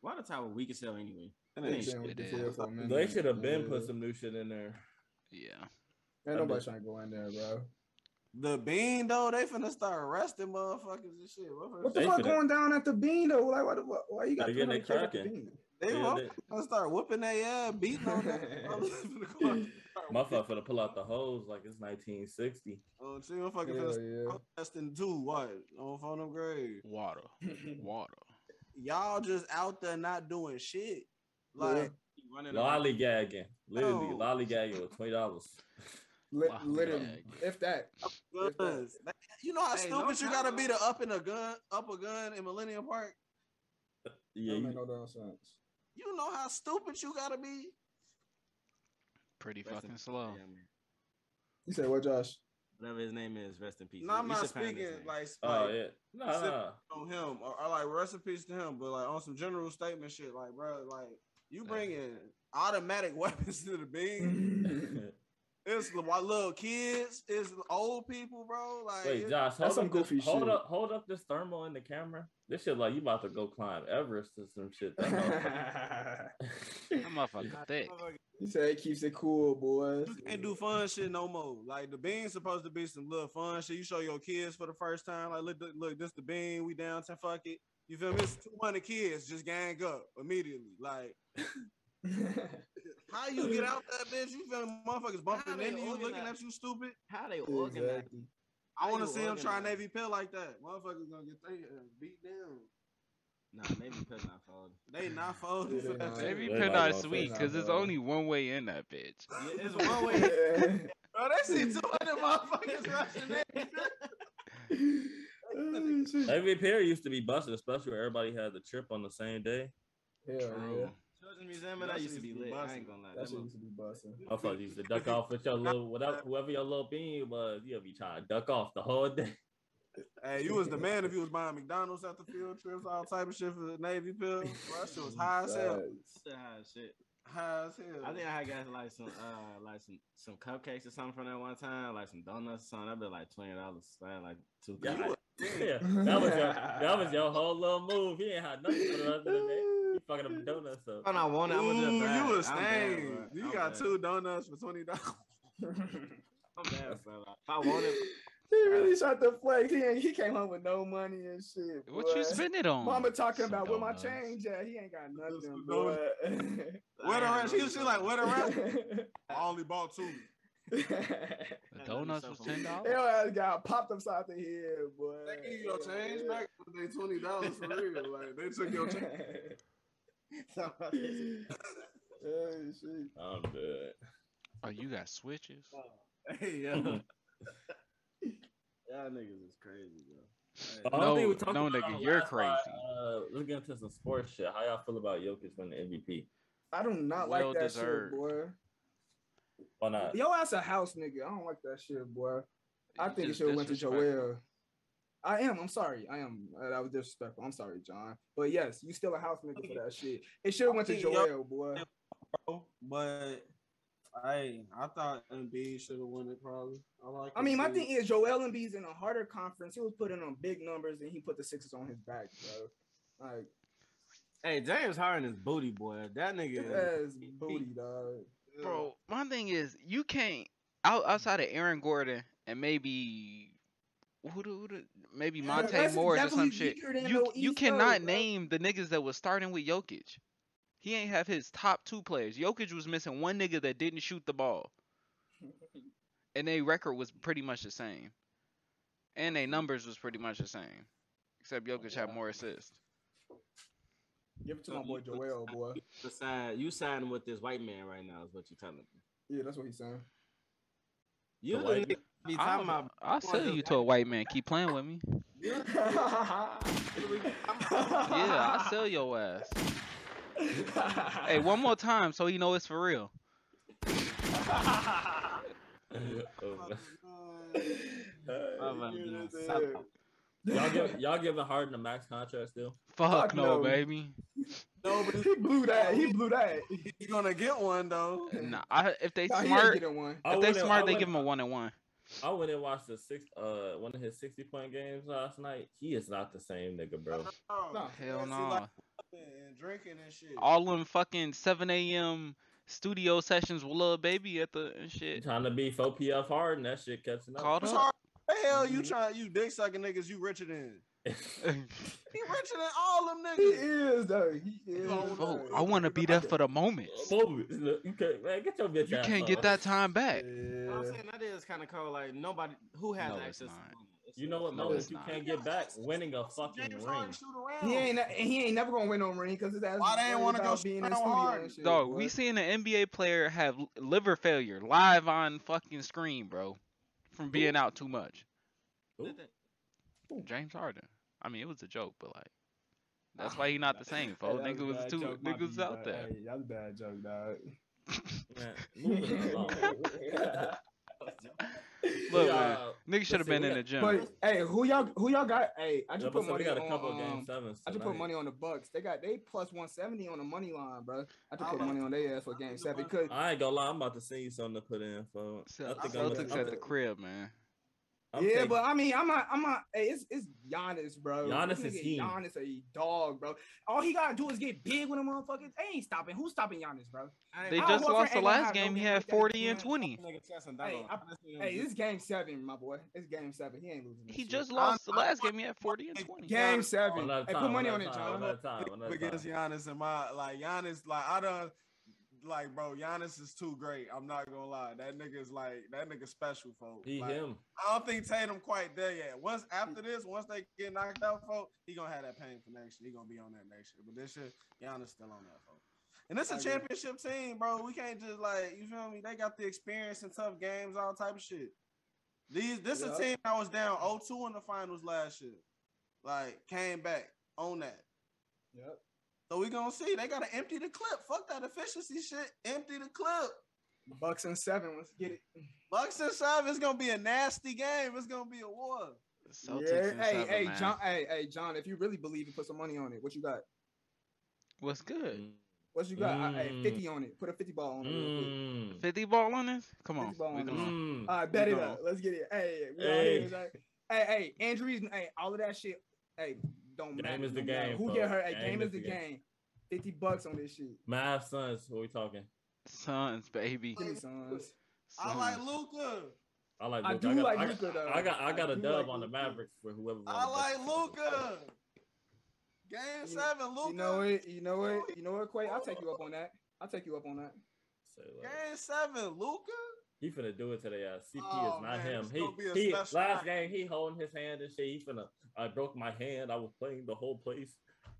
Speaker 4: Water Tower weak as hell anyway.
Speaker 9: That
Speaker 2: They
Speaker 9: ain't
Speaker 2: should
Speaker 9: shit.
Speaker 2: have
Speaker 5: it is.
Speaker 1: They should have been put some new shit in there.
Speaker 5: Yeah,
Speaker 2: Ain't nobody trying to go in there, bro.
Speaker 3: The bean though, they finna start arresting motherfuckers and shit.
Speaker 2: What the
Speaker 1: They
Speaker 2: fuck
Speaker 1: shoulda-
Speaker 2: going down at the bean though? Like, why, the- why, why you got
Speaker 1: They getting
Speaker 2: 300 kids
Speaker 1: it
Speaker 2: at the
Speaker 1: cracking.
Speaker 2: bean?
Speaker 3: They
Speaker 1: Yeah,
Speaker 3: won't.
Speaker 1: they-
Speaker 3: Gonna start whooping their ass, beating on them. Motherfucker
Speaker 1: Motherfucker finna pull out the hose like it's 1960.
Speaker 3: Oh, see, motherfucker finna
Speaker 2: Hell
Speaker 3: start protesting too. What? On phone them grave.
Speaker 5: water, water.
Speaker 3: Y'all just out there not doing shit. Like
Speaker 2: Yeah.
Speaker 4: He running around.
Speaker 1: Lollygagging. Literally
Speaker 3: No.
Speaker 1: lollygagging with twenty dollars.
Speaker 2: Li-
Speaker 5: Wow,
Speaker 2: literally,
Speaker 5: dog.
Speaker 2: if that. If that-
Speaker 3: guns. That- You know how
Speaker 4: Hey,
Speaker 3: stupid
Speaker 4: no
Speaker 3: you gotta
Speaker 4: time.
Speaker 3: be to up in a gun, up a gun in Millennium Park.
Speaker 1: Yeah,
Speaker 3: Oh
Speaker 2: that
Speaker 1: you,
Speaker 2: make no damn sense.
Speaker 3: You know how stupid you gotta be.
Speaker 5: Pretty
Speaker 4: Rest in
Speaker 5: fucking
Speaker 4: peace,
Speaker 5: slow.
Speaker 4: yeah, man.
Speaker 2: You said what, Josh?
Speaker 4: Whatever his name is, rest in peace.
Speaker 3: No, I'm
Speaker 4: We should
Speaker 3: not
Speaker 4: find his
Speaker 3: speaking
Speaker 4: name.
Speaker 3: like,
Speaker 1: oh
Speaker 3: like
Speaker 1: yeah, nah, nah.
Speaker 3: on him or, or like recipes to him, but like on some general statement shit, like bro, like you bringing automatic weapons to the beam. It's the white little kids, it's the old people, bro. Like
Speaker 1: Wait,
Speaker 3: it-
Speaker 1: Josh, hold,
Speaker 2: That's some
Speaker 1: up, this-
Speaker 2: goofy
Speaker 1: hold
Speaker 2: shit.
Speaker 1: up, hold up this thermal in the camera. This shit like you about to go climb Everest or some shit. That motherfucker-
Speaker 5: That motherfucker thick.
Speaker 2: You said it keeps it cool, boys.
Speaker 3: you can't do fun shit no more. Like the bean's supposed to be some little fun shit. You show your kids for the first time, like look, look, this the bean. We downtown, fuck it. You feel me? It's two hundred kids just gang up immediately. Like how you get out that bitch? You feel me? Motherfuckers bumping
Speaker 4: they
Speaker 3: into you, looking
Speaker 4: organize-
Speaker 3: at you stupid.
Speaker 4: How they organize?
Speaker 2: exactly.
Speaker 3: I
Speaker 4: How
Speaker 3: want to
Speaker 4: you
Speaker 3: see him try
Speaker 4: organized?
Speaker 3: Navy Pill like that. Motherfuckers gonna get they uh, beat down.
Speaker 4: Nah, maybe because not followed.
Speaker 3: They not folding
Speaker 2: Yeah,
Speaker 3: for
Speaker 2: they
Speaker 3: that
Speaker 2: not.
Speaker 3: shit.
Speaker 5: Maybe
Speaker 1: They
Speaker 5: pin
Speaker 1: might
Speaker 5: our
Speaker 1: go
Speaker 5: sweet
Speaker 2: first.
Speaker 5: because there's only one way in that bitch.
Speaker 4: Yeah, it's one way.
Speaker 3: Bro, they see 200 motherfuckers rushing in.
Speaker 2: Oh, shit.
Speaker 1: Every pair used to be busted, especially when everybody had the trip on the same day.
Speaker 2: Hell yeah.
Speaker 4: Children's Museum, and that used to be lit. I ain't gonna lie.
Speaker 2: That
Speaker 4: That
Speaker 2: shit
Speaker 4: motherfucker-
Speaker 2: used to be busting.
Speaker 1: Motherfuckers used to duck off with your little without whoever your little bean was. You'll be trying to duck off the whole day.
Speaker 3: Hey, you was the man if you was buying McDonald's after field trips, all type of shit for the Navy Pill. Bro, that shit was high as hell.
Speaker 2: Facts.
Speaker 4: Shit, high as shit.
Speaker 3: High as hell.
Speaker 4: I think I had got like some, uh, like some, some cupcakes or something from that one time, like some donuts or something. That'd be like twenty dollars. I had like two.
Speaker 1: Yeah,
Speaker 4: cupcakes.
Speaker 1: yeah, that was your that was your whole little move. He ain't had nothing for the rest of the day. He fucking up donuts up.
Speaker 4: When I won, I was just
Speaker 3: Ooh,
Speaker 4: bad.
Speaker 3: you was
Speaker 4: I'm bad,
Speaker 3: stained.
Speaker 4: bro.
Speaker 3: You
Speaker 4: I'm
Speaker 3: got
Speaker 4: bad.
Speaker 3: two donuts for twenty dollars.
Speaker 4: I'm bad, bro. If I wanted,
Speaker 2: He really shot the flex. He ain't, he came home with no money and shit.
Speaker 5: What
Speaker 2: boy.
Speaker 5: you spend it on?
Speaker 2: Mama talking
Speaker 5: Some
Speaker 2: about where my
Speaker 5: donuts.
Speaker 2: change at. He ain't got nothing,
Speaker 3: Some
Speaker 2: bro.
Speaker 3: Where the rest? She was she like, where the rest?
Speaker 2: they
Speaker 3: I only bought two.
Speaker 5: The donuts was ten dollars.
Speaker 2: all had got popped upside the head, boy.
Speaker 3: They give you your change back, but they twenty dollars for real. Like they took your change.
Speaker 2: Oh, shit.
Speaker 1: I'm good.
Speaker 5: Oh, you got switches.
Speaker 4: hey, yo. Y'all niggas is crazy, bro.
Speaker 1: I don't think we
Speaker 5: No,
Speaker 1: talked
Speaker 5: no,
Speaker 1: about
Speaker 5: nigga,
Speaker 1: on
Speaker 5: you're
Speaker 1: last pod,
Speaker 5: crazy.
Speaker 1: Uh, let's get into some sports shit. How y'all feel about Jokic winning MVP?
Speaker 2: I do not like
Speaker 5: Well
Speaker 2: that
Speaker 5: deserved. Uh,
Speaker 2: shit, boy.
Speaker 1: Why not?
Speaker 2: Yo ass a house nigga. I don't like that shit, boy. I
Speaker 5: You
Speaker 2: think it
Speaker 5: just
Speaker 2: should have went to
Speaker 5: disrespectful.
Speaker 2: Joel. I am. I'm sorry. I am. Uh, That was disrespectful. I'm sorry, John. But yes, you still a house nigga for that shit. It should have went to
Speaker 3: think y'all-
Speaker 2: Joel, boy.
Speaker 3: bro, but hey, I thought Embiid should have won it probably. I like.
Speaker 2: I mean, my
Speaker 3: Embiid.
Speaker 2: thing is Joel Embiid's in a harder conference. He was putting on big numbers, and he put the sixes on his back, bro. Like
Speaker 4: Hey, James Harden is booty boy. That nigga.
Speaker 2: his
Speaker 4: is-
Speaker 2: ass booty, dog.
Speaker 5: Bro, my thing is you can't out, outside of Aaron Gordon and maybe who do, who do- maybe
Speaker 2: Yeah,
Speaker 5: Monte
Speaker 2: that's
Speaker 5: Morris or
Speaker 2: exactly
Speaker 5: some
Speaker 2: who
Speaker 5: shit.
Speaker 2: weaker than
Speaker 5: You
Speaker 2: no
Speaker 5: you
Speaker 2: East
Speaker 5: cannot
Speaker 2: though, bro.
Speaker 5: name the niggas that was starting with Jokic. He ain't have his top two players. Jokic was missing one nigga that didn't shoot the ball. And their record was pretty much the same. And their numbers was pretty much the same. Except Jokic had more assists.
Speaker 2: Give it to my boy Joel, boy.
Speaker 4: the side- you signing with this white man right now is what you telling me.
Speaker 2: Yeah, that's what he's saying.
Speaker 4: You
Speaker 1: The
Speaker 4: the
Speaker 1: white
Speaker 4: nigga be
Speaker 5: I'll,
Speaker 4: talking about
Speaker 5: I'll sell you to a white man. Keep playing with me. Yeah, I'll sell your ass. Hey, one more time so you know it's for real.
Speaker 1: Oh,
Speaker 3: Oh, man.
Speaker 4: I'm about to
Speaker 2: You
Speaker 4: do
Speaker 3: uh,
Speaker 2: just
Speaker 4: something.
Speaker 2: said-
Speaker 1: Y'all give y'all giving Harden a max contract still?
Speaker 5: Fuck,
Speaker 2: Fuck
Speaker 5: no,
Speaker 2: no.
Speaker 5: baby.
Speaker 3: No, but
Speaker 2: he blew that. He blew that.
Speaker 3: he's gonna get one though.
Speaker 5: Nah, I, if they
Speaker 2: Nah, he ain't
Speaker 5: smart,
Speaker 2: getting one.
Speaker 1: I
Speaker 5: if
Speaker 1: went
Speaker 5: they
Speaker 1: and- I
Speaker 5: smart, they
Speaker 1: went-
Speaker 5: give him a one and one.
Speaker 1: I went and watched the six uh one of his sixty point games last night. He is not the same nigga, bro.
Speaker 3: No,
Speaker 5: Hell
Speaker 3: Yes, he
Speaker 5: no.
Speaker 3: like- and drinking and shit.
Speaker 5: All them fucking seven a.m. studio sessions with little baby at the and
Speaker 1: You
Speaker 5: shit.
Speaker 1: Trying to be faux PF Harden, that shit catching up.
Speaker 5: Caught
Speaker 3: What's
Speaker 5: up.
Speaker 3: hard? The hell you
Speaker 4: Mm-hmm.
Speaker 2: Mhm.
Speaker 3: trying? You dick sucking niggas. You richer than he richer than all them
Speaker 2: He
Speaker 3: niggas.
Speaker 2: is though. He is.
Speaker 3: Oh,
Speaker 5: Oh,
Speaker 2: though.
Speaker 5: I want to be there for the moment.
Speaker 1: Bobby, look, you can't man, get your bitch.
Speaker 5: You
Speaker 1: ass
Speaker 5: can't get
Speaker 1: up.
Speaker 5: that time back.
Speaker 4: I'm
Speaker 2: Yeah.
Speaker 4: saying that is kind of cold. Like nobody who has
Speaker 5: No, it's
Speaker 4: access. To
Speaker 5: not.
Speaker 4: money? It's-
Speaker 1: You know what,
Speaker 5: No,
Speaker 1: no,
Speaker 5: it's
Speaker 1: you
Speaker 5: not.
Speaker 1: can't get back winning a fucking
Speaker 3: James
Speaker 1: ring.
Speaker 3: Harden shoot around.
Speaker 2: He ain't. And he ain't never gonna win no ring because his ass.
Speaker 3: Why
Speaker 2: is
Speaker 3: they ain't
Speaker 2: worried
Speaker 3: wanna go
Speaker 2: about being in the
Speaker 3: straight on
Speaker 2: studio
Speaker 3: Harden?
Speaker 2: and shit,
Speaker 5: Dog,
Speaker 2: boy.
Speaker 5: we seen an NBA player have l- liver failure live on fucking screen, bro, from being out too much.
Speaker 1: Who?
Speaker 5: James Harden. I mean, it was a joke, but like, that's why he not the same,
Speaker 2: Hey,
Speaker 5: folks.
Speaker 2: that
Speaker 5: Nigga
Speaker 2: a
Speaker 5: Oh, was
Speaker 2: bad
Speaker 5: too,
Speaker 2: joke, my
Speaker 5: nigga was
Speaker 2: B,
Speaker 5: out
Speaker 2: dog.
Speaker 5: there.
Speaker 2: Hey, that's a bad joke, dog.
Speaker 1: Man, moving along.
Speaker 5: Look,
Speaker 1: Yeah,
Speaker 5: Nigga should have
Speaker 1: see,
Speaker 5: been
Speaker 1: we
Speaker 5: in
Speaker 1: got-
Speaker 5: the gym.
Speaker 2: But hey, who y'all who y'all got? Hey, I
Speaker 1: yeah,
Speaker 2: just
Speaker 1: but
Speaker 2: put
Speaker 1: so we
Speaker 2: money
Speaker 1: got
Speaker 2: on.
Speaker 1: a couple of
Speaker 2: um,
Speaker 1: game sevens.
Speaker 2: I just put
Speaker 1: tonight.
Speaker 2: money on the Bucks. They got they plus one seventy on the money line, bro. I just
Speaker 3: I
Speaker 2: put
Speaker 3: like
Speaker 2: money
Speaker 3: the
Speaker 2: on their ass for
Speaker 3: I
Speaker 2: game
Speaker 3: like the
Speaker 2: seven
Speaker 3: Bucks.
Speaker 2: because
Speaker 1: I ain't gonna lie, I'm about to send you something to put in for. I
Speaker 5: Cel-
Speaker 1: think I'm,
Speaker 5: Celtics
Speaker 1: gonna-
Speaker 5: at
Speaker 1: I'm,
Speaker 5: the crib, man.
Speaker 1: I'm
Speaker 2: yeah,
Speaker 1: taking-
Speaker 2: but I mean, I'm not, I'm not. Hey, it's it's Giannis, bro.
Speaker 1: Giannis
Speaker 2: This
Speaker 1: is
Speaker 2: nigga
Speaker 1: he.
Speaker 2: Giannis a dog, bro. All he gotta do is get big with them motherfuckers. They ain't stopping. Who's stopping Giannis, bro?
Speaker 1: Mm-hmm.
Speaker 5: They
Speaker 2: Al
Speaker 5: just
Speaker 2: Horford
Speaker 5: lost the
Speaker 2: ain't gonna
Speaker 5: last
Speaker 2: have no
Speaker 5: game. He
Speaker 2: game
Speaker 5: had
Speaker 2: today,
Speaker 5: 40 and
Speaker 2: man.
Speaker 5: 20.
Speaker 2: Hey, I- Hey, this is game seven, my boy. It's game seven. He ain't losing. This
Speaker 5: He
Speaker 2: shit.
Speaker 5: just lost the
Speaker 3: I'm-
Speaker 5: last game. He had 40 and 20.
Speaker 2: game
Speaker 3: Giannis.
Speaker 2: seven.
Speaker 1: One at a
Speaker 2: Hey, put
Speaker 1: time, one
Speaker 2: money
Speaker 1: at
Speaker 2: on
Speaker 1: a
Speaker 2: it,
Speaker 1: time, one at
Speaker 2: John.
Speaker 1: a time, one at a
Speaker 3: against
Speaker 1: time.
Speaker 3: Giannis and my like Giannis like I done like bro Giannis is too great. I'm not gonna lie. That nigga is like that nigga special folks.
Speaker 1: He
Speaker 3: Like,
Speaker 1: him.
Speaker 3: I don't think Tatum quite there yet. Once after
Speaker 2: Mm.
Speaker 3: this, once they get knocked out, folks, he gonna have that pain for next year. He gonna be on that next year. But this year, Giannis still on that, folks. And it's
Speaker 2: I
Speaker 3: a
Speaker 2: agree.
Speaker 3: championship team, bro. We can't just like you feel me. They got the experience in tough games, all type of shit. These this is
Speaker 2: Yeah.
Speaker 3: a team that was down 0-2 in the finals last year, like came back on that.
Speaker 2: Yep.
Speaker 3: So we gonna see. They gotta empty the clip. Fuck that efficiency shit. Empty the clip.
Speaker 2: Bucks and seven. Let's get it.
Speaker 3: Bucks and seven. It's gonna be a nasty game. It's gonna be a war.
Speaker 5: Celtics
Speaker 2: yeah.
Speaker 5: in
Speaker 2: Hey,
Speaker 5: seven,
Speaker 2: hey,
Speaker 5: man.
Speaker 2: John. Hey, hey, John. If you really believe it, put some money on it. What you got?
Speaker 5: What's good?
Speaker 2: What you got? I, hey,
Speaker 1: Mm.
Speaker 2: fifty on it. Put a fifty ball on it. Real quick.
Speaker 1: Mm.
Speaker 5: 50 ball on this? Come on.
Speaker 2: 50 ball
Speaker 5: we
Speaker 2: on
Speaker 5: gonna-
Speaker 2: this.
Speaker 1: Mm.
Speaker 2: All right, bet
Speaker 5: We
Speaker 2: it
Speaker 5: gonna-
Speaker 2: up. Let's get it. Hey, we
Speaker 1: Hey.
Speaker 2: hey. Here, Zach. hey, hey, injuries, hey, all of that shit. Hey, don't
Speaker 1: Game
Speaker 2: matter.
Speaker 1: is the
Speaker 2: no matter
Speaker 1: game,
Speaker 2: Who
Speaker 1: folks.
Speaker 2: get hurt? Hey, game, is the game. Fifty bucks on this shit.
Speaker 1: Mavs Suns, what we talking?
Speaker 5: Sons, baby.
Speaker 2: Give me sons.
Speaker 3: I like
Speaker 5: Suns.
Speaker 3: Luca.
Speaker 1: I like.
Speaker 2: I
Speaker 1: Luka.
Speaker 2: do
Speaker 1: got,
Speaker 2: like
Speaker 1: I,
Speaker 2: Luka, though.
Speaker 1: I got. I got a
Speaker 2: do
Speaker 1: dub
Speaker 2: like
Speaker 1: on the
Speaker 2: Luka.
Speaker 1: Mavericks for whoever. won
Speaker 3: I
Speaker 1: the-
Speaker 3: like Luca. Game
Speaker 2: You-
Speaker 3: seven, Luca.
Speaker 2: You know it. You know it. You know it, Quay. I'll take you up on that. I'll take you up on that.
Speaker 1: Say what?
Speaker 3: Game seven, Luca.
Speaker 1: He finna do it today. Uh, CP
Speaker 3: Oh,
Speaker 1: is not
Speaker 3: man,
Speaker 1: him.
Speaker 3: it's
Speaker 1: He,
Speaker 3: gonna be a
Speaker 1: he
Speaker 3: special
Speaker 1: last
Speaker 3: night.
Speaker 1: game he holding his hand and shit. He finna. I broke my hand. I was playing the whole place.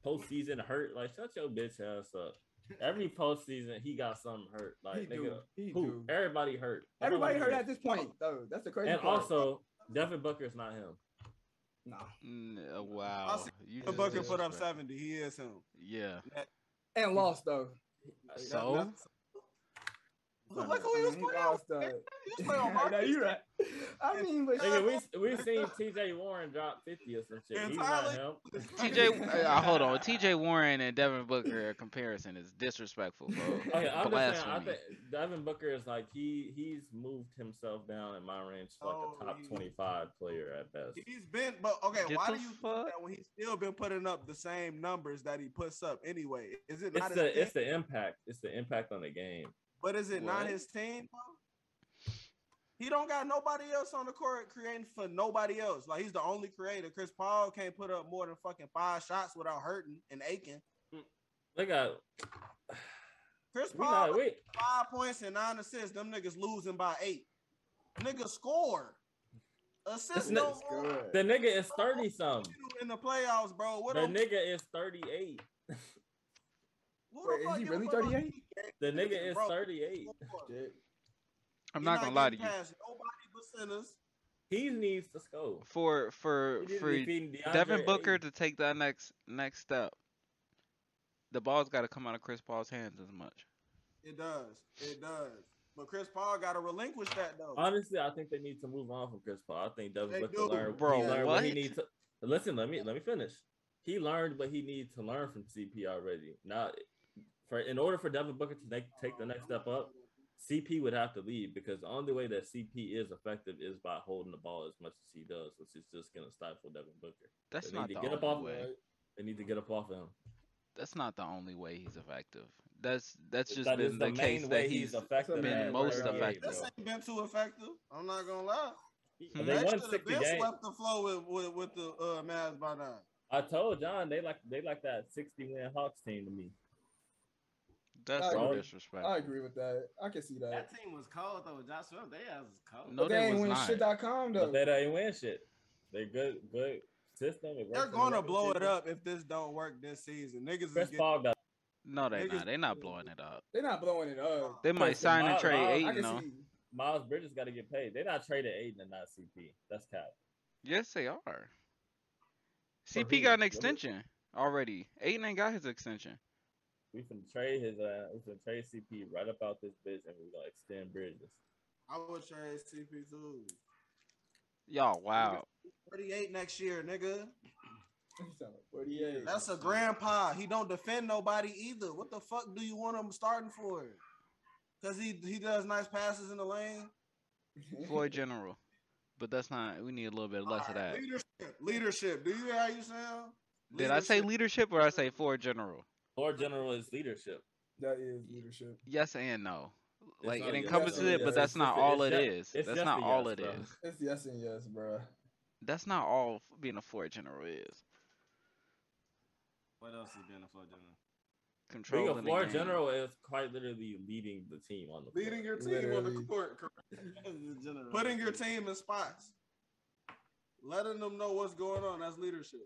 Speaker 1: Postseason hurt. Like shut your bitch ass up. Every postseason he got something hurt. Like
Speaker 2: he
Speaker 1: nigga,
Speaker 2: do. He
Speaker 1: who?
Speaker 2: do.
Speaker 1: Everybody hurt.
Speaker 2: Everybody
Speaker 1: Nobody
Speaker 2: heard
Speaker 1: good.
Speaker 2: at this point, though. That's the crazy
Speaker 1: And
Speaker 2: part.
Speaker 1: also, Devin Booker's not him.
Speaker 2: nah.
Speaker 5: Mm, uh, wow.
Speaker 3: see
Speaker 5: You
Speaker 3: The
Speaker 5: just
Speaker 3: bucket put up
Speaker 5: disrespect-
Speaker 3: seventy. He is him.
Speaker 5: Yeah.
Speaker 2: And lost though.
Speaker 5: So?
Speaker 3: Look, look who he was
Speaker 2: I mean,
Speaker 3: playing.
Speaker 2: lost though.
Speaker 3: He was playing
Speaker 2: no,
Speaker 3: on Marcus.
Speaker 2: you right. I mean, but
Speaker 1: Nigga, we we seen T.J. Warren drop fifty or some shit. He's not
Speaker 3: Entirely.
Speaker 1: him.
Speaker 5: TJ, uh, hold on. TJ Warren and Devin Booker uh, comparison is disrespectful, bro.
Speaker 1: Okay, I'm just saying. I
Speaker 5: Blasphemy.
Speaker 1: think Devin Booker is like he he's moved himself down in my range to like
Speaker 3: Oh,
Speaker 1: a top
Speaker 3: he-
Speaker 1: twenty-five player at best.
Speaker 3: He's been, but okay.
Speaker 5: Get
Speaker 3: why
Speaker 5: the
Speaker 3: do you
Speaker 5: fuck-
Speaker 3: think that when he's still been putting up the same numbers that he puts up anyway? Is it
Speaker 1: It's
Speaker 3: not his
Speaker 1: the
Speaker 3: team?
Speaker 1: it's the impact. It's the impact on the game.
Speaker 3: but is it not
Speaker 5: What?
Speaker 3: his team? Bro? He don't got nobody else on the court creating for nobody else. Like he's the only creator. Chris Paul can't put up more than fucking five shots without hurting and aching.
Speaker 1: They got
Speaker 3: Chris
Speaker 1: we
Speaker 3: Paul
Speaker 1: not wait.
Speaker 3: five points and nine assists. Them niggas losing by eight. Niggas score.
Speaker 1: That's
Speaker 3: Assists no more
Speaker 1: The nigga is thirty something.
Speaker 3: in the playoffs, bro. What
Speaker 1: The
Speaker 3: the,
Speaker 1: nigga is thirty-eight.
Speaker 3: who
Speaker 2: Wait,
Speaker 3: the
Speaker 2: is
Speaker 3: fuck
Speaker 2: he
Speaker 3: give a
Speaker 2: really
Speaker 3: fuck about
Speaker 2: 38?
Speaker 1: The nigga is
Speaker 3: Bro.
Speaker 1: thirty-eight.
Speaker 3: score?
Speaker 5: I'm
Speaker 3: He
Speaker 5: not gonna lie to
Speaker 3: getting
Speaker 5: you.
Speaker 3: past Nobody but centers.
Speaker 1: He needs to score.
Speaker 5: For for
Speaker 1: He needs to
Speaker 5: for
Speaker 1: be feeding
Speaker 5: Devin
Speaker 1: DeAndre
Speaker 5: Booker
Speaker 1: Ayton.
Speaker 5: to take that next next step, the ball's got to come out of Chris Paul's hands as much.
Speaker 3: It does. It does. But Chris Paul got to relinquish that though.
Speaker 1: Honestly, I think they need to move on from Chris Paul. I think Devin
Speaker 3: They
Speaker 1: Booker
Speaker 3: do.
Speaker 1: learned,
Speaker 5: Bro,
Speaker 1: he learned what he
Speaker 5: what?
Speaker 1: needs to. Listen, let me let me finish. He learned what he needed to learn from CP already. Now, for in order for Devin Booker to take, take the next step up, CP would have to leave because the only way that CP is effective is by holding the ball as much as he does, which is just gonna stifle Devin Booker.
Speaker 5: That's
Speaker 1: they
Speaker 5: not
Speaker 1: need
Speaker 5: the
Speaker 1: to get up off
Speaker 5: only way.
Speaker 1: him. They need to get up off him.
Speaker 5: That's not the only way he's effective. That's that's just
Speaker 1: That is
Speaker 5: been the, case that he's.
Speaker 1: effective.
Speaker 5: been
Speaker 1: at
Speaker 5: most
Speaker 1: NBA, bro.
Speaker 5: effective.
Speaker 3: This ain't been too effective. I'm not gonna lie.
Speaker 1: And
Speaker 3: They
Speaker 1: They won
Speaker 3: should have
Speaker 1: 60
Speaker 3: been
Speaker 1: games.
Speaker 3: swept the floor with, with, with the uh, Mavs by now.
Speaker 1: I told John they like they like that 60 win Hawks team to me.
Speaker 5: that's
Speaker 2: I
Speaker 5: so
Speaker 1: agree.
Speaker 5: disrespectful.
Speaker 2: I agree with that. I can see that.
Speaker 4: That team was cold though. Josh Swift, they ass was cold.
Speaker 5: No,
Speaker 2: but they
Speaker 5: they
Speaker 2: ain't
Speaker 5: was
Speaker 2: win
Speaker 5: not.
Speaker 2: shit.com though.
Speaker 1: But they don't win shit. They good good system. It works
Speaker 3: They're
Speaker 1: in the
Speaker 3: gonna
Speaker 1: regular
Speaker 3: blow it
Speaker 1: season.
Speaker 3: up if this don't work this season. Niggas is
Speaker 1: Chris
Speaker 3: getting
Speaker 1: Paul got
Speaker 5: No, they
Speaker 3: Niggas-
Speaker 5: not. They not blowing it up.
Speaker 2: They're not blowing it up.
Speaker 5: They might
Speaker 1: Listen,
Speaker 5: sign and
Speaker 1: my- my- I
Speaker 5: trade
Speaker 2: I
Speaker 5: Aiden
Speaker 2: can
Speaker 5: though.
Speaker 2: see.
Speaker 1: Miles Bridges got to get paid. They not traded Aiden and not CP. That's cap.
Speaker 5: Yes, they are.
Speaker 1: who?
Speaker 5: CP got an
Speaker 1: What is-
Speaker 5: extension already. Aiden ain't got his extension.
Speaker 1: We can trade his. Uh, we can trade CP right up out this bitch, and we gonna extend Bridges.
Speaker 3: I would trade CP too.
Speaker 5: Y'all, wow.
Speaker 3: 38 next year, nigga.
Speaker 2: He's talking about 48.
Speaker 3: That's a grandpa. He don't defend nobody either. What the fuck do you want him starting for? Cause he he does nice passes in the lane.
Speaker 5: Floyd General. But that's not. We need a little bit less of
Speaker 3: Alright,
Speaker 5: that.
Speaker 3: Leadership. Leadership. Do you hear how you sound?
Speaker 5: Did I say
Speaker 3: Leadership.
Speaker 5: leadership or I say Floyd General?
Speaker 1: Lord General is leadership.
Speaker 2: that is leadership.
Speaker 5: Yes and no.
Speaker 1: It's
Speaker 5: Like
Speaker 1: not
Speaker 5: it
Speaker 1: yes,
Speaker 5: encompasses
Speaker 1: though.
Speaker 5: it,
Speaker 1: Yes,
Speaker 5: but that's
Speaker 1: it's
Speaker 5: not
Speaker 1: just a-
Speaker 5: all
Speaker 1: it's
Speaker 5: it
Speaker 1: ju-
Speaker 5: is.
Speaker 1: it's
Speaker 5: That's
Speaker 1: just
Speaker 5: not
Speaker 1: a
Speaker 5: all
Speaker 1: yes,
Speaker 5: it
Speaker 1: bro.
Speaker 5: is.
Speaker 2: It's yes and yes, bro.
Speaker 5: That's not all f- being a Floyd General is.
Speaker 4: What else is being a floor general?
Speaker 5: Controlling
Speaker 1: Being a
Speaker 5: the
Speaker 1: floor
Speaker 5: game.
Speaker 1: general is quite literally leading the team on the floor.
Speaker 3: leading your team on the
Speaker 2: Literally.
Speaker 3: court, correct?
Speaker 4: The general.
Speaker 3: putting your team in spots, letting them know what's going on. That's leadership.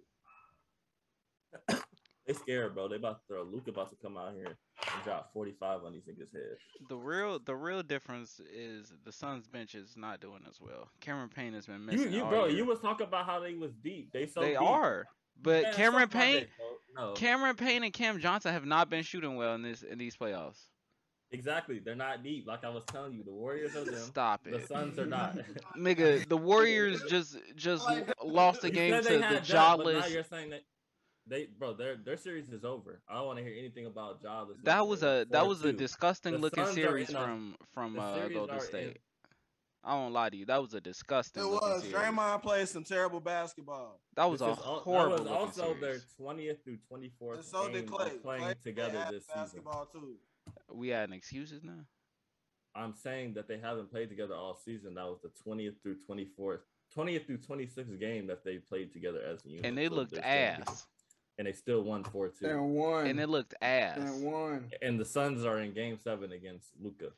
Speaker 1: They scared, bro. They about to throw Luke about to come out here and drop 45 on these niggas' heads.
Speaker 5: The real the real difference is the Suns bench is not doing as well. Cameron Payne has been
Speaker 1: You,
Speaker 5: missing.
Speaker 1: you
Speaker 5: all
Speaker 1: bro,
Speaker 5: year.
Speaker 1: you was talking about how they was deep. They so
Speaker 5: they
Speaker 1: deep.
Speaker 5: are. But
Speaker 1: Man,
Speaker 5: Cameron
Speaker 1: suck my
Speaker 5: Payne
Speaker 1: dick, bro. no,
Speaker 5: Cameron Payne and Cam Johnson have not been shooting well in this in these playoffs.
Speaker 1: exactly. They're not deep. Like I was telling you, the Warriors are them.
Speaker 5: Stop
Speaker 1: The
Speaker 5: it.
Speaker 1: Suns are not.
Speaker 5: Nigga, the Warriors just just
Speaker 3: Like-
Speaker 5: lost the
Speaker 1: You
Speaker 5: game
Speaker 1: said
Speaker 5: to
Speaker 1: they
Speaker 5: the
Speaker 1: had that, but now
Speaker 5: jawless
Speaker 1: you're saying that they, bro, their their series is over. I don't want to hear anything about jawless.
Speaker 5: That was a that was a
Speaker 1: disgusting
Speaker 5: disgusting
Speaker 1: The
Speaker 5: looking
Speaker 1: Suns are
Speaker 5: series
Speaker 1: in a-
Speaker 5: from from
Speaker 1: the
Speaker 5: uh,
Speaker 1: series
Speaker 5: Golden
Speaker 1: are
Speaker 5: State.
Speaker 1: in.
Speaker 5: I won't lie to you, that was a disgusting.
Speaker 3: It
Speaker 5: looking
Speaker 3: was.
Speaker 5: series.
Speaker 3: Draymond played some terrible basketball.
Speaker 5: That was a
Speaker 1: this is al- That
Speaker 5: horrible
Speaker 1: was
Speaker 5: looking
Speaker 1: also
Speaker 5: series.
Speaker 1: their twentieth through twenty
Speaker 3: And
Speaker 1: fourth
Speaker 3: so
Speaker 1: game
Speaker 3: did
Speaker 1: of
Speaker 3: Clay.
Speaker 1: playing
Speaker 3: Clay
Speaker 1: together
Speaker 3: had
Speaker 1: this season.
Speaker 3: basketball too.
Speaker 5: We had an excuses now.
Speaker 1: I'm saying that they haven't played together all season. That was the twentieth through twenty fourth, twentieth through twenty sixth game that they played together as a unit.
Speaker 5: And they
Speaker 1: So
Speaker 5: looked
Speaker 1: they're still-
Speaker 5: ass.
Speaker 1: and they still won four two.
Speaker 2: And one.
Speaker 5: And they looked ass.
Speaker 2: and one.
Speaker 1: And the Suns are in game seven against Luca.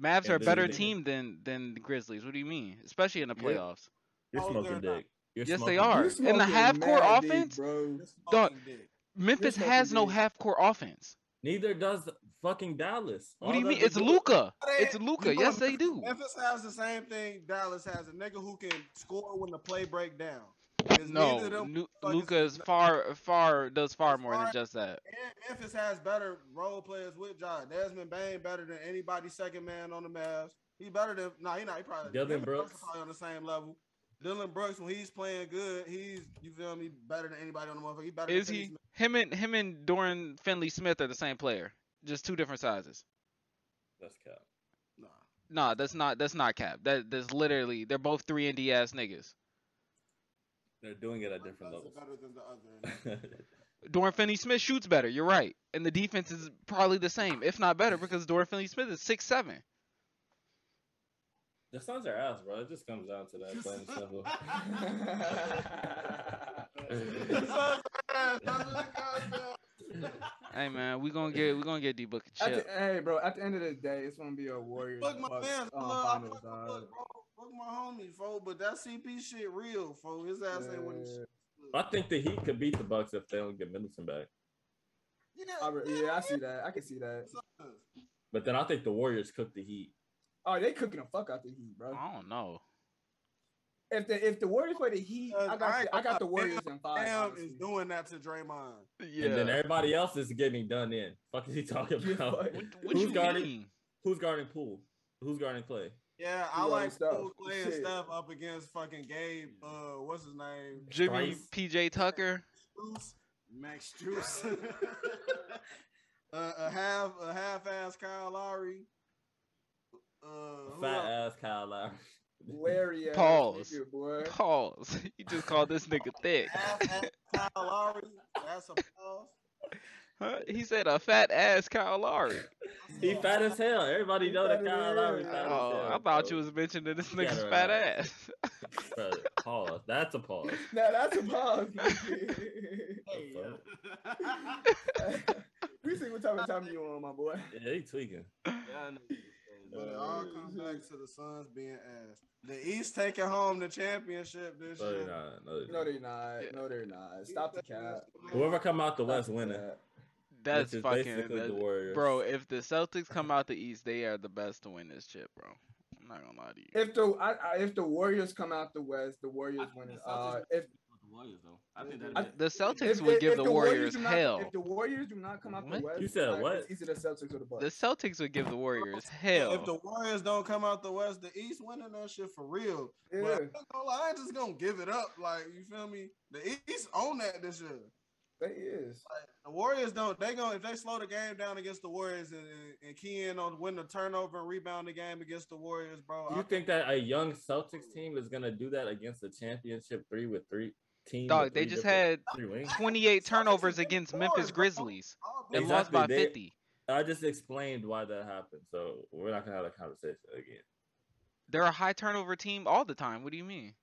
Speaker 5: Mavs
Speaker 1: and
Speaker 5: are a
Speaker 1: this
Speaker 5: better
Speaker 1: thing-
Speaker 5: team than than the Grizzlies. What do you mean? Especially in the
Speaker 1: Yeah.
Speaker 5: playoffs.
Speaker 1: You're
Speaker 3: Oh,
Speaker 1: smoking
Speaker 3: they're not.
Speaker 1: dick. You're
Speaker 5: Yes,
Speaker 1: smoking
Speaker 5: they are.
Speaker 2: You
Speaker 1: dick.
Speaker 5: In the
Speaker 2: smoking
Speaker 5: half-court
Speaker 2: mad dick,
Speaker 5: offense?
Speaker 2: bro.
Speaker 3: This
Speaker 5: Dog.
Speaker 3: fucking dick.
Speaker 5: Memphis
Speaker 2: smoking
Speaker 5: has no
Speaker 2: dick.
Speaker 5: half court offense.
Speaker 1: Neither does fucking Dallas.
Speaker 5: What do
Speaker 1: All
Speaker 5: you
Speaker 1: that
Speaker 5: mean?
Speaker 1: they
Speaker 5: It's
Speaker 1: do-
Speaker 5: Luca.
Speaker 3: They-
Speaker 5: It's Luca.
Speaker 3: you know
Speaker 5: Yes,
Speaker 3: what
Speaker 5: they do.
Speaker 3: Memphis has the same thing Dallas has a nigga who can score when the play break down. 'Cause neither of
Speaker 5: No,
Speaker 3: them- fuckers-
Speaker 5: Luca is far far does far
Speaker 3: It's
Speaker 5: more than
Speaker 3: far-
Speaker 5: just that.
Speaker 3: and Memphis has better role players with John. Desmond Bain better than anybody second man on the Mavs. He better than no, nah, he not. He probably
Speaker 1: Dylan
Speaker 3: is
Speaker 1: Brooks.
Speaker 3: probably on the same level. Dylan Brooks when he's playing good, he's you feel me better than anybody on the motherfucker. He better
Speaker 5: Is
Speaker 3: than Finney
Speaker 5: he
Speaker 3: Smith.
Speaker 5: him and him and Dorian Finley Smith are the same player, just two different sizes.
Speaker 1: That's cap.
Speaker 3: Nah.
Speaker 5: Nah, that's not that's not cap. That that's literally they're both three and D ass niggas.
Speaker 1: They're doing it at
Speaker 3: One
Speaker 1: different
Speaker 3: does it
Speaker 1: levels.
Speaker 3: better than the other.
Speaker 5: Dorian Finney Smith shoots better. You're right, and the defense is probably the same, if not better, because Dorian Finney Smith is six seven.
Speaker 1: the Suns are ass, bro. It just comes down to that plain and simple.
Speaker 5: Hey man, we gonna get we gonna get D Book a
Speaker 2: At the,
Speaker 5: chip.
Speaker 2: hey, bro. At the end of the day, it's gonna be a Warriors
Speaker 3: Fuck my
Speaker 2: Bucks,
Speaker 3: fans,
Speaker 2: um,
Speaker 3: love, I
Speaker 2: finals,
Speaker 3: fuck, my
Speaker 2: dog.
Speaker 3: book, bro. Fuck my homie, fo. But that CP shit real, fo. His ass ain't winning shit.
Speaker 1: I think the Heat could beat the Bucks if they don't get Middleton back.
Speaker 2: I re- yeah, I see that. I can see that.
Speaker 1: But then I think the Warriors cooked the Heat.
Speaker 2: Oh, they cooking the fuck out the Heat, bro.
Speaker 5: I don't know.
Speaker 2: If the if the Warriors play the Heat, I got the, I got the Warriors in five.
Speaker 3: Damn
Speaker 2: honestly.
Speaker 3: is doing that to Draymond.
Speaker 1: And then
Speaker 5: Yeah.
Speaker 1: everybody else is getting done in. Fuck is he talking
Speaker 2: Yeah,
Speaker 1: about?
Speaker 2: but-
Speaker 5: What, what
Speaker 1: Who's
Speaker 5: you
Speaker 1: guarding-
Speaker 5: mean?
Speaker 1: Who's guarding Poole? Who's guarding Clay?
Speaker 3: Yeah, I
Speaker 2: Yo,
Speaker 3: like
Speaker 2: Steph,
Speaker 3: cool playing
Speaker 2: shit.
Speaker 3: stuff up against fucking Gabe. Uh, what's his name?
Speaker 5: Jimmy PJ Tucker.
Speaker 3: Struce. Max Juice. uh, a half a half ass Kyle Lowry. Uh, who
Speaker 1: Fat
Speaker 3: else?
Speaker 1: ass Kyle Lowry.
Speaker 2: Larry ass
Speaker 5: Pause.
Speaker 2: nigga, boy.
Speaker 5: Pause. You just called this nigga thick.
Speaker 3: half ass Kyle Lowry. That's a pause.
Speaker 5: Huh? He said a fat ass Kyle Lowry.
Speaker 1: He fat as hell. Everybody
Speaker 2: He
Speaker 1: know that
Speaker 2: fat as
Speaker 1: Kyle Lowry
Speaker 2: hell.
Speaker 1: fat as
Speaker 5: Oh,
Speaker 1: hell.
Speaker 5: I thought
Speaker 1: bro.
Speaker 5: you was mentioning this
Speaker 1: You gotta
Speaker 5: nigga's fat
Speaker 1: relax.
Speaker 5: ass.
Speaker 1: Bro, pause. That's a pause.
Speaker 2: Now that's a pause.
Speaker 1: Hey, yo.
Speaker 2: we see what type of time you on, my boy.
Speaker 1: Yeah, he tweaking.
Speaker 3: But uh, it all comes back to the Suns being ass. The East taking home the championship this
Speaker 1: No, they're
Speaker 3: year.
Speaker 1: not. No, they're
Speaker 2: No,
Speaker 1: not.
Speaker 2: they're not. No, they're not. Stop the cap.
Speaker 1: Whoever come out the
Speaker 2: Stop
Speaker 1: West
Speaker 2: the
Speaker 1: winning,
Speaker 2: cap.
Speaker 5: That's
Speaker 1: which is
Speaker 5: fucking
Speaker 1: basically the
Speaker 5: that-
Speaker 1: Warriors.
Speaker 5: bro. If the Celtics come out the East, they are the best to win this chip, bro. I'm not gonna lie to you.
Speaker 2: If the I, I, if the Warriors come out the West, the Warriors
Speaker 4: I-
Speaker 2: winning.
Speaker 4: the
Speaker 2: Uh,
Speaker 4: Celtics-
Speaker 2: if
Speaker 4: The Warriors, though. I think
Speaker 5: I-
Speaker 4: that
Speaker 5: The Celtics
Speaker 2: if-
Speaker 5: would
Speaker 2: if-
Speaker 5: give
Speaker 2: if
Speaker 5: the Warriors
Speaker 2: do not,
Speaker 5: hell.
Speaker 2: If the Warriors do not come out
Speaker 5: What?
Speaker 2: the West,
Speaker 1: You said
Speaker 2: uh,
Speaker 1: what?
Speaker 2: It's either the Celtics or the
Speaker 5: The
Speaker 2: Bucks.
Speaker 5: Celtics would give the
Speaker 3: If
Speaker 5: Warriors
Speaker 3: the
Speaker 5: hell.
Speaker 3: Warriors don't come out the West, the East winning that shit for real.
Speaker 2: Yeah.
Speaker 3: But I ain't gonna lie, I ain't just gonna give it up. Like you feel me? The East own that this year.
Speaker 2: That is.
Speaker 3: The Warriors don't. They gonna if they slow the game down against the Warriors and, and, and key in on win the turnover and rebound the game against the Warriors, bro. I
Speaker 1: you think that a young Celtics team is gonna do that against a championship three with three team?
Speaker 5: Dog,
Speaker 1: with
Speaker 5: they
Speaker 1: three
Speaker 5: just
Speaker 1: different-
Speaker 5: had
Speaker 1: three wings?
Speaker 5: 28
Speaker 3: Celtics
Speaker 5: turnovers
Speaker 3: against
Speaker 5: against
Speaker 3: the
Speaker 5: Memphis
Speaker 3: Warriors, bro.
Speaker 5: Grizzlies
Speaker 3: I'll be
Speaker 5: and
Speaker 1: Exactly.
Speaker 5: lost by
Speaker 1: they-
Speaker 5: 50.
Speaker 1: I just explained why that happened, so we're not gonna have a conversation again.
Speaker 5: They're a high turnover team all the time. What do you mean?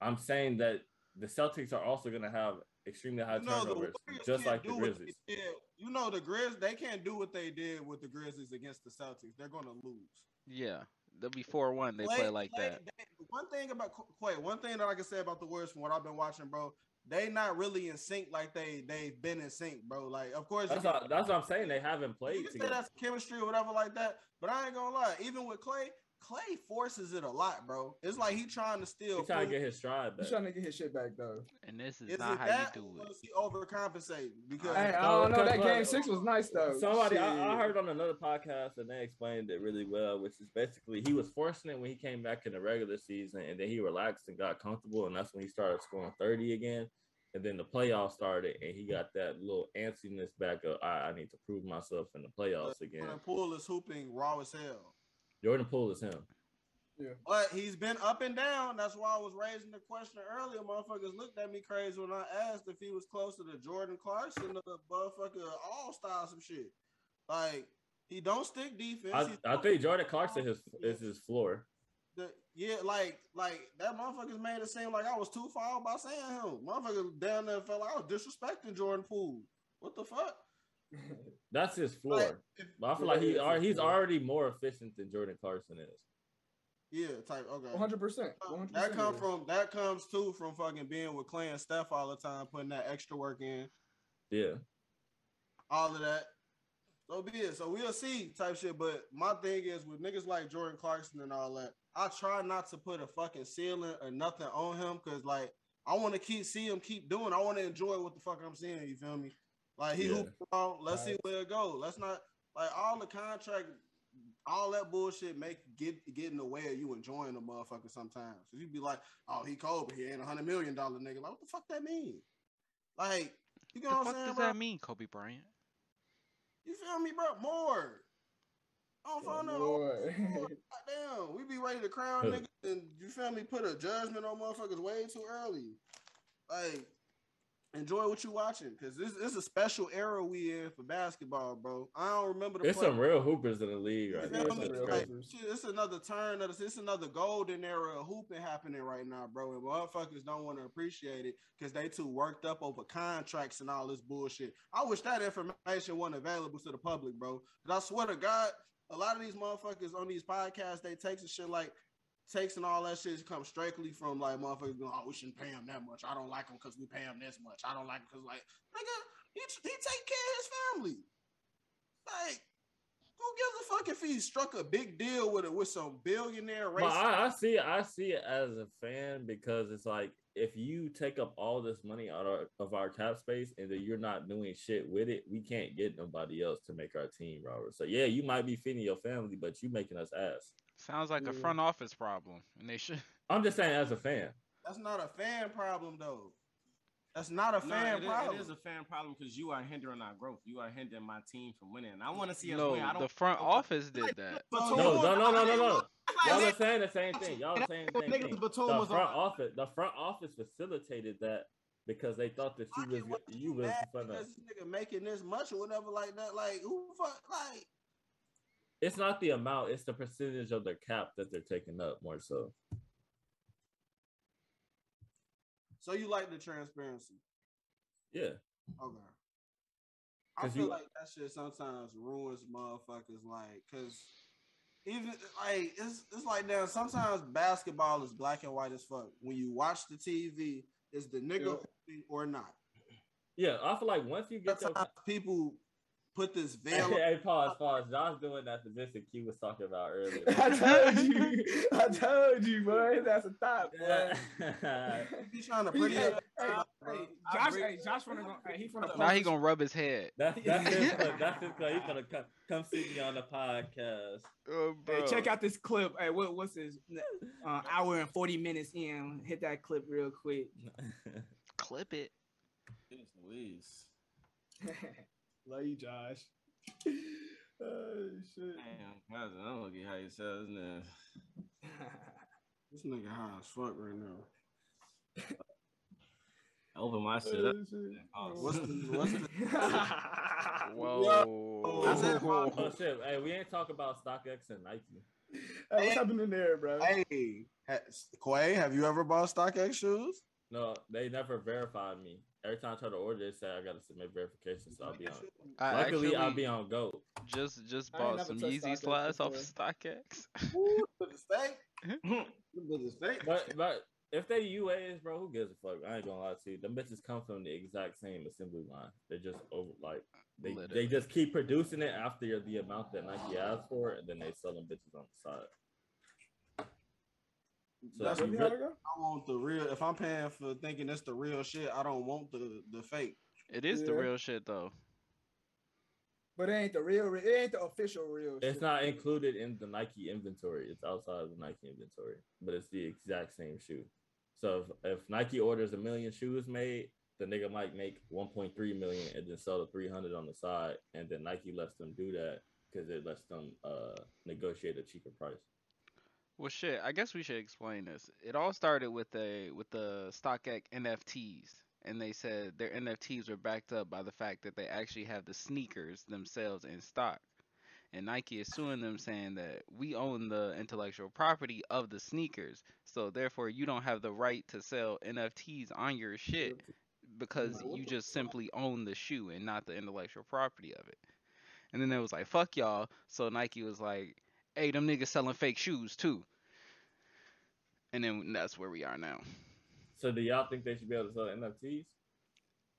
Speaker 1: I'm saying that the Celtics are also gonna have extremely high
Speaker 3: You know, the
Speaker 1: turnovers,
Speaker 3: Warriors
Speaker 1: just
Speaker 3: can't
Speaker 1: like the
Speaker 3: do what they
Speaker 1: Grizzlies.
Speaker 3: did. You know the Grizz, they can't do what they did with the Grizzlies against the Celtics. They're gonna lose.
Speaker 5: Yeah, they'll be 4 1. They play
Speaker 3: Clay-
Speaker 5: like
Speaker 3: Clay-
Speaker 5: that.
Speaker 3: they- one thing about Clay, one thing that I can say about the Warriors from what I've been watching, bro, they not really in sync like they they've been in sync, bro. Like of course,
Speaker 1: That's
Speaker 3: you
Speaker 1: what, that's what I'm saying. They haven't
Speaker 3: can, you
Speaker 1: played
Speaker 3: can say
Speaker 1: together.
Speaker 3: that's chemistry or whatever like that. But I ain't gonna lie, even with Clay, Clay forces it a lot, bro. It's like he trying to steal.
Speaker 1: He's trying to get his stride back.
Speaker 2: He's trying to get his shit back though.
Speaker 5: And this is
Speaker 3: is
Speaker 5: not
Speaker 3: it
Speaker 5: how
Speaker 3: that
Speaker 5: you do
Speaker 3: or
Speaker 5: it.
Speaker 3: was he overcompensating? Because
Speaker 2: Hey, I
Speaker 1: No,
Speaker 2: don't know.
Speaker 1: because
Speaker 2: That
Speaker 1: look,
Speaker 2: game six was nice though.
Speaker 1: Somebody I, I
Speaker 2: Shit.
Speaker 1: heard on another podcast and they explained it really well, which is basically he was forcing it when he came back in the regular season, and then he relaxed and got comfortable, and that's when he started scoring thirty again. And then the playoffs started, and he got that little antsiness back of I, I need to prove myself in the playoffs again.
Speaker 3: Jordan Poole is hooping raw as hell.
Speaker 1: Jordan Poole is him.
Speaker 3: But he's been up and down. That's why I was raising the question earlier. Motherfuckers looked at me crazy when I asked if he was closer to Jordan Clarkson or the motherfucker All Star or some shit. Like he don't stick defense.
Speaker 1: I,
Speaker 3: He's-
Speaker 1: I think Jordan Clarkson is, is his floor.
Speaker 3: the, yeah, like like that motherfuckers made it seem like I was too far by saying him. Motherfuckers down there felt like I was disrespecting Jordan Poole. What the fuck?
Speaker 1: That's his floor. But I feel like he are he's already more efficient than Jordan Clarkson is.
Speaker 3: Yeah, type okay. Uh,
Speaker 2: 100 percent.
Speaker 3: That come from that comes too from fucking being with Clay and Steph all the time, putting that extra work in.
Speaker 1: Yeah.
Speaker 3: all of that. So be it. So we'll see type shit. But my thing is with niggas like Jordan Clarkson and all that, I try not to put a fucking ceiling or nothing on him because like I want to keep see him keep doing. I want to enjoy what the fuck I'm seeing. You feel me? Like he
Speaker 1: Yeah.
Speaker 3: hooped ball. Let's see where it go. Let's not like all the contract, all that bullshit make get get in the way of you enjoying the motherfucker sometimes. Cause you be like, oh he cold, but he ain't a hundred million dollar nigga. Like what the fuck that mean? Like you know
Speaker 5: the
Speaker 3: what I'm
Speaker 5: fuck
Speaker 3: saying?
Speaker 5: does
Speaker 3: bro?
Speaker 5: that mean, Kobe Bryant?
Speaker 3: You feel me, bro? More. I don't
Speaker 2: Oh,
Speaker 3: find that hard. Goddamn, we be ready to crown
Speaker 1: Huh.
Speaker 3: niggas, and you feel me? Put a judgment on motherfuckers way too early. Like, enjoy what you watching, cause this, this is a special era we in for basketball, bro. I don't remember the.
Speaker 1: There's
Speaker 3: play-
Speaker 1: some real hoopers in the league
Speaker 3: You
Speaker 1: right now.
Speaker 3: feel
Speaker 2: There's
Speaker 3: me?
Speaker 2: some real
Speaker 3: Like,
Speaker 1: That's
Speaker 2: hoopers.
Speaker 3: shit, it's another turn of this. It's another golden era of hooping happening right now, bro. And motherfuckers don't want to appreciate it because they too worked up over contracts and all this bullshit. I wish that information wasn't available to the public, bro. Because I swear to God, a lot of these motherfuckers on these podcasts, they takes and shit like takes and all that shit comes strictly from like motherfuckers going, oh, we shouldn't pay him that much. I don't like him because we pay him this much. I don't like him because like nigga, he, he take care of his family. Like, who gives a fuck if he struck a big deal with it with some billionaire
Speaker 1: But
Speaker 3: race?
Speaker 1: I, I see I see it as a fan because it's like if you take up all this money out our, of our cap space and then you're not doing shit with it, we can't get nobody else to make our team, Robert. So yeah, you might be feeding your family, but you making us ass.
Speaker 5: Sounds like a
Speaker 3: Yeah.
Speaker 5: front office problem, and they should.
Speaker 1: I'm just saying as a fan.
Speaker 3: That's not a fan problem though. That's not a
Speaker 4: No,
Speaker 3: fan
Speaker 4: it is-
Speaker 3: problem.
Speaker 4: it is a fan problem because you are hindering our growth. You are hindering my team from winning. I want to see us win. I
Speaker 5: No,
Speaker 4: don't.
Speaker 5: the front
Speaker 4: okay.
Speaker 5: office did that.
Speaker 1: No, Oh,
Speaker 3: So you
Speaker 1: no,
Speaker 3: want-
Speaker 1: no, no, no, no. Y'all are
Speaker 3: Like,
Speaker 1: saying the same thing. Y'all are saying the same
Speaker 10: Niggas
Speaker 1: thing. The
Speaker 10: Batum
Speaker 1: front
Speaker 10: was on.
Speaker 1: office, the front office facilitated that because they thought that you was
Speaker 3: why
Speaker 1: you was
Speaker 3: mad
Speaker 1: gonna-
Speaker 3: because this nigga making this much or whatever like that. Like who fuck like
Speaker 1: It's not the amount; it's the percentage of their cap that they're taking up more so.
Speaker 3: so you like the transparency.
Speaker 1: Yeah,
Speaker 3: Okay. I
Speaker 1: 'Cause
Speaker 3: feel
Speaker 1: you-
Speaker 3: like that shit sometimes ruins motherfuckers, like, cause even like it's it's like now sometimes basketball is black and white as fuck. When you watch the TV, is the nigga hooping or not?
Speaker 1: yeah. I feel like once you get your
Speaker 3: Sometimes people put this
Speaker 1: hey,
Speaker 3: veil. on-
Speaker 1: pause, pause. John's doing that position Q was talking about earlier.
Speaker 2: I told you. I told you, boy. That's a top, boy.
Speaker 1: Yeah.
Speaker 3: He trying to
Speaker 2: He
Speaker 3: pretty
Speaker 2: said-
Speaker 3: up.
Speaker 2: hey,
Speaker 3: bro.
Speaker 2: hey, Josh, hey, Josh, wanna go? Hey, he wanna.
Speaker 5: Now he gonna rub his head.
Speaker 1: that's that's his plug. That's his plug. He's gonna come, come see me on the podcast.
Speaker 5: Uh,
Speaker 2: Hey, check out this clip. Hey, what, what's this? Uh, hour and forty minutes in. Hit that clip real quick.
Speaker 5: Clip it.
Speaker 4: Goodness Louise.
Speaker 2: Love you, Josh. Oh shit.
Speaker 4: Damn, cousin, I'm gonna get how you sell this now.
Speaker 3: This nigga high as fuck right now.
Speaker 4: Open my shit up.
Speaker 3: What's the what's the
Speaker 5: Whoa.
Speaker 3: That's it,
Speaker 1: oh shit! Hey, we ain't talk about StockX and Nike.
Speaker 2: Hey, what's happening there, bro?
Speaker 3: hey has, Quay? Have you ever bought StockX shoes?
Speaker 1: No, they never verified me. Every time I try to order, they say I gotta submit verification, so I'll be on.
Speaker 5: I
Speaker 1: Luckily, I'll
Speaker 5: actually
Speaker 1: be on GOAT.
Speaker 5: just just
Speaker 2: I ain't
Speaker 5: bought
Speaker 2: never
Speaker 5: some
Speaker 2: touched
Speaker 5: Yeezy
Speaker 2: StockX
Speaker 5: slides off of
Speaker 2: before.
Speaker 5: StockX.
Speaker 3: Ooh, the mistake. the mistake.
Speaker 1: But but if they UAs, bro, who gives a fuck? I ain't gonna lie to you. Them bitches come from the exact same assembly line. They just over like they, they
Speaker 5: Literally.
Speaker 1: just keep producing it after the amount that Nike asked for, and then they sell them bitches on the side. So
Speaker 3: That's
Speaker 1: if
Speaker 3: what
Speaker 1: you
Speaker 3: we
Speaker 1: re-
Speaker 3: I want the real. If I'm paying for thinking it's the real shit, I don't want the the fake.
Speaker 5: It is the
Speaker 2: Yeah.
Speaker 5: real shit though.
Speaker 2: But it ain't the real. re- It ain't the official real.
Speaker 1: it's
Speaker 2: shit.
Speaker 1: not included in the Nike inventory. It's outside of the Nike inventory, but it's the exact same shoe. So if, if Nike orders a million shoes made, the nigga might make 1.3 million and then sell the 300 on the side, and then Nike lets them do that because it lets them uh, negotiate a cheaper price.
Speaker 5: Well, shit. I guess we should explain this. It all started with a with the StockX NFTs, and they said their NFTs were backed up by the fact that they actually have the sneakers themselves in stock. And Nike is suing them, saying that we own the intellectual property of the sneakers, so therefore you don't have the right to sell NFTs on your shit because you just simply own the shoe and not the intellectual property of it. And then it was like, fuck y'all. So Nike was like, hey, them niggas selling fake shoes too. And then that's where we are now.
Speaker 1: So do y'all think they should be able to sell NFTs?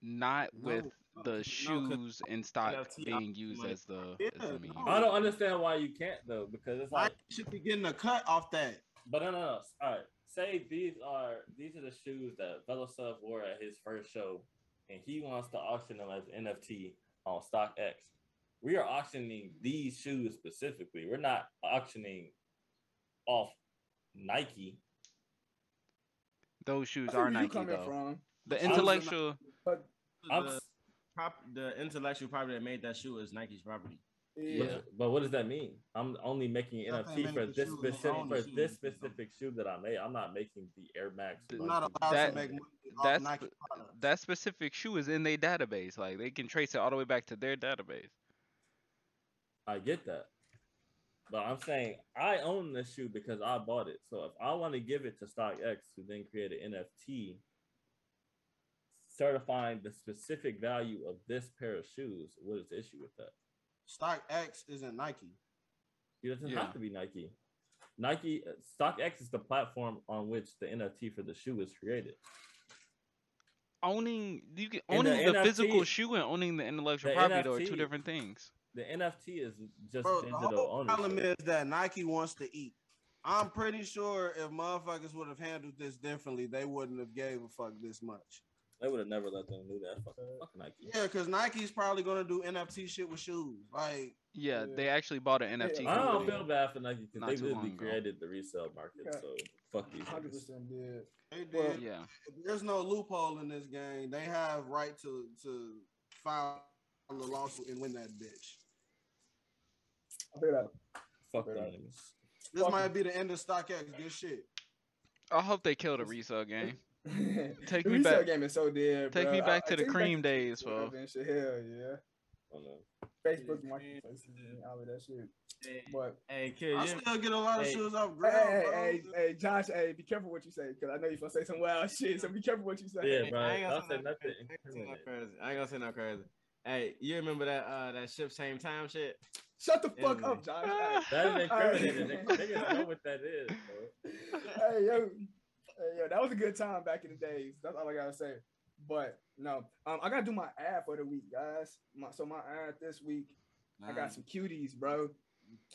Speaker 5: Not with
Speaker 3: uh,
Speaker 4: no,
Speaker 5: the
Speaker 4: 'cause
Speaker 5: shoes in stock
Speaker 4: NFT
Speaker 5: being used
Speaker 4: money.
Speaker 5: as the
Speaker 3: Yeah,
Speaker 5: as the mean.
Speaker 3: no.
Speaker 1: I don't understand why you can't though, because it's
Speaker 3: I
Speaker 1: like,
Speaker 3: should be getting a cut off that.
Speaker 1: but no, no, no. All right, say these are these are the shoes that Velasov wore at his first show, and he wants to auction them as NFT on StockX. We are auctioning these shoes specifically. We're not auctioning off Nike.
Speaker 5: Those shoes
Speaker 2: I see
Speaker 5: are
Speaker 2: where you
Speaker 5: Nike
Speaker 2: coming
Speaker 5: though.
Speaker 2: from?
Speaker 5: The
Speaker 1: I was in-
Speaker 5: intellectual
Speaker 2: But
Speaker 1: I'm
Speaker 4: The,
Speaker 1: s-
Speaker 4: prop, the intellectual property that made that shoe is Nike's property.
Speaker 2: yeah,
Speaker 1: But, but what does that mean? I'm only making
Speaker 3: Nothing
Speaker 1: NFT
Speaker 3: made
Speaker 1: for
Speaker 3: the
Speaker 1: this
Speaker 3: shoe, they
Speaker 1: specific
Speaker 3: own the
Speaker 1: for
Speaker 3: shoe.
Speaker 1: this specific shoe that I made. I'm not making the Air Max.
Speaker 5: They're
Speaker 3: You're
Speaker 1: Nike.
Speaker 3: not allowed
Speaker 5: That-
Speaker 3: to make money off
Speaker 5: that's
Speaker 3: Nike
Speaker 5: the-
Speaker 3: products.
Speaker 5: that specific shoe is in their database. Like they can trace it all the way back to their database.
Speaker 1: I get that. But I'm saying I own this shoe because I bought it. So if I want to give it to StockX, who then create an NFT certifying the specific value of this pair of shoes, what is the issue with that?
Speaker 3: Stock X isn't Nike.
Speaker 1: It doesn't
Speaker 5: Yeah.
Speaker 1: have to be Nike. Nike uh, StockX is the platform on which the NFT for the shoe is created.
Speaker 5: Owning you can
Speaker 1: And the
Speaker 5: owning the, physical
Speaker 1: NFT
Speaker 5: shoe and owning the intellectual
Speaker 1: the
Speaker 5: property are two
Speaker 1: NFT
Speaker 5: different things.
Speaker 1: The NFT is just
Speaker 3: Bro, the
Speaker 1: digital
Speaker 3: whole problem
Speaker 1: ownership.
Speaker 3: is that Nike wants to eat. I'm pretty sure if motherfuckers would have handled this differently, they wouldn't have gave a fuck this much.
Speaker 1: They would have never let them do that. Fucking, fucking Nike.
Speaker 3: Yeah, because Nike's probably gonna do NFT shit with shoes. Like,
Speaker 5: Yeah, they actually bought an NFT.
Speaker 1: I don't
Speaker 5: company.
Speaker 1: feel bad for Nike
Speaker 5: Not
Speaker 1: because
Speaker 5: too
Speaker 1: they
Speaker 5: long
Speaker 1: literally
Speaker 5: ago.
Speaker 1: created the resale market.
Speaker 2: Yeah.
Speaker 1: So fuck these.
Speaker 2: Hundred
Speaker 1: niggas.
Speaker 2: percent did.
Speaker 3: they did.
Speaker 2: Well,
Speaker 5: Yeah,
Speaker 3: There's no loophole in this game. They have right to to file a lawsuit and win that bitch.
Speaker 2: I figured out.
Speaker 1: Fuck them niggas.
Speaker 3: This
Speaker 2: Fuck
Speaker 3: might be the end of StockX. Good shit.
Speaker 5: I hope they kill the resale game. Take
Speaker 2: the
Speaker 5: me
Speaker 2: resale
Speaker 5: back-
Speaker 2: Game is so dead.
Speaker 5: Take
Speaker 2: bro.
Speaker 5: me
Speaker 2: I-
Speaker 5: back
Speaker 2: I
Speaker 5: to the
Speaker 2: take me
Speaker 5: cream days,
Speaker 2: Twitter
Speaker 5: bro.
Speaker 2: and shit. Hell yeah.
Speaker 1: I don't know.
Speaker 2: Facebook
Speaker 4: Yeah.
Speaker 2: marketplaces and all of that shit.
Speaker 4: Hey,
Speaker 2: But
Speaker 4: hey kid,
Speaker 3: I
Speaker 4: you-
Speaker 3: still get a lot of
Speaker 4: Hey.
Speaker 3: shoes off
Speaker 2: hey,
Speaker 3: ground.
Speaker 2: hey,
Speaker 3: bro.
Speaker 2: hey, hey, Josh, hey, be careful what you say, because I know you're gonna say some wild shit. So be careful what you say.
Speaker 1: Yeah,
Speaker 4: Hey,
Speaker 1: bro.
Speaker 4: I ain't gonna
Speaker 1: Y'all
Speaker 4: say
Speaker 1: said
Speaker 4: nothing
Speaker 1: nothing
Speaker 4: crazy. I ain't gonna say
Speaker 1: incriminating.
Speaker 4: nothing crazy. I ain't gonna say no crazy. Hey, you remember that uh that ship same time shit?
Speaker 2: Shut the fuck
Speaker 4: Anyway.
Speaker 2: up, Josh. hey.
Speaker 1: That is
Speaker 2: Alright.
Speaker 1: incriminating. nigga. Niggas know what that is, bro.
Speaker 2: hey yo, hey yo, that was a good time back in the days. That's all I gotta say. But no, um, I gotta do my ad for the week, guys. My, so my ad this week, I got some cuties, bro.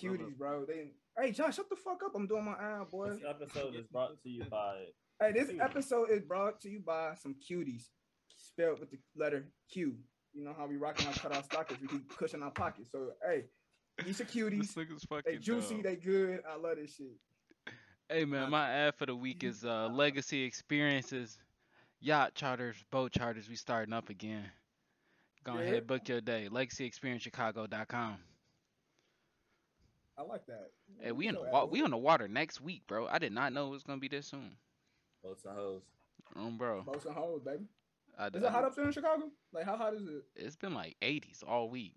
Speaker 2: Cuties, bro. They, hey Josh, shut the fuck up. I'm doing my ad, boy.
Speaker 1: This episode is brought to you by
Speaker 2: Hey, this episode is brought to you by some cuties, spelled with the letter Q. You know how we rocking our cutoff stockings, we keep pushing our pockets. So hey, these are
Speaker 5: This
Speaker 2: cuties.
Speaker 5: nigga's fucking
Speaker 2: They juicy,
Speaker 5: dumb.
Speaker 2: they good. I love this shit.
Speaker 5: Hey man, my ad for the week is uh, legacy experiences, yacht charters, boat charters. We starting up again. Go
Speaker 2: Yeah.
Speaker 5: ahead, book your day. LegacyExperienceChicago.com.
Speaker 2: I like that.
Speaker 5: Hey, we in the
Speaker 2: So,
Speaker 5: wa-
Speaker 2: Adam,
Speaker 5: we on the water next week, bro. I did not know it was gonna be this soon,
Speaker 1: Boats and Hoes.
Speaker 5: um, bro.
Speaker 2: Boats and hoes, baby.
Speaker 5: I, d-
Speaker 2: Is it
Speaker 5: I-
Speaker 2: hot up there in Chicago? Like, how hot is it?
Speaker 5: it's been like 80s all week.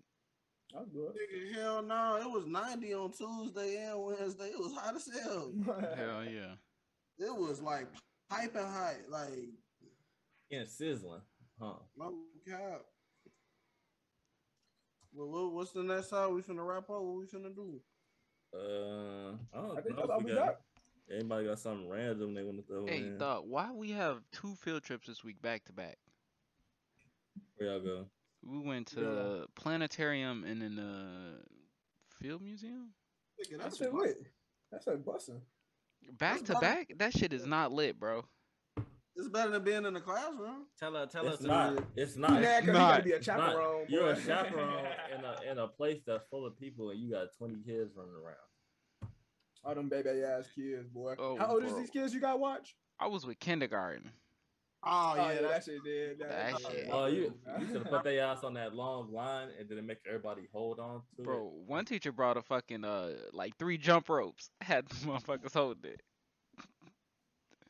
Speaker 2: That's good.
Speaker 3: Nigga, hell no. It was 90 on Tuesday and Wednesday. It was hot as hell.
Speaker 5: Hell yeah.
Speaker 3: It was like piping hot. Like,
Speaker 1: Yeah, sizzling. Huh.
Speaker 3: no cap. Well, what- what's the next side we finna wrap up? What we finna do?
Speaker 1: Uh, I
Speaker 2: I
Speaker 1: don't
Speaker 2: think
Speaker 1: know.
Speaker 2: that's
Speaker 1: if
Speaker 2: all
Speaker 1: we
Speaker 2: we
Speaker 1: got-
Speaker 2: got.
Speaker 1: Anybody got something random they want to throw
Speaker 5: Hey,
Speaker 1: in?
Speaker 5: thought why we have two field trips this week back to back?
Speaker 1: Where y'all go?
Speaker 5: We went to the planetarium and then the field museum.
Speaker 3: Nigga,
Speaker 2: That's
Speaker 3: that's
Speaker 2: a
Speaker 3: a
Speaker 2: lit. That's a bussin.
Speaker 5: Back to
Speaker 3: not a-
Speaker 5: back, that shit is not lit, bro.
Speaker 3: It's better than being in the classroom.
Speaker 4: Tell her, tell
Speaker 1: It's
Speaker 4: us.
Speaker 1: not. It's not.
Speaker 2: Nah, 'cause you
Speaker 5: not.
Speaker 2: gotta be a
Speaker 1: It's not.
Speaker 2: chaperone.
Speaker 1: You're a
Speaker 2: boy.
Speaker 1: chaperone in a in a place that's full of people, and you got 20 kids running around.
Speaker 2: All them baby ass kids, boy.
Speaker 5: Oh,
Speaker 2: how old is
Speaker 5: bro.
Speaker 2: these kids you got watch?
Speaker 5: I was with kindergarten.
Speaker 3: Oh,
Speaker 2: Oh, yeah, that shit did.
Speaker 5: That shit.
Speaker 1: Oh, you you should have put their ass on that long line and then make everybody hold on to
Speaker 5: Bro,
Speaker 1: it.
Speaker 5: one teacher brought a fucking uh like three jump ropes. Had the motherfuckers hold it.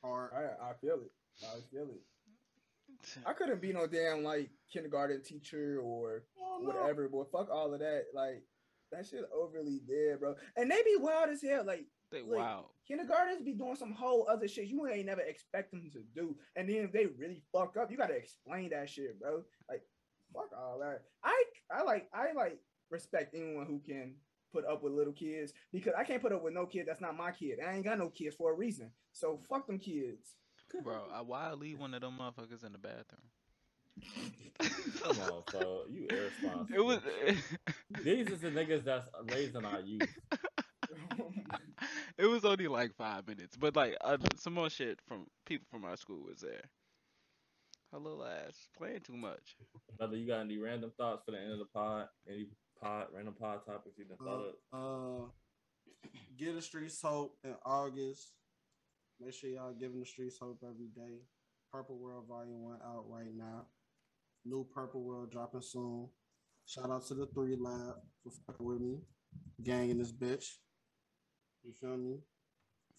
Speaker 3: hard.
Speaker 2: I, I feel it. I feel it. I couldn't be no damn like kindergarten teacher or
Speaker 3: Oh, no.
Speaker 2: whatever, boy. Fuck all of that. Like that shit overly dead, bro. And they be wild as hell. Like
Speaker 5: They
Speaker 2: Like,
Speaker 5: wow.
Speaker 2: kindergartens be doing some whole other shit you ain't never expect them to do. And then if they really fuck up, you gotta explain that shit, bro. Like, fuck all that. I I like I like respect anyone who can put up with little kids because I can't put up with no kid that's not my kid. I ain't got no kids for a reason. So fuck them kids.
Speaker 5: Bro, I why I leave one of them motherfuckers in the bathroom?
Speaker 1: Come on, so you irresponsible.
Speaker 5: It was
Speaker 1: These is the niggas that's raising our youth.
Speaker 5: it was only like five minutes, but like uh, some more shit from people from our school was there. Her little ass playing too much.
Speaker 1: Brother, you got any random thoughts for the end of the pod? Any pod, random pod topics you done thought of?
Speaker 3: Uh, uh, get a streets hope in August. Make sure y'all giving the streets hope every day. Purple World Volume One out right now. New Purple World dropping soon. Shout out to the Three Lab for fucking with me, gang in this bitch. You feel me?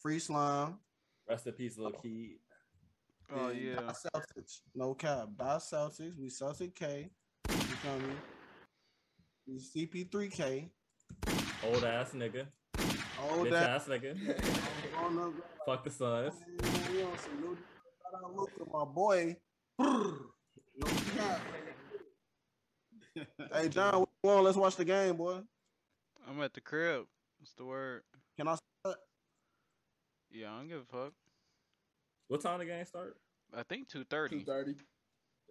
Speaker 3: Free slime.
Speaker 1: Rest in peace, little kid.
Speaker 5: Oh
Speaker 3: and
Speaker 5: yeah.
Speaker 3: Die Celtics. No cap. Die Celtics. We Celtic K. You feel me? We CP3K.
Speaker 1: Old ass nigga.
Speaker 3: All
Speaker 1: Bitch
Speaker 3: that.
Speaker 1: ass nigga.
Speaker 3: Grown up
Speaker 1: Fuck the Suns.
Speaker 3: Man, we on some new shout out Luka, my boy. Brr. No cap. hey John, what you want? Let's watch the game, boy.
Speaker 5: I'm at the crib. What's the word?
Speaker 3: Can I?
Speaker 5: Yeah, I don't give a fuck.
Speaker 1: What time the game start?
Speaker 5: I think two
Speaker 2: Two
Speaker 5: thirty.
Speaker 2: thirty.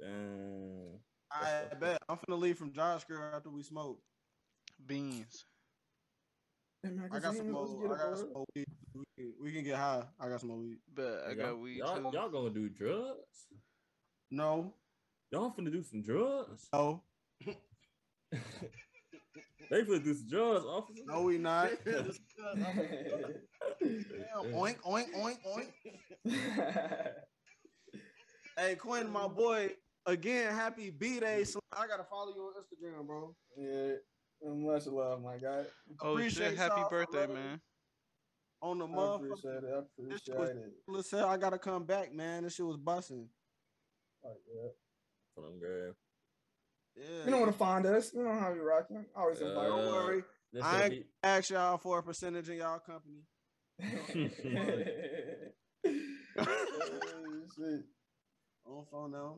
Speaker 1: Um,
Speaker 3: I bet I'm finna leave from Josh girl after we smoke.
Speaker 5: Beans.
Speaker 3: I got some more. I got some more weed. We-
Speaker 11: We can get high. I got some more weed.
Speaker 5: But I got weed
Speaker 1: y'all,
Speaker 5: too.
Speaker 1: y'all gonna do drugs?
Speaker 11: No,
Speaker 1: Y'all finna do some drugs?
Speaker 11: no,
Speaker 1: They finna do some drugs, officer.
Speaker 11: no, we not.
Speaker 3: Damn, oink, oink, oink, oink. Hey, Quinn, my boy, again, happy B Day. Slim. I gotta follow you on Instagram, bro.
Speaker 2: yeah, much love, my guy.
Speaker 5: Oh shit!
Speaker 3: Appreciate
Speaker 5: Happy
Speaker 3: y'all. I
Speaker 5: birthday,
Speaker 3: love it.
Speaker 5: man.
Speaker 3: On the
Speaker 2: I
Speaker 3: motherfucker.
Speaker 2: appreciate it. I
Speaker 3: shit
Speaker 2: appreciate
Speaker 3: was-
Speaker 2: it.
Speaker 3: Let's say I gotta come back, man. This shit was busting.
Speaker 2: Like, yeah.
Speaker 1: Some girl.
Speaker 3: Yeah.
Speaker 2: You know where to find us. You know how we rocking. Always invite.
Speaker 1: Uh,
Speaker 2: Don't worry.
Speaker 1: This
Speaker 3: I
Speaker 1: shit
Speaker 3: ain't-
Speaker 1: be-
Speaker 3: ask y'all for a percentage in y'all company.
Speaker 2: Shit.
Speaker 3: On phone now.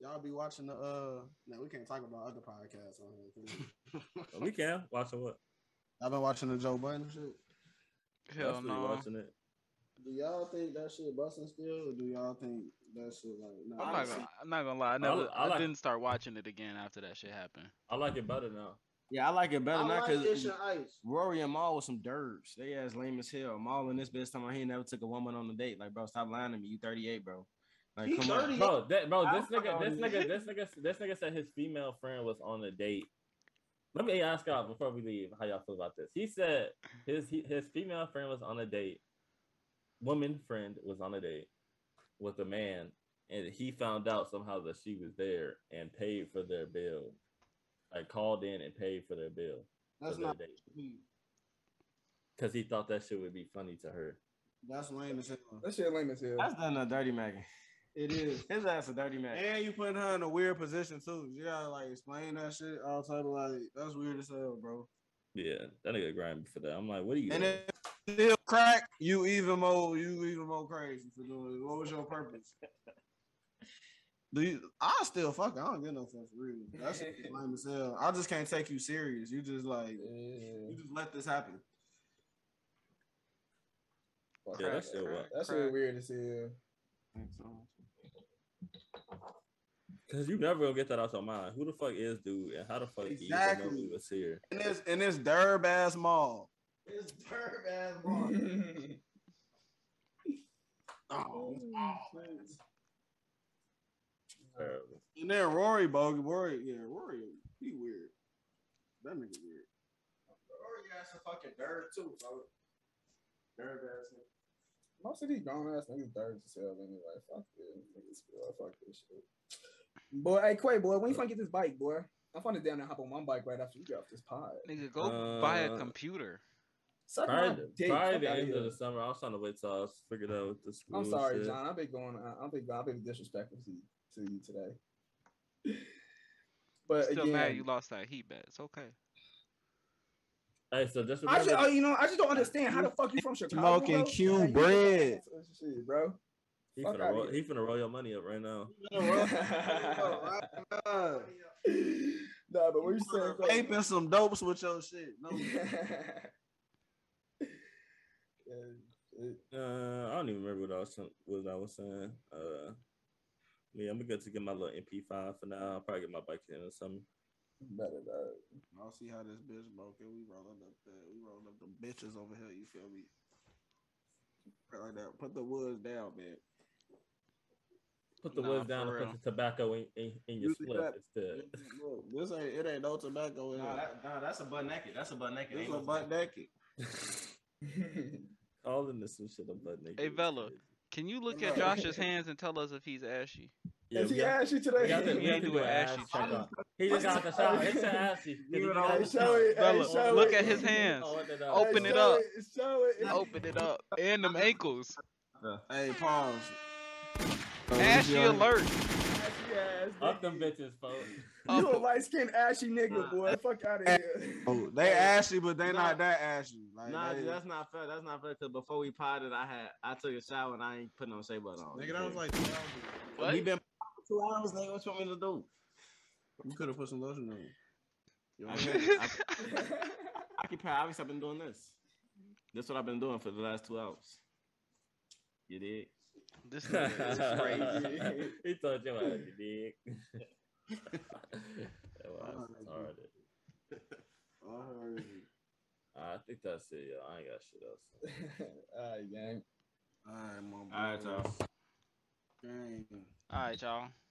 Speaker 3: Y'all be watching the uh no, we can't talk about other podcasts on here. can we?
Speaker 1: we can watch it. What?
Speaker 3: I've been watching the Joe Budden shit.
Speaker 5: Hell
Speaker 1: Actually
Speaker 5: no.
Speaker 1: Watching it.
Speaker 3: Do y'all think that shit busting still, or do y'all think that shit like?
Speaker 5: I'm
Speaker 3: Nah,
Speaker 5: not, gonna, I'm not gonna lie. I never.
Speaker 1: I
Speaker 5: I,
Speaker 1: like-
Speaker 5: didn't start watching it again after that shit happened.
Speaker 1: I like it better now.
Speaker 4: Yeah, I like it better
Speaker 3: I
Speaker 4: now
Speaker 3: like Ish
Speaker 4: because
Speaker 3: and Ice.
Speaker 4: Rory and Maul was some dirts. They ass lame as hell. Maul in this bitch time he never took a woman on a date. Like, bro, stop lying to me. You 38, bro. Like,
Speaker 3: He
Speaker 4: come on.
Speaker 3: 38.
Speaker 1: Bro, that bro, this
Speaker 4: I'm
Speaker 1: nigga, this
Speaker 4: sorry.
Speaker 1: nigga, this nigga, this nigga said his female friend was on a date. Let me ask y'all before we leave how y'all feel about this. He said his he, his female friend was on a date, woman friend was on a date with a man, and he found out somehow that she was there and paid for their bill, like called in and paid for their bill
Speaker 3: That's
Speaker 1: for their
Speaker 3: not.
Speaker 1: date because he thought that shit would be funny to her.
Speaker 3: That's lame as hell.
Speaker 2: That shit lame as hell.
Speaker 4: That's done a dirty Megan.
Speaker 3: It is.
Speaker 4: His ass a dirty Megan.
Speaker 3: And you putting her in a weird position too. You gotta like explain that shit all type of like that's weird as hell, bro.
Speaker 1: Yeah, that nigga grind for that. I'm like, what are you?
Speaker 3: And
Speaker 1: doing?
Speaker 3: if you still crack, you even more you even more crazy for doing it. What was your purpose? Do you I still fuck, I don't get no fuck for real. That's lame as hell. I just can't take you serious. You just like you just let this happen.
Speaker 2: Fuck
Speaker 1: yeah,
Speaker 2: that.
Speaker 1: that shit. whack.
Speaker 2: That shit weird as hell.
Speaker 1: Cause you never gonna get that out your mind. Who the fuck is dude, and how the fuck do you
Speaker 3: Exactly.
Speaker 1: even know he was here?
Speaker 3: And this and this derb ass mall.
Speaker 11: It's dirt ass
Speaker 3: Oh,
Speaker 1: Terrible.
Speaker 3: And then Rory Bogue, Rory, yeah, Rory, he weird. That nigga weird.
Speaker 11: Rory got some fucking dirt too, bro. Dirt ass. nigga.
Speaker 2: Most of these grown ass niggas dirty as hell anyway. Fuck this. Niggas feel fuck this shit. Boy, hey Quay, boy, when you finna get this bike, boy? I'm finna damn near hop on my bike right after you get off this pod.
Speaker 5: Nigga, go buy a
Speaker 1: Uh,
Speaker 5: computer.
Speaker 2: Suck my
Speaker 1: Prior,
Speaker 2: dick.
Speaker 1: prior to
Speaker 2: Fuck
Speaker 1: the
Speaker 2: outta
Speaker 1: end
Speaker 2: here.
Speaker 1: of the summer, I was trying to wait till I was figured out with the school.
Speaker 2: I'm sorry,
Speaker 1: shit.
Speaker 2: John. I've been going. I- I've been. I've been disrespectful to you, to you today. But
Speaker 5: Still
Speaker 2: again,
Speaker 5: mad you lost that heat bet. It's okay.
Speaker 1: Hey, so just
Speaker 2: I
Speaker 1: remember,
Speaker 2: just. Oh, you know, I just don't understand how the fuck you from Chicago.
Speaker 3: Smoking
Speaker 2: bro?
Speaker 3: Q
Speaker 2: How you-
Speaker 3: bread.
Speaker 2: Shit, bro.
Speaker 1: he,
Speaker 2: fuck
Speaker 1: finna
Speaker 2: outta
Speaker 1: roll,
Speaker 2: here.
Speaker 1: he finna roll your money up right now.
Speaker 3: Uh,
Speaker 2: nah, but what you saying? Quay?
Speaker 3: vaping some dopes with your shit. No,
Speaker 2: Yeah,
Speaker 1: Uh, I don't even remember what I was what I was saying. Uh, yeah, I'm good to get my little MP5 for now. I'll probably get my bike in the summer.
Speaker 2: Better dog.
Speaker 3: I'll see how this bitch broke it. We rolling up the we rolling up the bitches over here. You feel me? Put it Like that. Put the woods down, man.
Speaker 1: Put the
Speaker 5: Nah,
Speaker 1: woods down
Speaker 5: for
Speaker 1: and
Speaker 5: real.
Speaker 1: put the tobacco in, in, in your
Speaker 3: You see
Speaker 1: split
Speaker 3: that?
Speaker 1: instead.
Speaker 3: Look, this ain't it ain't no tobacco in
Speaker 4: Nah,
Speaker 3: here.
Speaker 4: that, nah, that's a butt naked. That's a butt naked.
Speaker 3: This
Speaker 4: Ain't
Speaker 3: is a
Speaker 4: no-
Speaker 3: butt naked.
Speaker 1: All in this some shit I'm butt naked.
Speaker 5: Hey, Vella. Can you look at
Speaker 2: Nah.
Speaker 5: Josh's hands and tell us if he's ashy?
Speaker 1: Yeah,
Speaker 2: Is
Speaker 1: we
Speaker 2: he
Speaker 1: got-
Speaker 2: ashy
Speaker 1: We got to,
Speaker 5: He
Speaker 1: we
Speaker 2: today?
Speaker 1: got to
Speaker 5: ain't
Speaker 1: do
Speaker 5: do
Speaker 1: an
Speaker 5: an
Speaker 1: ashy
Speaker 5: ashy
Speaker 1: check
Speaker 5: check.
Speaker 1: up. He just got the shot. It's an ashy.
Speaker 3: You know,
Speaker 2: Hey, show it. Hey,
Speaker 5: Bella,
Speaker 2: show
Speaker 5: look
Speaker 2: it.
Speaker 5: at his hands.
Speaker 1: Oh,
Speaker 5: Open
Speaker 2: Hey,
Speaker 5: it
Speaker 2: show
Speaker 5: up.
Speaker 2: Show it.
Speaker 5: Open it up. And them ankles.
Speaker 3: Hey, pause.
Speaker 5: Ashy alert.
Speaker 2: Ashy ass
Speaker 1: Up
Speaker 2: nigga.
Speaker 1: them bitches, folks.
Speaker 2: You a light skinned ashy nigga, boy. Fuck out of here.
Speaker 3: Oh, they ashy, but they
Speaker 4: Nah.
Speaker 3: not that ashy. Like,
Speaker 4: Nah,
Speaker 3: they-
Speaker 4: dude, that's not fair. That's not fair. Cause before we potted, I had I took a shower and I ain't put no shea butter on.
Speaker 3: nigga, that was like two hours ago.
Speaker 5: What?
Speaker 4: we been two hours, nigga. What you want me to do?
Speaker 3: you could have put some lotion on. it. You know
Speaker 4: I
Speaker 3: what I'm
Speaker 4: can,
Speaker 3: saying?
Speaker 4: I, I can probably, obviously I've been doing this. That's what I've been doing for the last two hours. You did.
Speaker 5: This
Speaker 1: he
Speaker 5: nigga is crazy.
Speaker 1: told you about your dick. that was
Speaker 3: Oh, my
Speaker 1: retarded.
Speaker 3: I heard you.
Speaker 1: I think that shit, yo. I ain't got shit else.
Speaker 2: All right, gang.
Speaker 3: All right, my boy.
Speaker 4: All right, y'all.
Speaker 3: Dang.
Speaker 5: All right, y'all.